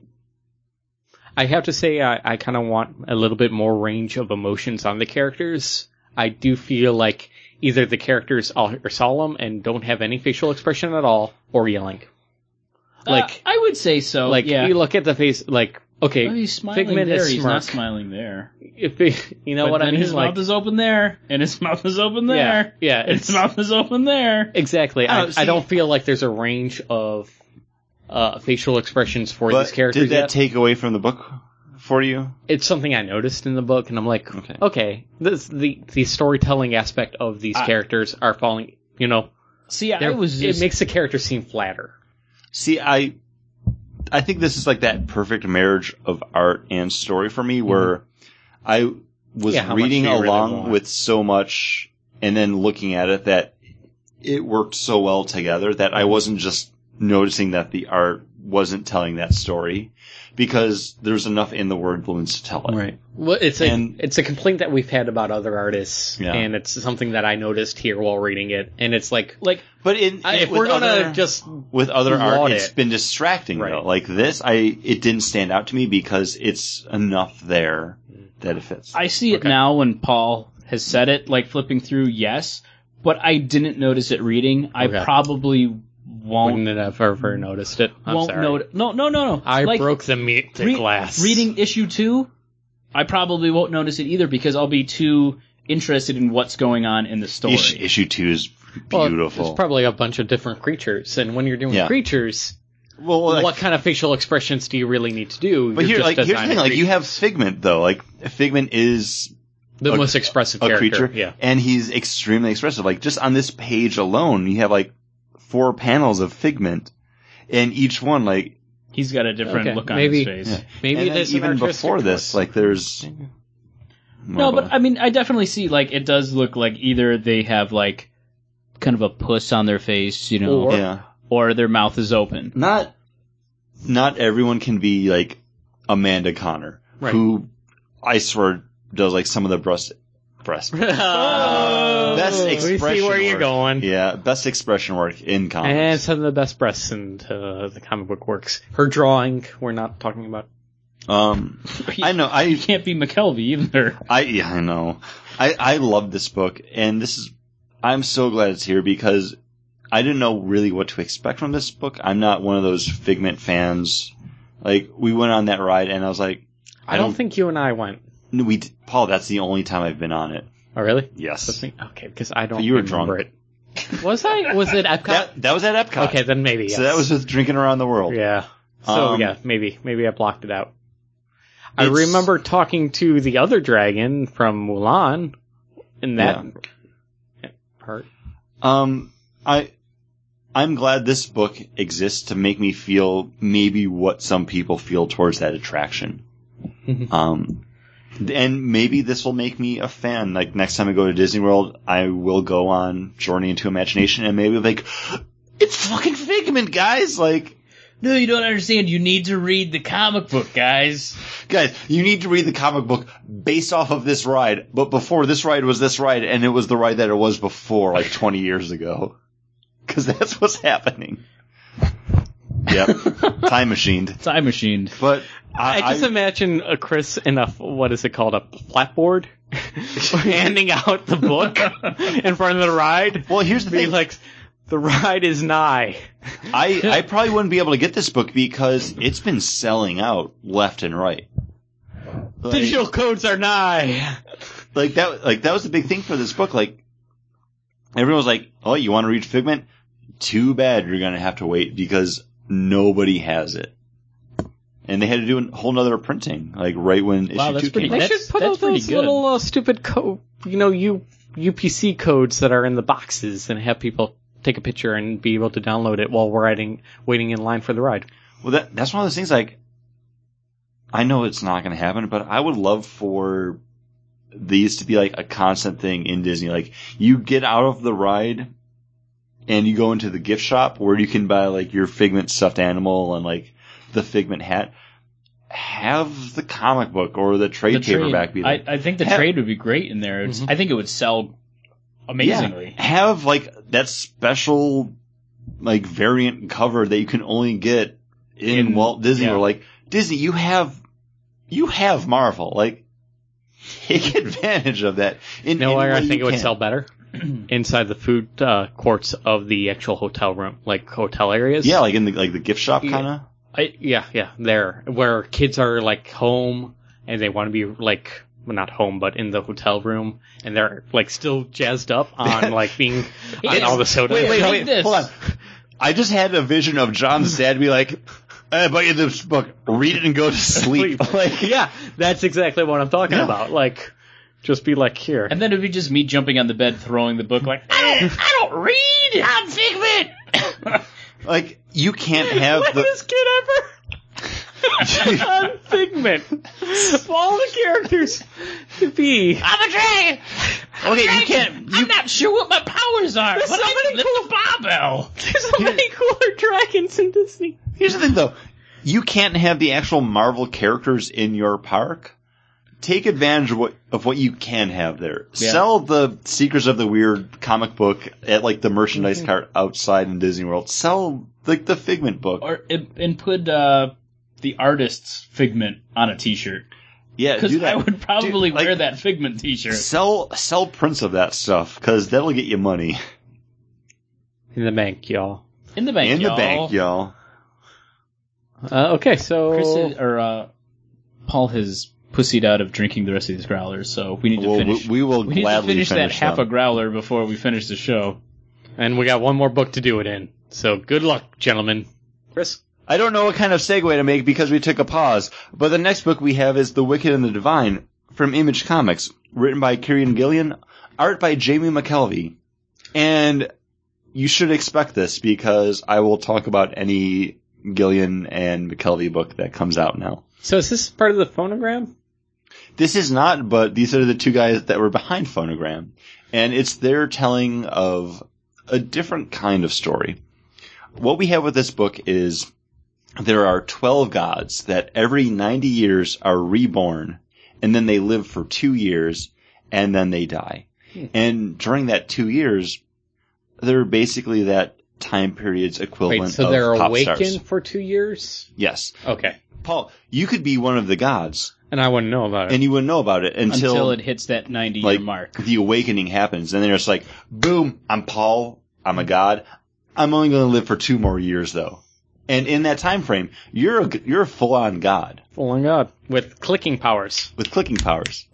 [SPEAKER 3] I have to say, I, I kind of want a little bit more range of emotions on the characters. I do feel like either the characters are are solemn and don't have any facial expression at all, or yelling.
[SPEAKER 2] Like
[SPEAKER 3] Like-
[SPEAKER 2] Uh, I would say so.
[SPEAKER 3] like
[SPEAKER 2] Like Oh, yeah.
[SPEAKER 3] you look at the face, like okay,
[SPEAKER 2] Oh, he's smiling
[SPEAKER 3] Figment
[SPEAKER 2] there.
[SPEAKER 3] is
[SPEAKER 2] He's not
[SPEAKER 3] smirk.
[SPEAKER 2] smiling there.
[SPEAKER 3] if it, you know
[SPEAKER 2] But
[SPEAKER 3] what I
[SPEAKER 2] then
[SPEAKER 3] mean,
[SPEAKER 2] His
[SPEAKER 3] like
[SPEAKER 2] mouth is open there, and his mouth is open
[SPEAKER 3] Yeah,
[SPEAKER 2] there.
[SPEAKER 3] yeah,
[SPEAKER 2] and his
[SPEAKER 3] it's-
[SPEAKER 2] mouth is open there.
[SPEAKER 3] Exactly. I,
[SPEAKER 2] Oh,
[SPEAKER 3] I
[SPEAKER 2] see-
[SPEAKER 3] don't feel like there's a range of uh, facial expressions for
[SPEAKER 1] but
[SPEAKER 3] these characters.
[SPEAKER 1] did that
[SPEAKER 3] yet.
[SPEAKER 1] take away from the book for you?
[SPEAKER 3] it's something I noticed in the book, and I'm like,
[SPEAKER 1] Okay.
[SPEAKER 3] okay, this the the storytelling aspect of these
[SPEAKER 2] I-
[SPEAKER 3] characters are falling. You know,
[SPEAKER 2] See, I
[SPEAKER 3] they're-
[SPEAKER 2] was
[SPEAKER 3] it
[SPEAKER 2] just,
[SPEAKER 3] makes the character seem flatter.
[SPEAKER 1] See, I I think this is like that perfect marriage of art and story for me where I was
[SPEAKER 3] Yeah, how much
[SPEAKER 1] reading
[SPEAKER 3] do you really
[SPEAKER 1] along
[SPEAKER 3] want?
[SPEAKER 1] with so much and then looking at it that it worked so well together that I wasn't just noticing that the art wasn't telling that story because there's enough in the word balloons to tell it.
[SPEAKER 3] Well, it's a
[SPEAKER 1] And-
[SPEAKER 3] it's a complaint that we've had about other artists,
[SPEAKER 1] Yeah.
[SPEAKER 3] and it's something that I noticed here while reading it. And it's like,
[SPEAKER 2] like
[SPEAKER 1] But in,
[SPEAKER 3] I, if
[SPEAKER 1] with
[SPEAKER 3] we're gonna
[SPEAKER 1] other-
[SPEAKER 3] just
[SPEAKER 1] with other art,
[SPEAKER 3] Laud
[SPEAKER 1] it's
[SPEAKER 3] it.
[SPEAKER 1] been distracting
[SPEAKER 3] Right.
[SPEAKER 1] though. Like this, I it didn't stand out to me because it's enough there that it fits.
[SPEAKER 2] I see it
[SPEAKER 3] Okay.
[SPEAKER 2] now when Paul has said it, like flipping through, yes, but I didn't notice it reading. I
[SPEAKER 3] Okay.
[SPEAKER 2] probably won't
[SPEAKER 3] wouldn't have ever noticed it. I'm
[SPEAKER 2] won't
[SPEAKER 3] sorry.
[SPEAKER 2] note. No, no, no, no.
[SPEAKER 3] I
[SPEAKER 2] Like,
[SPEAKER 3] broke the meat to
[SPEAKER 2] re-
[SPEAKER 3] glass.
[SPEAKER 2] Reading issue two, I probably won't notice it either because I'll be too interested in what's going on in the story.
[SPEAKER 1] Ish- issue two is
[SPEAKER 3] Well,
[SPEAKER 1] beautiful.
[SPEAKER 3] There's probably a bunch of different creatures, and when you're doing
[SPEAKER 1] Yeah.
[SPEAKER 3] creatures,
[SPEAKER 1] well, like-
[SPEAKER 3] what kind of facial expressions do you really need to do?
[SPEAKER 1] but
[SPEAKER 3] You're
[SPEAKER 1] here,
[SPEAKER 3] just
[SPEAKER 1] like, here's the
[SPEAKER 3] designing
[SPEAKER 1] thing: like, you have
[SPEAKER 3] creatures.
[SPEAKER 1] Figment though. Like, Figment is
[SPEAKER 3] the
[SPEAKER 1] a-
[SPEAKER 3] most expressive
[SPEAKER 1] a
[SPEAKER 3] character.
[SPEAKER 1] creature,
[SPEAKER 3] Yeah,
[SPEAKER 1] and he's extremely expressive. Like, just on this page alone, you have like four panels of Figment, and each one, like,
[SPEAKER 2] He's got a different
[SPEAKER 3] Okay,
[SPEAKER 2] look on
[SPEAKER 3] maybe-
[SPEAKER 2] his face.
[SPEAKER 1] yeah.
[SPEAKER 3] maybe
[SPEAKER 1] and then
[SPEAKER 3] there's an
[SPEAKER 1] even
[SPEAKER 3] artistic
[SPEAKER 1] before this,
[SPEAKER 3] choice.
[SPEAKER 1] like, there's
[SPEAKER 2] No, but I mean, I definitely see like it does look like either they have like kind of a puss on their face, you know,
[SPEAKER 3] Or-
[SPEAKER 1] yeah.
[SPEAKER 2] or their mouth is open.
[SPEAKER 1] not not everyone can be like Amanda Connor,
[SPEAKER 3] Right.
[SPEAKER 1] who I swear does like some of the breast breast.
[SPEAKER 3] Oh,
[SPEAKER 1] Best
[SPEAKER 3] we see
[SPEAKER 1] expression
[SPEAKER 3] where you're
[SPEAKER 1] work.
[SPEAKER 3] going.
[SPEAKER 1] yeah, best expression work in
[SPEAKER 3] And
[SPEAKER 1] comics.
[SPEAKER 3] some of the best breasts in uh, the comic book works. Her drawing, we're not talking about.
[SPEAKER 1] Um, I know, I
[SPEAKER 2] Can't be McKelvey either.
[SPEAKER 1] I yeah, I know. I I love this book, and this is. I'm so glad it's here because I didn't know really what to expect from this book. I'm not one of those Figment fans. Like we went on that ride, and I was like,
[SPEAKER 3] I, don't, think you and I went.
[SPEAKER 1] no, we d- Paul. That's the only time I've been on it.
[SPEAKER 3] Oh, really?
[SPEAKER 1] Yes,
[SPEAKER 3] That's me? Okay, because I don't.
[SPEAKER 1] But you were
[SPEAKER 3] remember It. Was I? Was it Epcot?
[SPEAKER 1] That, that was at Epcot.
[SPEAKER 3] okay, then maybe. Yes.
[SPEAKER 1] So that was with drinking around the world.
[SPEAKER 3] Yeah. So
[SPEAKER 1] Um,
[SPEAKER 3] yeah, maybe maybe I blocked it out. I
[SPEAKER 1] It's-
[SPEAKER 3] remember talking to the other dragon from Mulan in that part.
[SPEAKER 1] Um, I, I'm glad this book exists to make me feel maybe what some people feel towards that attraction.
[SPEAKER 3] Mhm.
[SPEAKER 1] um, and maybe this will make me a fan. Like next time I go to Disney World, I will go on Journey into Imagination, and maybe like, it's fucking Figment, guys! Like,
[SPEAKER 2] No, you don't understand. You need to read the comic book, guys.
[SPEAKER 1] guys, you need to read the comic book based off of this ride. But before this ride was this ride, and it was the ride that it was before, like 20 years ago. Because that's what's happening. Yep, time machined.
[SPEAKER 2] Time machine.
[SPEAKER 1] But I,
[SPEAKER 3] I, just
[SPEAKER 1] I-
[SPEAKER 3] imagine a Chris in a what is it called a flatboard, handing out the book in front of the ride,
[SPEAKER 1] well, here's the
[SPEAKER 3] being
[SPEAKER 1] thing.
[SPEAKER 3] like, "The ride is nigh."
[SPEAKER 1] I I probably wouldn't be able to get this book because it's been selling out left and right. Like-
[SPEAKER 3] Digital codes are nigh.
[SPEAKER 1] like that like that was the big thing for this book like everyone was like oh you want to read figment too bad you're gonna have to wait because nobody has it and they had to do a whole nother printing like right when issue
[SPEAKER 2] Wow, that's
[SPEAKER 1] two
[SPEAKER 2] pretty-
[SPEAKER 1] came
[SPEAKER 3] They
[SPEAKER 1] out
[SPEAKER 2] That's-
[SPEAKER 3] should put
[SPEAKER 2] that's
[SPEAKER 3] all
[SPEAKER 2] pretty
[SPEAKER 3] those
[SPEAKER 2] good.
[SPEAKER 3] little uh, stupid co- you know, U- UPC codes that are in the boxes and have people take a picture and be able to download it while we're riding, waiting in line for the ride.
[SPEAKER 1] well that that's one of those things like i know it's not gonna happen but i would love for these to be like a constant thing in disney like you get out of the ride and you go into the gift shop where you can buy like your figment stuffed animal and like the figment hat have the comic book or the trade paperback be there
[SPEAKER 2] I, I think the
[SPEAKER 1] Hell- Mm-hmm.
[SPEAKER 2] trade would be great in there. It's-
[SPEAKER 3] Mhm.
[SPEAKER 2] I think it would sell
[SPEAKER 1] Yeah.
[SPEAKER 2] amazingly.
[SPEAKER 1] have like that special like variant cover that you can only get in,
[SPEAKER 2] In-
[SPEAKER 1] Walt Disney
[SPEAKER 2] yeah.
[SPEAKER 1] or like Disney you have you have Marvel like take advantage of that in
[SPEAKER 3] You know
[SPEAKER 1] any
[SPEAKER 3] where
[SPEAKER 1] way
[SPEAKER 3] I think
[SPEAKER 1] you
[SPEAKER 3] it would
[SPEAKER 1] can.
[SPEAKER 3] sell better? Inside the food uh, courts of the actual hotel room, like hotel areas.
[SPEAKER 1] yeah like in the like the gift shop
[SPEAKER 3] Yeah.
[SPEAKER 1] kind of
[SPEAKER 3] I, yeah, yeah, there where kids are like home and they want to be like well, not home but in the hotel room and they're like still jazzed up on like being on all the soda.
[SPEAKER 1] Wait, wait,
[SPEAKER 2] Take
[SPEAKER 1] wait.
[SPEAKER 2] this.
[SPEAKER 1] Hold on. I just had a vision of John's dad be like, I bought you this book. Read it and go to sleep. like,
[SPEAKER 3] yeah, that's exactly what I'm talking about. Like, just be like, here.
[SPEAKER 2] And then it'd be just me jumping on the bed, throwing the book like, I don't, I don't read. I'm Figment.
[SPEAKER 1] like you can't have the.
[SPEAKER 3] Weirdest kid ever. on Figment. Of all the characters to be.
[SPEAKER 2] I'm a dragon.
[SPEAKER 1] Okay, you can't. You,
[SPEAKER 2] I'm not sure what my powers are,
[SPEAKER 3] There's
[SPEAKER 2] but
[SPEAKER 3] so
[SPEAKER 2] I can
[SPEAKER 3] many
[SPEAKER 2] lift a barbell.
[SPEAKER 3] There's so many cooler dragons in Disney.
[SPEAKER 1] here's the thing, though. You can't have the actual Marvel characters in your park. Take advantage of what of what you can have there.
[SPEAKER 2] Yeah.
[SPEAKER 1] Sell the Seekers of the Weird comic book at like the merchandise cart outside in Disney World. Sell like the Figment book.
[SPEAKER 2] Or and and put uh, the artist's Figment on a T-shirt
[SPEAKER 1] yeah, do
[SPEAKER 2] because
[SPEAKER 1] that.
[SPEAKER 2] I would probably
[SPEAKER 1] Dude, like,
[SPEAKER 2] wear that Figment T-shirt.
[SPEAKER 1] Sell sell prints of that stuff because that'll get you money
[SPEAKER 3] In the bank, y'all.
[SPEAKER 2] In the bank,
[SPEAKER 1] in
[SPEAKER 2] y'all.
[SPEAKER 1] the bank, y'all.
[SPEAKER 3] Uh, okay, so.
[SPEAKER 2] Chris is, or uh, Paul has pussied out of drinking the rest of these growlers, so we need to
[SPEAKER 1] Well, we-
[SPEAKER 2] finish.
[SPEAKER 1] we will
[SPEAKER 2] we need to
[SPEAKER 1] gladly
[SPEAKER 2] finish, that
[SPEAKER 1] finish
[SPEAKER 2] half a
[SPEAKER 1] them.
[SPEAKER 2] growler before we finish the show.
[SPEAKER 3] and we got one more book to do it in. So good luck, gentlemen. Chris?
[SPEAKER 1] I don't know what kind of segue to make because we took a pause, but the next book we have is The Wicked and the Divine from Image Comics, written by Kieran Gillian, art by Jamie McKelvey. And you should expect this because I will talk about any Gillian and McKelvey book that comes out now.
[SPEAKER 3] So is this part of the phonogram?
[SPEAKER 1] This is not, but these are the two guys that were behind Phonogram. And it's their telling of a different kind of story. What we have with this book is there are 12 gods that every 90 years are reborn, and then they live for two years, and then they die.
[SPEAKER 3] Hmm.
[SPEAKER 1] And during that two years, they're basically that time period's equivalent
[SPEAKER 3] Wait, so
[SPEAKER 1] of
[SPEAKER 3] they're
[SPEAKER 1] pop
[SPEAKER 3] awakened
[SPEAKER 1] stars.
[SPEAKER 3] for two years?
[SPEAKER 1] Yes.
[SPEAKER 3] Okay.
[SPEAKER 1] Paul, you could be one of the gods,
[SPEAKER 3] And I wouldn't know about it.
[SPEAKER 1] and you wouldn't know about it
[SPEAKER 2] Until,
[SPEAKER 1] until,
[SPEAKER 2] it hits that 90
[SPEAKER 1] like
[SPEAKER 2] year mark.
[SPEAKER 1] the awakening happens, and then it's like, boom, I'm Paul, I'm a god, I'm only going to live for two more years though, and in that time frame, you're a, you're a full on god
[SPEAKER 3] oh my god. With clicking powers.
[SPEAKER 1] with clicking powers,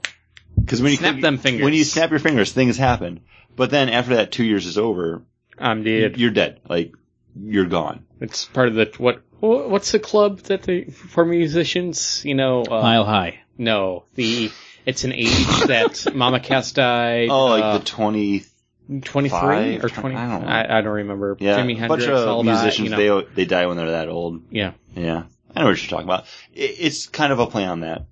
[SPEAKER 1] because when you
[SPEAKER 3] Snap
[SPEAKER 1] click-
[SPEAKER 3] them fingers.
[SPEAKER 1] when you snap your fingers, things happen. But then after that two years is over,
[SPEAKER 3] I'm dead.
[SPEAKER 1] you're dead, like you're gone.
[SPEAKER 3] It's part of the what? wha- What's the club that they for musicians? You know, uh,
[SPEAKER 2] Mile high.
[SPEAKER 3] no, the it's an age that Mama Cass died.
[SPEAKER 1] Oh, like
[SPEAKER 3] uh,
[SPEAKER 1] the twenty,
[SPEAKER 3] twenty three
[SPEAKER 1] five,
[SPEAKER 3] or
[SPEAKER 1] twenty-
[SPEAKER 3] twenty?
[SPEAKER 1] I don't know.
[SPEAKER 3] I, I don't remember.
[SPEAKER 1] yeah,
[SPEAKER 3] Jimi
[SPEAKER 1] a
[SPEAKER 3] Hendrix,
[SPEAKER 1] bunch of
[SPEAKER 3] all
[SPEAKER 1] musicians
[SPEAKER 3] that. You know.
[SPEAKER 1] they they die when they're that old.
[SPEAKER 3] yeah.
[SPEAKER 1] Yeah, I know what you're talking about. It, it's kind of a play on that.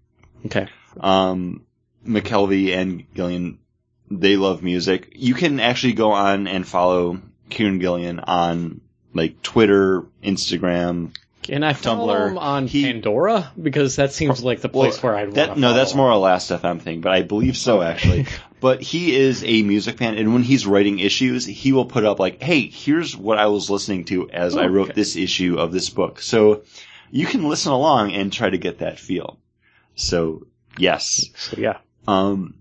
[SPEAKER 3] Okay.
[SPEAKER 1] um, McKelvey and Gillian, they love music. You can actually go on and follow Kieran Gillian on like Twitter, Instagram.
[SPEAKER 3] Can I follow
[SPEAKER 1] Tumblr.
[SPEAKER 3] him on
[SPEAKER 1] He-
[SPEAKER 3] Pandora because that seems like the place where I'd
[SPEAKER 1] that,
[SPEAKER 3] want
[SPEAKER 1] no, that's more a Last FM thing, but I believe so actually. but he is a music fan, and when he's writing issues, he will put up like, "Hey, here's what I was listening to as I wrote
[SPEAKER 3] Okay.
[SPEAKER 1] this issue of this book." So you can listen along and try to get that feel. So yes,
[SPEAKER 3] So, yeah.
[SPEAKER 1] Um,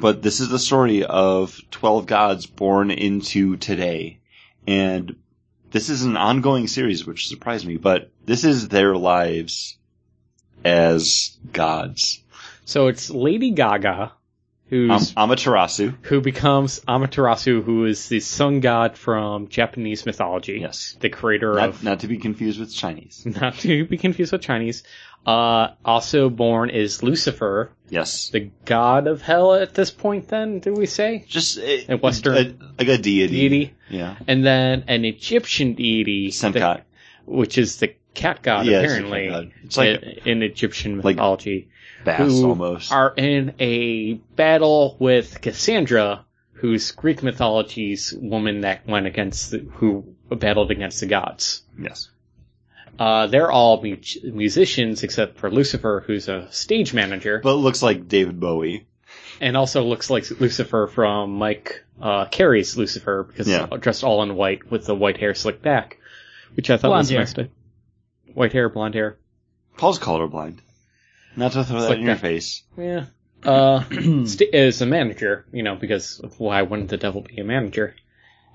[SPEAKER 1] but this is the story of 12 gods born into today. And this is an ongoing series, which surprised me, but this is their lives as gods.
[SPEAKER 3] So it's Lady Gaga, who's
[SPEAKER 1] Um, Amaterasu.
[SPEAKER 3] who becomes Amaterasu, who is the sun god from Japanese mythology.
[SPEAKER 1] Yes.
[SPEAKER 3] The creator
[SPEAKER 1] Not,
[SPEAKER 3] of
[SPEAKER 1] not to be confused with Chinese.
[SPEAKER 3] not to be confused with Chinese. Uh, also born is Lucifer,
[SPEAKER 1] Yes.
[SPEAKER 3] the god of hell at this point, then, do we say?
[SPEAKER 1] Just uh,
[SPEAKER 3] A Western
[SPEAKER 1] a, like a deity.
[SPEAKER 3] Deity.
[SPEAKER 1] Yeah.
[SPEAKER 3] And then an Egyptian deity,
[SPEAKER 1] Sun
[SPEAKER 3] the-
[SPEAKER 1] god.
[SPEAKER 3] which is the cat god,
[SPEAKER 1] Yeah, it's the cat
[SPEAKER 3] apparently,
[SPEAKER 1] god. It's like
[SPEAKER 3] in, in Egyptian
[SPEAKER 1] like
[SPEAKER 3] mythology.
[SPEAKER 1] Bass
[SPEAKER 3] who
[SPEAKER 1] almost.
[SPEAKER 3] are in a battle with Cassandra, who's Greek mythology's woman that went against, the, who battled against the gods.
[SPEAKER 1] yes.
[SPEAKER 3] Uh, they're all mu- musicians except for Lucifer, who's a stage manager,
[SPEAKER 1] But it looks like David Bowie.
[SPEAKER 3] and also looks like Lucifer from Mike uh, Carey's Lucifer because
[SPEAKER 1] Yeah.
[SPEAKER 3] he's dressed all in white with the white hair slicked back, which I thought
[SPEAKER 2] Blonde
[SPEAKER 3] was
[SPEAKER 2] hair.
[SPEAKER 3] messed up. White hair, blonde hair.
[SPEAKER 1] Paul's colorblind. Not to throw that
[SPEAKER 3] like
[SPEAKER 1] in your
[SPEAKER 3] that.
[SPEAKER 1] face.
[SPEAKER 3] Yeah. Uh, st- is a manager, you know, because why wouldn't the devil be a manager?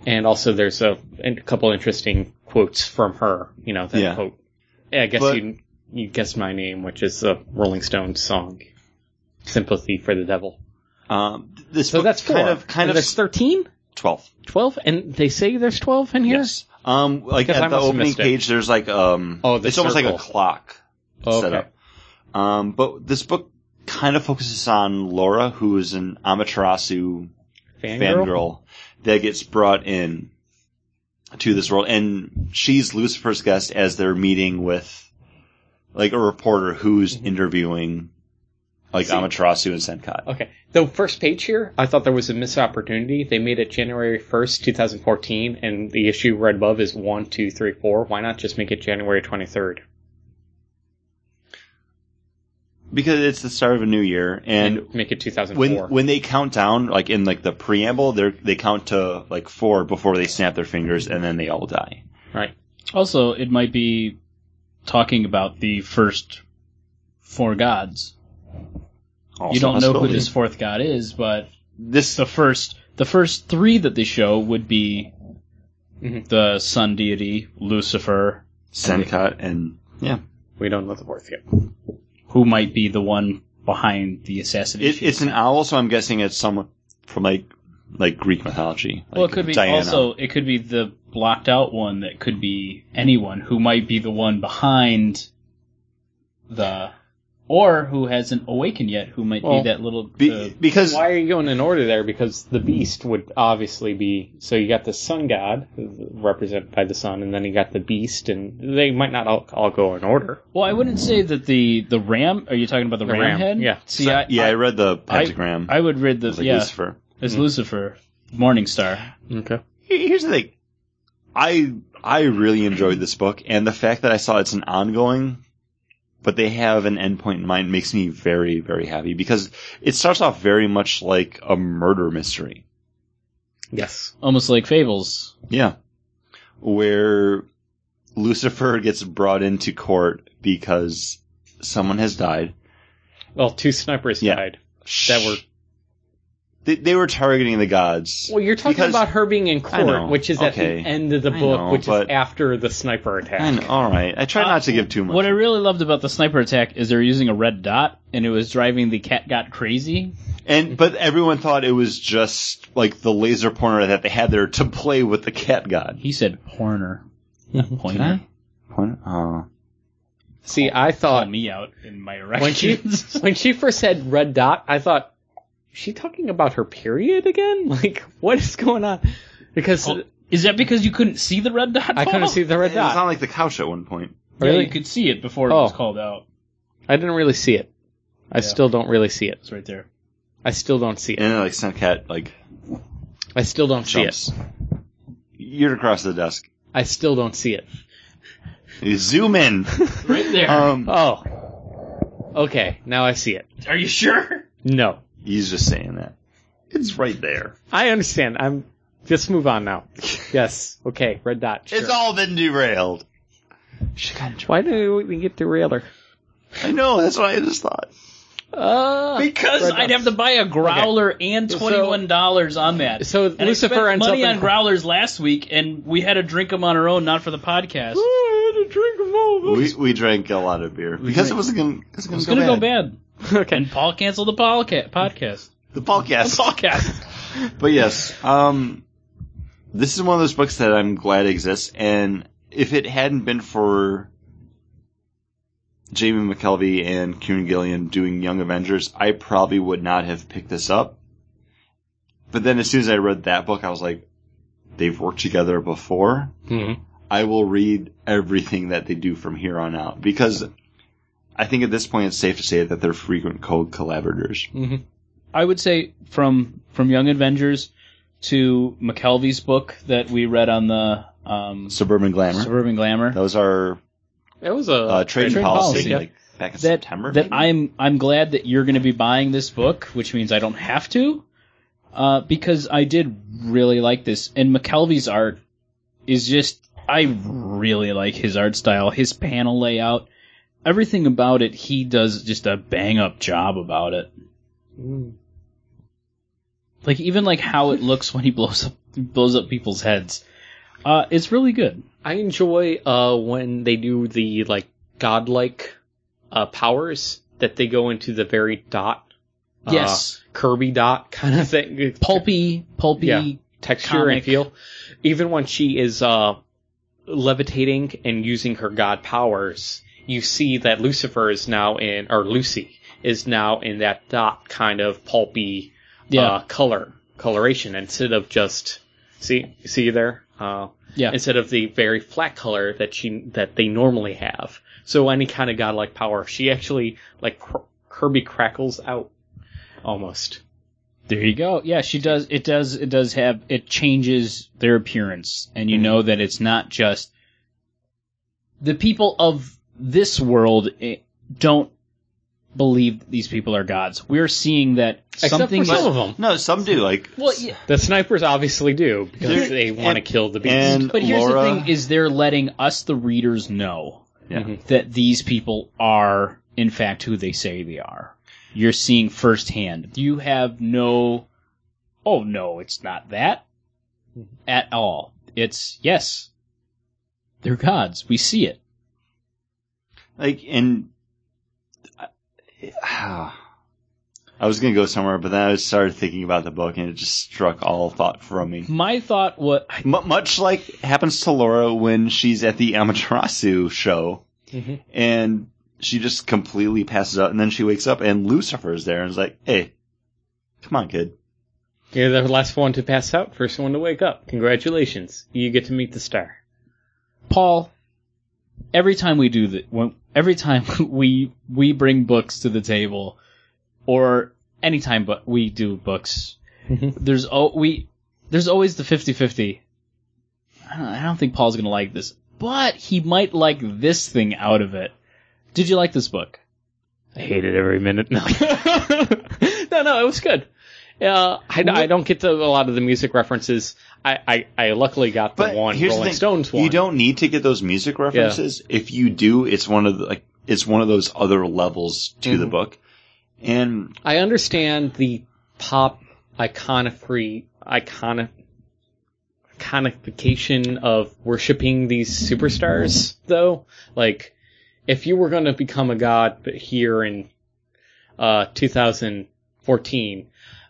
[SPEAKER 3] And also, there's a, a couple interesting quotes from her, you know, that
[SPEAKER 1] Yeah.
[SPEAKER 3] quote. I guess
[SPEAKER 1] But-
[SPEAKER 3] you you guessed my name, which is a Rolling Stones song, "Sympathy for the Devil."
[SPEAKER 1] Um, th- this
[SPEAKER 3] So
[SPEAKER 1] book
[SPEAKER 3] that's four.
[SPEAKER 1] kind of kind
[SPEAKER 3] And
[SPEAKER 1] of
[SPEAKER 3] there's 13?
[SPEAKER 1] 12.
[SPEAKER 3] 12? and they say there's twelve in here.
[SPEAKER 1] Yes. Um, like
[SPEAKER 3] Because I
[SPEAKER 1] at the
[SPEAKER 3] must have
[SPEAKER 1] opening
[SPEAKER 3] missed it.
[SPEAKER 1] page, there's like um,
[SPEAKER 3] Oh, the
[SPEAKER 1] it's almost like a
[SPEAKER 3] circle.
[SPEAKER 1] clock
[SPEAKER 3] Okay.
[SPEAKER 1] set up. Um, but this book kind of focuses on Laura, who is an Amaterasu
[SPEAKER 3] Fangirl?
[SPEAKER 1] fangirl that gets brought in to this world, and she's Lucifer's guest as they're meeting with like a reporter who's interviewing like
[SPEAKER 3] Mm-hmm. See-
[SPEAKER 1] Amaterasu and Senkai.
[SPEAKER 3] Okay. The first page here, I thought there was a missed opportunity. They made it January 1st, 2014, and the issue right above is 1, 2, 3, 4. Why not just make it January 23rd?
[SPEAKER 1] Because it's the start of a new year, and
[SPEAKER 3] make it 2004.
[SPEAKER 1] when when they count down, like in like the preamble, they they count to like four before they snap their fingers, and then they all die.
[SPEAKER 3] right.
[SPEAKER 2] Also, it might be talking about the first four gods.
[SPEAKER 1] Also
[SPEAKER 2] you don't know who
[SPEAKER 1] possibility.
[SPEAKER 2] this fourth god is, but
[SPEAKER 1] this
[SPEAKER 2] the first the first three that they show would be
[SPEAKER 1] Mm-hmm.
[SPEAKER 3] Mhm.
[SPEAKER 2] the sun deity Lucifer,
[SPEAKER 1] Senkat and yeah,
[SPEAKER 3] We don't know the fourth yet.
[SPEAKER 2] who might be the one behind the
[SPEAKER 1] it,
[SPEAKER 2] assassination.
[SPEAKER 1] it's an owl, so I'm guessing it's someone from like like Greek mythology. Like
[SPEAKER 2] well, it could be
[SPEAKER 1] Diana.
[SPEAKER 2] also it could be the blocked out one that could be anyone who might be the one behind the or who hasn't awakened yet, who might
[SPEAKER 3] Well,
[SPEAKER 2] be that little
[SPEAKER 1] Be-
[SPEAKER 2] uh,
[SPEAKER 1] because
[SPEAKER 3] Why are you going in order there? Because the beast would obviously be. So you got the sun god, represented by the sun, and then you got the beast, and they might not all, all go in order.
[SPEAKER 2] Well, I wouldn't say that the the ram. Are you talking about the,
[SPEAKER 3] The
[SPEAKER 2] ram,
[SPEAKER 3] ram,
[SPEAKER 2] head?
[SPEAKER 3] yeah.
[SPEAKER 2] See,
[SPEAKER 1] so-
[SPEAKER 2] I,
[SPEAKER 1] yeah, I,
[SPEAKER 2] I,
[SPEAKER 1] read the pentagram.
[SPEAKER 2] I would read the
[SPEAKER 1] It was like
[SPEAKER 2] yeah.
[SPEAKER 1] Lucifer.
[SPEAKER 2] It's Lucifer, Morning Star.
[SPEAKER 3] Okay.
[SPEAKER 1] Here- Here's the thing, I I really enjoyed this book, and the fact that I saw it's an ongoing, but they have an endpoint in mind makes me very very happy because it starts off very much like a murder mystery.
[SPEAKER 3] Yes.
[SPEAKER 2] Almost like Fables.
[SPEAKER 1] Yeah. Where Lucifer gets brought into court because someone has died.
[SPEAKER 3] Well, two snipers
[SPEAKER 1] Yeah.
[SPEAKER 3] died. That were-
[SPEAKER 1] They, they were targeting the gods.
[SPEAKER 3] Well, you're talking
[SPEAKER 1] Because-
[SPEAKER 3] about her being in
[SPEAKER 1] I know.
[SPEAKER 3] court, which is
[SPEAKER 1] Okay.
[SPEAKER 3] at the end of the
[SPEAKER 1] I
[SPEAKER 3] book,
[SPEAKER 1] know,
[SPEAKER 3] which
[SPEAKER 1] but-
[SPEAKER 3] is after the sniper attack.
[SPEAKER 1] And, all right. I try not to give too much.
[SPEAKER 2] What I really loved about the sniper attack is they're using a red dot, and it was driving the cat got crazy.
[SPEAKER 1] And but everyone thought it was just like the laser pointer that they had there to play with the cat god.
[SPEAKER 2] He said "Horner," not pointer.
[SPEAKER 1] Pointer? Oh.
[SPEAKER 3] See, I
[SPEAKER 2] Called
[SPEAKER 3] thought
[SPEAKER 2] me out in my
[SPEAKER 3] when she
[SPEAKER 2] erections.
[SPEAKER 3] when she first said red dot, I thought "Is she talking about her period again. Like, what is going on? Because
[SPEAKER 2] Oh, is that because you couldn't see the red dot?
[SPEAKER 3] I couldn't
[SPEAKER 2] Paul?
[SPEAKER 3] see the red
[SPEAKER 1] It was on
[SPEAKER 3] dot.
[SPEAKER 1] like the couch at one point.
[SPEAKER 2] Yeah,
[SPEAKER 3] Really?
[SPEAKER 2] you could see it before it was
[SPEAKER 3] Oh.
[SPEAKER 2] called out.
[SPEAKER 3] I didn't really see it. I
[SPEAKER 2] Yeah.
[SPEAKER 3] still don't really see it.
[SPEAKER 2] It's right there.
[SPEAKER 3] I still don't see it.
[SPEAKER 1] And then like some cat like
[SPEAKER 3] I still don't see it.
[SPEAKER 1] jumps. You're across the desk.
[SPEAKER 3] I still don't see it.
[SPEAKER 1] You zoom in.
[SPEAKER 2] Right there.
[SPEAKER 1] Um
[SPEAKER 3] Oh. Okay, now I see it.
[SPEAKER 2] Are you sure?
[SPEAKER 3] No.
[SPEAKER 1] he's just saying that. It's right there.
[SPEAKER 3] I understand. I'm just move on now. Yes. Okay. Red dot. Sure.
[SPEAKER 1] It's all been derailed. She got in trouble.
[SPEAKER 3] Why do we get derailed? her?
[SPEAKER 1] I know, that's what I just thought.
[SPEAKER 3] Uh,
[SPEAKER 2] Because
[SPEAKER 3] Right
[SPEAKER 2] I'd
[SPEAKER 3] now.
[SPEAKER 2] have to buy a growler and
[SPEAKER 3] So-
[SPEAKER 2] twenty one dollars on that.
[SPEAKER 3] So
[SPEAKER 2] And I
[SPEAKER 3] Lucifer
[SPEAKER 2] spent
[SPEAKER 3] ends
[SPEAKER 2] money
[SPEAKER 3] up in-
[SPEAKER 2] on growlers last week, and we had to drink them on our own, not for the podcast. It
[SPEAKER 3] I had to drink them all.
[SPEAKER 1] We we drank a lot of beer. Because it
[SPEAKER 2] drank-
[SPEAKER 1] wasn't gonna it was gonna,
[SPEAKER 2] was
[SPEAKER 1] go,
[SPEAKER 2] gonna
[SPEAKER 1] bad.
[SPEAKER 2] go bad.
[SPEAKER 3] okay.
[SPEAKER 2] And Paul canceled the polca- podcast.
[SPEAKER 1] The podcast.
[SPEAKER 2] Podcast.
[SPEAKER 1] But yes, um, this is one of those books that I'm glad exists, and if it hadn't been for Jamie McKelvey and Kieran Gillian doing Young Avengers, I probably would not have picked this up. But then as soon as I read that book, I was like, they've worked together before. I will read everything that they do from here on out because I think at this point it's safe to say that they're frequent co collaborators.
[SPEAKER 2] I would say from from Young Avengers to McKelvey's book that we read on the um,
[SPEAKER 1] Suburban Glamour.
[SPEAKER 2] Suburban Glamour.
[SPEAKER 1] Those are
[SPEAKER 3] That was a
[SPEAKER 1] uh, trade,
[SPEAKER 2] Trade
[SPEAKER 1] policy,
[SPEAKER 2] policy,
[SPEAKER 1] like back in
[SPEAKER 2] that
[SPEAKER 1] September.
[SPEAKER 2] that
[SPEAKER 1] maybe?
[SPEAKER 2] I'm I'm glad that you're going to be buying this book, which means I don't have to, uh, because I did really like this. And McKelvey's art is just I really like his art style, his panel layout, everything about it. He does just a bang up job about it. Like even like how it looks when he blows up blows up people's heads. Uh, it's really good.
[SPEAKER 3] I enjoy uh when they do the like godlike uh powers that they go into the very dot. uh,
[SPEAKER 2] Yes.
[SPEAKER 3] Kirby dot kind of thing.
[SPEAKER 2] Pulpy, pulpy.
[SPEAKER 3] Yeah. texture and
[SPEAKER 2] comic.
[SPEAKER 3] feel. Even when she is uh levitating and using her god powers, you see that Lucifer is now in, or Lucy is now in that dot kind of pulpy
[SPEAKER 2] Yeah.
[SPEAKER 3] uh, color coloration instead of just see see there uh,
[SPEAKER 2] Yeah.
[SPEAKER 3] instead of the very flat color that she that they normally have. So any kind of godlike power, she actually like cr- Kirby crackles out almost.
[SPEAKER 2] There you go. Yeah, she does. It does. It does have. It changes their appearance, and
[SPEAKER 3] Mm-hmm.
[SPEAKER 2] you know that it's not just the people of this world eh, don't believe that these people are gods. We're seeing that something.
[SPEAKER 3] Except for some of them.
[SPEAKER 1] No, some do. Like
[SPEAKER 2] well, yeah,
[SPEAKER 3] The snipers obviously do
[SPEAKER 1] They're-
[SPEAKER 3] because they want to
[SPEAKER 1] and-
[SPEAKER 3] kill the beast.
[SPEAKER 1] and
[SPEAKER 2] but here's
[SPEAKER 1] Laura,
[SPEAKER 2] the thing: is Mm-hmm. they're letting us, the readers, know
[SPEAKER 1] Yeah.
[SPEAKER 2] that these people are, in fact, who they say they are. You're seeing firsthand. You have no, oh no, it's not that at all. It's, yes, they're gods. We see it.
[SPEAKER 1] like and I was gonna go somewhere, but then I started thinking about the book, and it just struck all thought from me.
[SPEAKER 2] My thought was,
[SPEAKER 1] M- much like happens to Laura when she's at the Amaterasu show,
[SPEAKER 3] Mhm.
[SPEAKER 1] and she just completely passes out, and then she wakes up, and Lucifer's there, and is like, "Hey, come on, kid."
[SPEAKER 3] You're the last one to pass out, first one to wake up. Congratulations. You get to meet the star.
[SPEAKER 2] Paul, every time we do that, when, every time we, we bring books to the table, or anytime but we do books, there's oh we there's always the 50-50 I don't, I don't think paul's gonna like this but he might like this thing out of it did you like this book
[SPEAKER 3] I hated every minute. No. no, no, it was good. Uh, I, I don't get to a lot of the music references. I, I, I luckily got the
[SPEAKER 1] But
[SPEAKER 3] one
[SPEAKER 1] here's the
[SPEAKER 3] Rolling
[SPEAKER 1] thing,
[SPEAKER 3] Stones one.
[SPEAKER 1] You don't need to get those music references. If you do, it's one of the, like it's one of those other levels to the
[SPEAKER 3] Mhm.
[SPEAKER 1] book, and
[SPEAKER 3] I understand the pop iconography, iconic, iconification of worshiping these superstars, though. Like, if you were going to become a god but here in uh, 2014,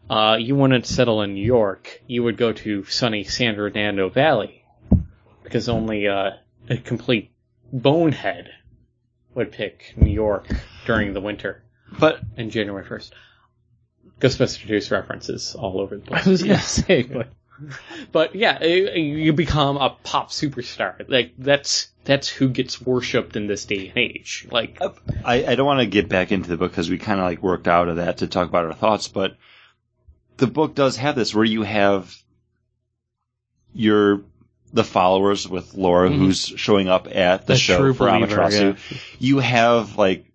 [SPEAKER 3] uh, you wanted to settle in New York, you would go to sunny San Fernando Valley, because only uh, a complete bonehead would pick New York during the winter
[SPEAKER 1] but
[SPEAKER 3] and January 1st. Ghostbuster 2's references all over the
[SPEAKER 2] i
[SPEAKER 3] place.
[SPEAKER 2] was gonna say but
[SPEAKER 3] but yeah, eh, you become a pop superstar. Like, that's, that's who gets worshipped in this day and age. Like,
[SPEAKER 1] uh, I, I don't want to get back into the book because we kind of like worked out of that to talk about our thoughts, but the book does have this where you have your the followers with Laura
[SPEAKER 3] Mhm.
[SPEAKER 1] who's showing up at the,
[SPEAKER 3] The
[SPEAKER 1] show
[SPEAKER 3] true
[SPEAKER 1] for
[SPEAKER 3] believer,
[SPEAKER 1] Amaterasu. You have like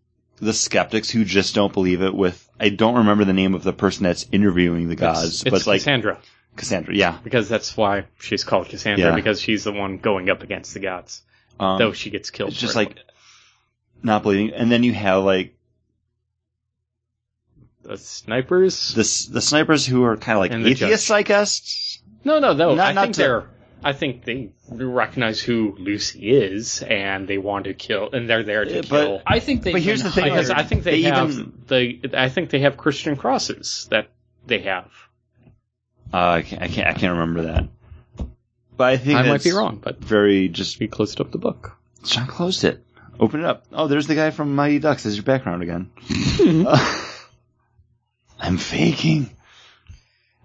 [SPEAKER 1] the skeptics who just don't believe it. With I don't remember the name of the person that's interviewing the
[SPEAKER 3] it's,
[SPEAKER 1] gods,
[SPEAKER 3] it's
[SPEAKER 1] but it's like
[SPEAKER 3] Cassandra.
[SPEAKER 1] Cassandra. Yeah,
[SPEAKER 3] Because that's why she's called Cassandra,
[SPEAKER 1] Yeah.
[SPEAKER 3] because she's the one going up against the gods.
[SPEAKER 1] um,
[SPEAKER 3] though she gets killed.
[SPEAKER 1] it's just
[SPEAKER 3] for it.
[SPEAKER 1] like not believing. And then you have like
[SPEAKER 3] the snipers.
[SPEAKER 1] the s- the snipers who are kind of like
[SPEAKER 3] And the
[SPEAKER 1] atheists, I guess.
[SPEAKER 3] no, no, no.
[SPEAKER 1] Not-
[SPEAKER 3] I
[SPEAKER 1] not
[SPEAKER 3] think
[SPEAKER 1] to-
[SPEAKER 3] they're. I think they recognize who Lucy is, and they want to kill, and they're there to
[SPEAKER 1] Yeah, but-
[SPEAKER 3] kill.
[SPEAKER 2] i think they
[SPEAKER 1] But here's the thing,
[SPEAKER 3] because
[SPEAKER 1] like,
[SPEAKER 3] I think they,
[SPEAKER 1] they
[SPEAKER 3] have
[SPEAKER 1] even-
[SPEAKER 3] the I think they have Christian crosses that they have.
[SPEAKER 1] Uh, I can't, I can't, I can't remember that. But I think
[SPEAKER 3] I might
[SPEAKER 1] that's
[SPEAKER 3] be wrong, but
[SPEAKER 1] Very just.
[SPEAKER 3] we closed up the book.
[SPEAKER 1] John closed it. Open it up. Oh, there's the guy from Mighty Ducks. There's your background again. I'm faking.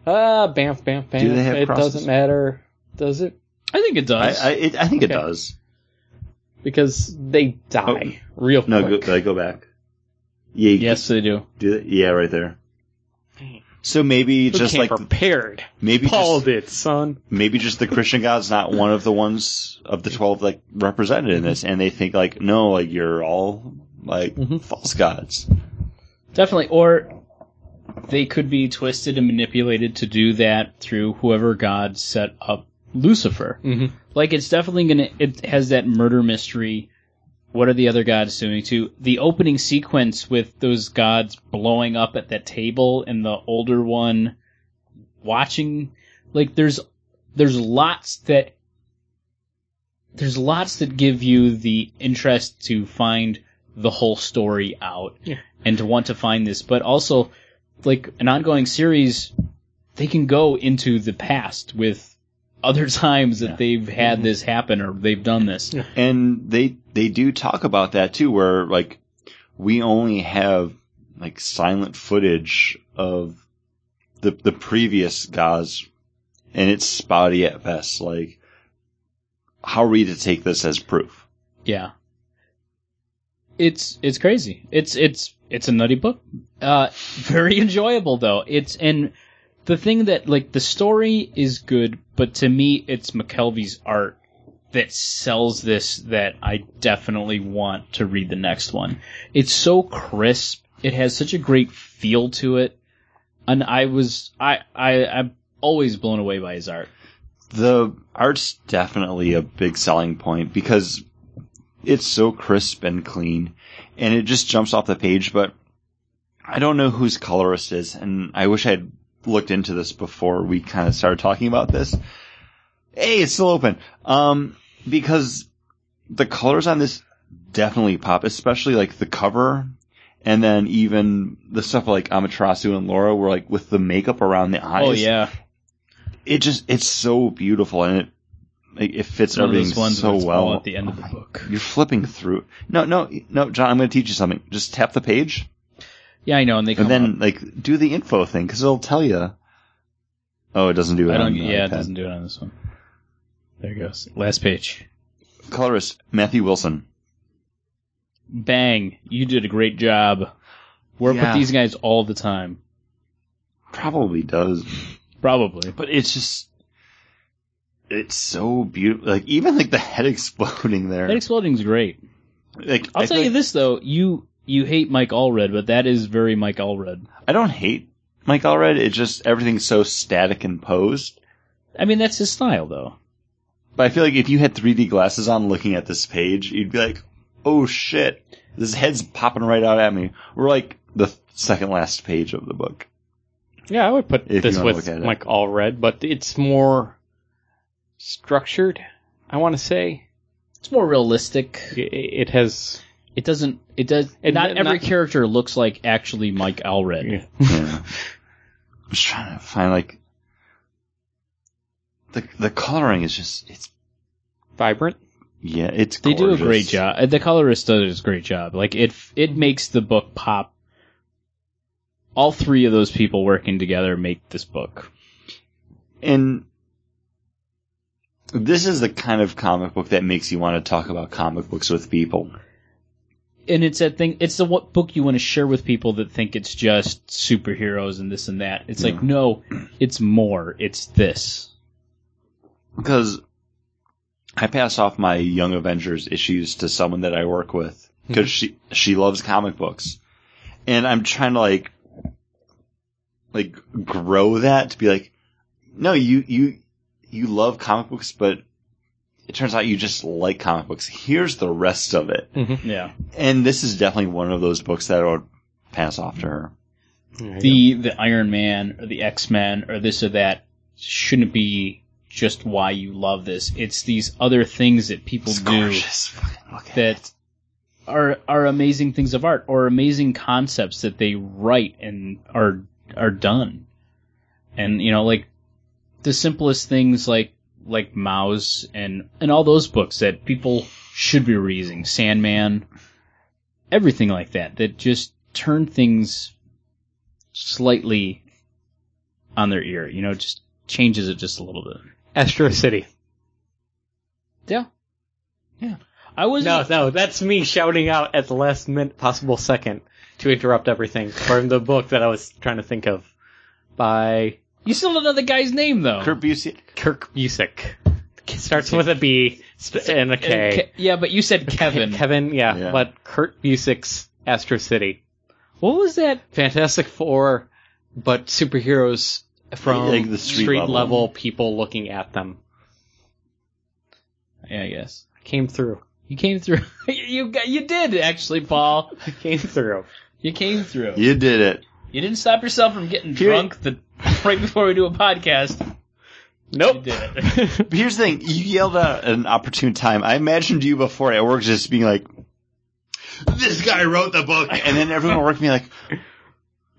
[SPEAKER 3] Ah, bamf, bamf, bamf.
[SPEAKER 1] Do they have
[SPEAKER 3] it
[SPEAKER 1] crosses?
[SPEAKER 3] doesn't matter, does it?
[SPEAKER 2] i think it
[SPEAKER 1] I,
[SPEAKER 2] does
[SPEAKER 1] I, it, I think it
[SPEAKER 3] Okay.
[SPEAKER 1] does.
[SPEAKER 3] Because they die real
[SPEAKER 1] No,
[SPEAKER 3] quick.
[SPEAKER 1] go, uh, go back. Yeah, you
[SPEAKER 2] yes they do
[SPEAKER 1] do that. Yeah, right there. So maybe
[SPEAKER 3] Who
[SPEAKER 1] just
[SPEAKER 3] came
[SPEAKER 1] like
[SPEAKER 3] prepared.
[SPEAKER 1] maybe
[SPEAKER 3] Paul
[SPEAKER 1] just,
[SPEAKER 3] did, son.
[SPEAKER 1] maybe just the Christian God's not one of the ones of the twelve like represented in this, and they think like no, like you're all like
[SPEAKER 3] Mhm.
[SPEAKER 1] false gods.
[SPEAKER 2] definitely or they could be twisted and manipulated to do that through whoever god set up lucifer
[SPEAKER 3] Mm-hmm.
[SPEAKER 2] Like it's definitely gonna. It has that murder mystery. What are the other gods doing too? The opening sequence with those gods blowing up at that table and the older one watching. Like there's there's lots that there's lots that give you the interest to find the whole story out
[SPEAKER 3] Yeah.
[SPEAKER 2] and to want to find this, but also like an ongoing series, they can go into the past with other times that
[SPEAKER 1] Yeah.
[SPEAKER 2] they've had this happen or they've done this.
[SPEAKER 1] and they they do talk about that too where like we only have like silent footage of the the previous guys and it's spotty at best like how are we to take this as proof
[SPEAKER 2] Yeah. It's it's crazy. It's it's it's a nutty book. Uh very enjoyable though. It's and the thing that like the story is good, but to me it's McKelvey's art that sells this that I definitely want to read the next one. It's so crisp. It has such a great feel to it. And I was I I I'm always blown away by his art.
[SPEAKER 1] the art's definitely a big selling point because it's so crisp and clean and it just jumps off the page but i don't know whose colorist is and i wish i'd looked into this before we kind of started talking about this hey it's still open um because the colors on this definitely pop especially like the cover and then even the stuff like amaterasu and laura were like with the makeup around the eyes
[SPEAKER 2] Oh yeah.
[SPEAKER 1] it just it's so beautiful and it like, it fits
[SPEAKER 2] It's one of
[SPEAKER 1] everything
[SPEAKER 2] those ones
[SPEAKER 1] so
[SPEAKER 2] where it's all
[SPEAKER 1] well
[SPEAKER 2] at the end of the book.
[SPEAKER 1] You're flipping through. No, no, no, John. I'm going to teach you something. Just tap the page
[SPEAKER 2] Yeah, I know, and they come
[SPEAKER 1] and then
[SPEAKER 2] up.
[SPEAKER 1] like do the info thing because it'll tell you. Oh, it doesn't do it.
[SPEAKER 2] I don't.
[SPEAKER 1] on the
[SPEAKER 2] Yeah, it
[SPEAKER 1] iPad.
[SPEAKER 2] doesn't do it on this one. There it goes. Last page.
[SPEAKER 1] Colorist Matthew Wilson.
[SPEAKER 2] Bang! You did a great job. Work
[SPEAKER 1] Yeah.
[SPEAKER 2] with these guys all the time.
[SPEAKER 1] Probably does,
[SPEAKER 2] Probably.
[SPEAKER 1] but it's just it's so beautiful. Like even like the head exploding there.
[SPEAKER 2] That exploding's great.
[SPEAKER 1] like
[SPEAKER 2] I'll
[SPEAKER 1] I
[SPEAKER 2] tell
[SPEAKER 1] feel
[SPEAKER 2] you
[SPEAKER 1] like-
[SPEAKER 2] this though, you you hate Mike Allred, but that is very Mike Allred.
[SPEAKER 1] I don't hate Mike Allred. It's just everything's so static and posed.
[SPEAKER 2] I mean, that's his style though.
[SPEAKER 1] But I feel like if you had 3D glasses on looking at this page, you'd be like, oh shit, this head's popping right out at me. We're like the second last page of the book.
[SPEAKER 3] Yeah, I would put
[SPEAKER 1] If you
[SPEAKER 3] this
[SPEAKER 1] wanna
[SPEAKER 3] with
[SPEAKER 1] look at it.
[SPEAKER 3] like all red, but it's more structured. I want to say
[SPEAKER 2] It's more realistic.
[SPEAKER 3] I- it has.
[SPEAKER 2] It doesn't. It does.
[SPEAKER 3] And
[SPEAKER 2] not
[SPEAKER 3] not-
[SPEAKER 2] every character looks like actually Mike Allred.
[SPEAKER 1] Yeah. I'm just trying to find like, the, the coloring is just, it's,
[SPEAKER 3] vibrant.
[SPEAKER 1] yeah, it's
[SPEAKER 2] They do a
[SPEAKER 1] gorgeous.
[SPEAKER 2] great job. Uh, The colorist does a great job. Like it, it makes the book pop. All three of those people working together make this book.
[SPEAKER 1] And this is the kind of comic book that makes you want to talk about comic books with people.
[SPEAKER 2] And it's that thing. It's the what book you want to share with people that think it's just superheroes and this and that. It's like no, it's more. It's this.
[SPEAKER 1] because I pass off my Young Avengers issues to someone that I work with because she she loves comic books, and I'm trying to like like grow that to be like, no, you you you love comic books, but it turns out you just like comic books. Here's the rest of it,
[SPEAKER 2] Yeah.
[SPEAKER 1] and this is definitely one of those books that I would pass off to her.
[SPEAKER 2] The the Iron Man or the X Men or this or that shouldn't be just why you love this. It's these other things that people
[SPEAKER 1] It's
[SPEAKER 2] do.
[SPEAKER 1] gorgeous. Fucking look at it.
[SPEAKER 2] that are are amazing things of art or amazing concepts that they write and are are done. And you know, like the simplest things like like Mouse and and all those books that people should be reading, Sandman, everything like that that just turn things slightly on their ear, you know, just changes it just a little bit.
[SPEAKER 3] Astro City.
[SPEAKER 2] Yeah. Yeah. I was
[SPEAKER 3] No, no, that's me shouting out at the last minute possible second to interrupt everything from the book that I was trying to think of by
[SPEAKER 2] You still don't know the guy's name though.
[SPEAKER 1] Kurt Busiek.
[SPEAKER 3] Kirk Busick. Starts with a B st- and a K.
[SPEAKER 2] Ke- yeah, but you said Kevin.
[SPEAKER 3] Kevin, yeah,
[SPEAKER 1] Yeah.
[SPEAKER 3] but Kurt Busick's Astro City. What was that? Fantastic Four, but superheroes from
[SPEAKER 1] Like the
[SPEAKER 3] the
[SPEAKER 1] street
[SPEAKER 3] street,
[SPEAKER 1] level.
[SPEAKER 3] level. people looking at them.
[SPEAKER 2] yeah, I guess
[SPEAKER 3] Came through.
[SPEAKER 2] you came through. you got, you did actually, Paul.
[SPEAKER 3] Came through.
[SPEAKER 2] You came through.
[SPEAKER 1] You did it.
[SPEAKER 2] You didn't stop yourself from getting
[SPEAKER 1] Here-
[SPEAKER 2] drunk the right before we do a podcast.
[SPEAKER 3] Nope.
[SPEAKER 2] You did
[SPEAKER 1] But here's the thing: you yelled out at an opportune time. I imagined you before at work just being like, "This guy wrote the book," and then everyone at work being like,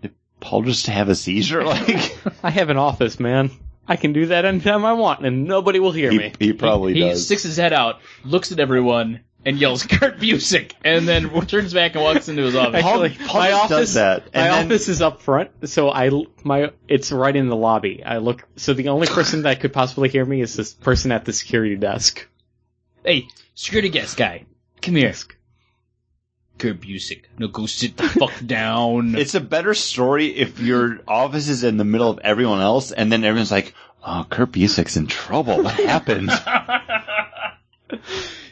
[SPEAKER 1] "Did Paul just have a seizure?" Like,
[SPEAKER 3] I have an office, man. I can do that anytime I want, and nobody will hear
[SPEAKER 1] He,
[SPEAKER 3] me.
[SPEAKER 1] he probably
[SPEAKER 2] he
[SPEAKER 1] does.
[SPEAKER 2] sticks his head out, looks at everyone, and yells "Kurt Busick," and then turns back and walks into his office.
[SPEAKER 3] Actually, my
[SPEAKER 1] does
[SPEAKER 3] office
[SPEAKER 1] that, and
[SPEAKER 3] my
[SPEAKER 1] then-
[SPEAKER 3] office is up front, so I l- my it's right in the lobby. I look, so the only person that could possibly hear me is this person at the security desk.
[SPEAKER 2] Hey, security guest guy, come here. Kurt Busick, no, go sit the fuck down.
[SPEAKER 1] It's a better story if your office is in the middle of everyone else, and then everyone's like, "Oh, Kurt Busiek's in trouble. What happened?"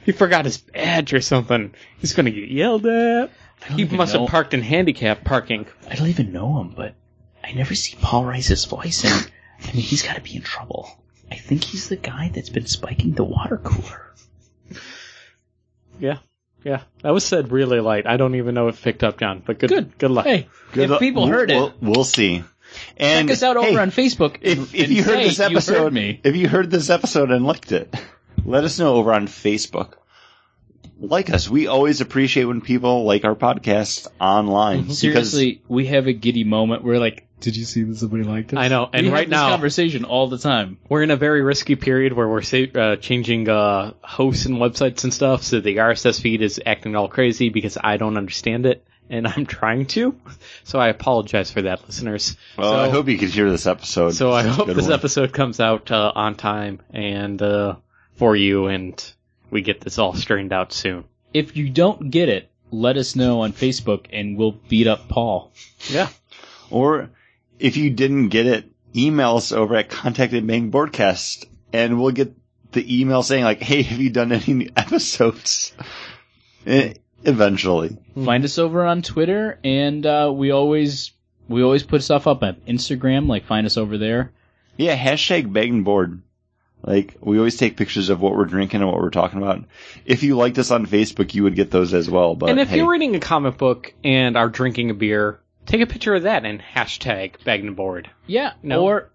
[SPEAKER 3] He forgot his badge or something. He's gonna get yelled at. He
[SPEAKER 2] even
[SPEAKER 3] must
[SPEAKER 2] know.
[SPEAKER 3] have parked in handicap parking.
[SPEAKER 2] I don't even know him, but I never see Paul Rice's voice, and I mean, he's got to be in trouble. I think he's the guy that's been spiking the water cooler.
[SPEAKER 3] Yeah, yeah. That was said really light. I don't even know if it picked up, John. But good, good, good luck.
[SPEAKER 2] Hey, if
[SPEAKER 1] luck.
[SPEAKER 2] people heard
[SPEAKER 1] we'll,
[SPEAKER 2] it,
[SPEAKER 1] we'll, we'll see. And
[SPEAKER 2] check us out
[SPEAKER 1] hey,
[SPEAKER 2] over on Facebook.
[SPEAKER 1] if, if
[SPEAKER 2] and
[SPEAKER 1] you heard
[SPEAKER 2] say
[SPEAKER 1] this episode,
[SPEAKER 2] you heard me.
[SPEAKER 1] if you heard this episode and liked it, let us know over on Facebook. Like us, we always appreciate when people like our podcast online. because-
[SPEAKER 2] Mm-hmm. Seriously, we have a giddy moment. We're like, did you see that somebody liked us?
[SPEAKER 3] I know, and
[SPEAKER 2] we
[SPEAKER 3] right
[SPEAKER 2] have
[SPEAKER 3] now-
[SPEAKER 2] this conversation all the time.
[SPEAKER 3] We're in a very risky period where we're sa- uh, changing uh, hosts and websites and stuff, so the RSS feed is acting all crazy because I don't understand it, and I'm trying to. So I apologize for that, listeners.
[SPEAKER 1] well,
[SPEAKER 3] so,
[SPEAKER 1] I hope you could hear this episode.
[SPEAKER 3] so I
[SPEAKER 1] It's a
[SPEAKER 3] hope
[SPEAKER 1] good
[SPEAKER 3] this
[SPEAKER 1] one.
[SPEAKER 3] episode comes out uh, on time and uh, for you, and we get this all straightened out soon.
[SPEAKER 2] If you don't get it, let us know on Facebook, and we'll beat up Paul.
[SPEAKER 3] Yeah.
[SPEAKER 1] Or if you didn't get it, email us over at contact at Bang Broadcast and we'll get the email saying like, hey, have you done any new episodes? Eh, Eventually.
[SPEAKER 2] Find us over on Twitter, and uh, we always we always put stuff up on Instagram. Like, find us over there.
[SPEAKER 1] Yeah, hashtag Bang Board. Like, we always take pictures of what we're drinking and what we're talking about. If you liked us on Facebook, you would get those as well. But
[SPEAKER 3] and if
[SPEAKER 1] hey,
[SPEAKER 3] you're reading a comic book and are drinking a beer, take a picture of that and hashtag Bagging Board.
[SPEAKER 2] Yeah,
[SPEAKER 3] No.
[SPEAKER 2] or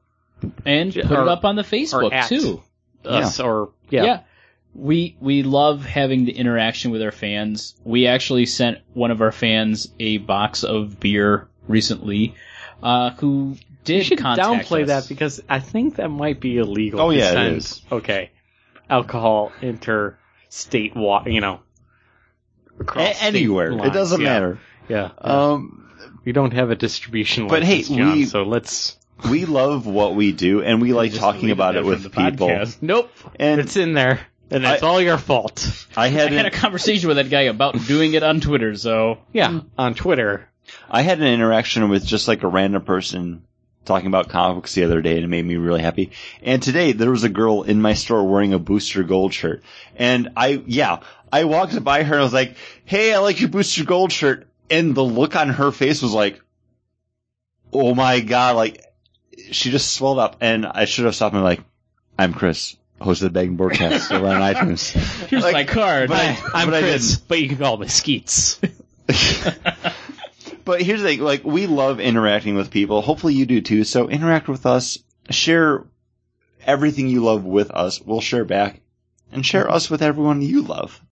[SPEAKER 2] and
[SPEAKER 3] Ju-
[SPEAKER 2] put it
[SPEAKER 3] or-
[SPEAKER 2] up on the
[SPEAKER 3] or
[SPEAKER 2] Facebook
[SPEAKER 3] at.
[SPEAKER 2] too.
[SPEAKER 3] Us or
[SPEAKER 2] Yeah.
[SPEAKER 3] yeah.
[SPEAKER 2] We we love having the interaction with our fans. We actually sent one of our fans a box of beer recently, uh, who did
[SPEAKER 3] You should
[SPEAKER 2] contact
[SPEAKER 3] downplay
[SPEAKER 2] us.
[SPEAKER 3] that because I think that might be illegal.
[SPEAKER 1] Oh,
[SPEAKER 3] to
[SPEAKER 1] yeah, it
[SPEAKER 3] send-
[SPEAKER 1] is.
[SPEAKER 3] Okay, alcohol inter state wa- you know, across
[SPEAKER 1] a-
[SPEAKER 3] state
[SPEAKER 1] anywhere,
[SPEAKER 3] lines,
[SPEAKER 1] it doesn't
[SPEAKER 3] yeah.
[SPEAKER 1] matter.
[SPEAKER 3] Yeah,
[SPEAKER 1] Um,
[SPEAKER 3] we don't have a distribution.
[SPEAKER 1] But hey,
[SPEAKER 3] license, John,
[SPEAKER 1] we-
[SPEAKER 3] so let's
[SPEAKER 1] we love what we do and we like
[SPEAKER 2] Just
[SPEAKER 1] talking
[SPEAKER 2] deleted
[SPEAKER 1] about
[SPEAKER 2] that
[SPEAKER 1] it
[SPEAKER 2] from
[SPEAKER 1] with
[SPEAKER 2] the
[SPEAKER 1] people.
[SPEAKER 2] podcast.
[SPEAKER 3] nope,
[SPEAKER 1] And-
[SPEAKER 3] it's in there, and it's
[SPEAKER 1] I-
[SPEAKER 3] all your fault.
[SPEAKER 1] I
[SPEAKER 2] I
[SPEAKER 1] had,
[SPEAKER 2] had
[SPEAKER 1] an-
[SPEAKER 2] a conversation with that guy about doing it on Twitter, so
[SPEAKER 3] Yeah, on Twitter.
[SPEAKER 1] I had an interaction with just like a random person talking about comic books the other day and it made me really happy. And today there was a girl in my store wearing a Booster Gold shirt. And I, yeah, I walked by her and I was like, Hey, I like your Booster Gold shirt. And the look on her face was like, Oh my God. Like she just swelled up and I should have stopped and like, I'm Chris, host of the Begging Broadcast over on iTunes.
[SPEAKER 2] here's
[SPEAKER 1] Like,
[SPEAKER 2] my card.
[SPEAKER 1] but I-
[SPEAKER 3] I'm
[SPEAKER 1] but I
[SPEAKER 3] Chris,
[SPEAKER 1] didn't.
[SPEAKER 3] but you can call me Skeets.
[SPEAKER 1] But here's the thing, like we love interacting with people. Hopefully you do too. So interact with us. Share everything you love with us. We'll share back and share us with everyone you love.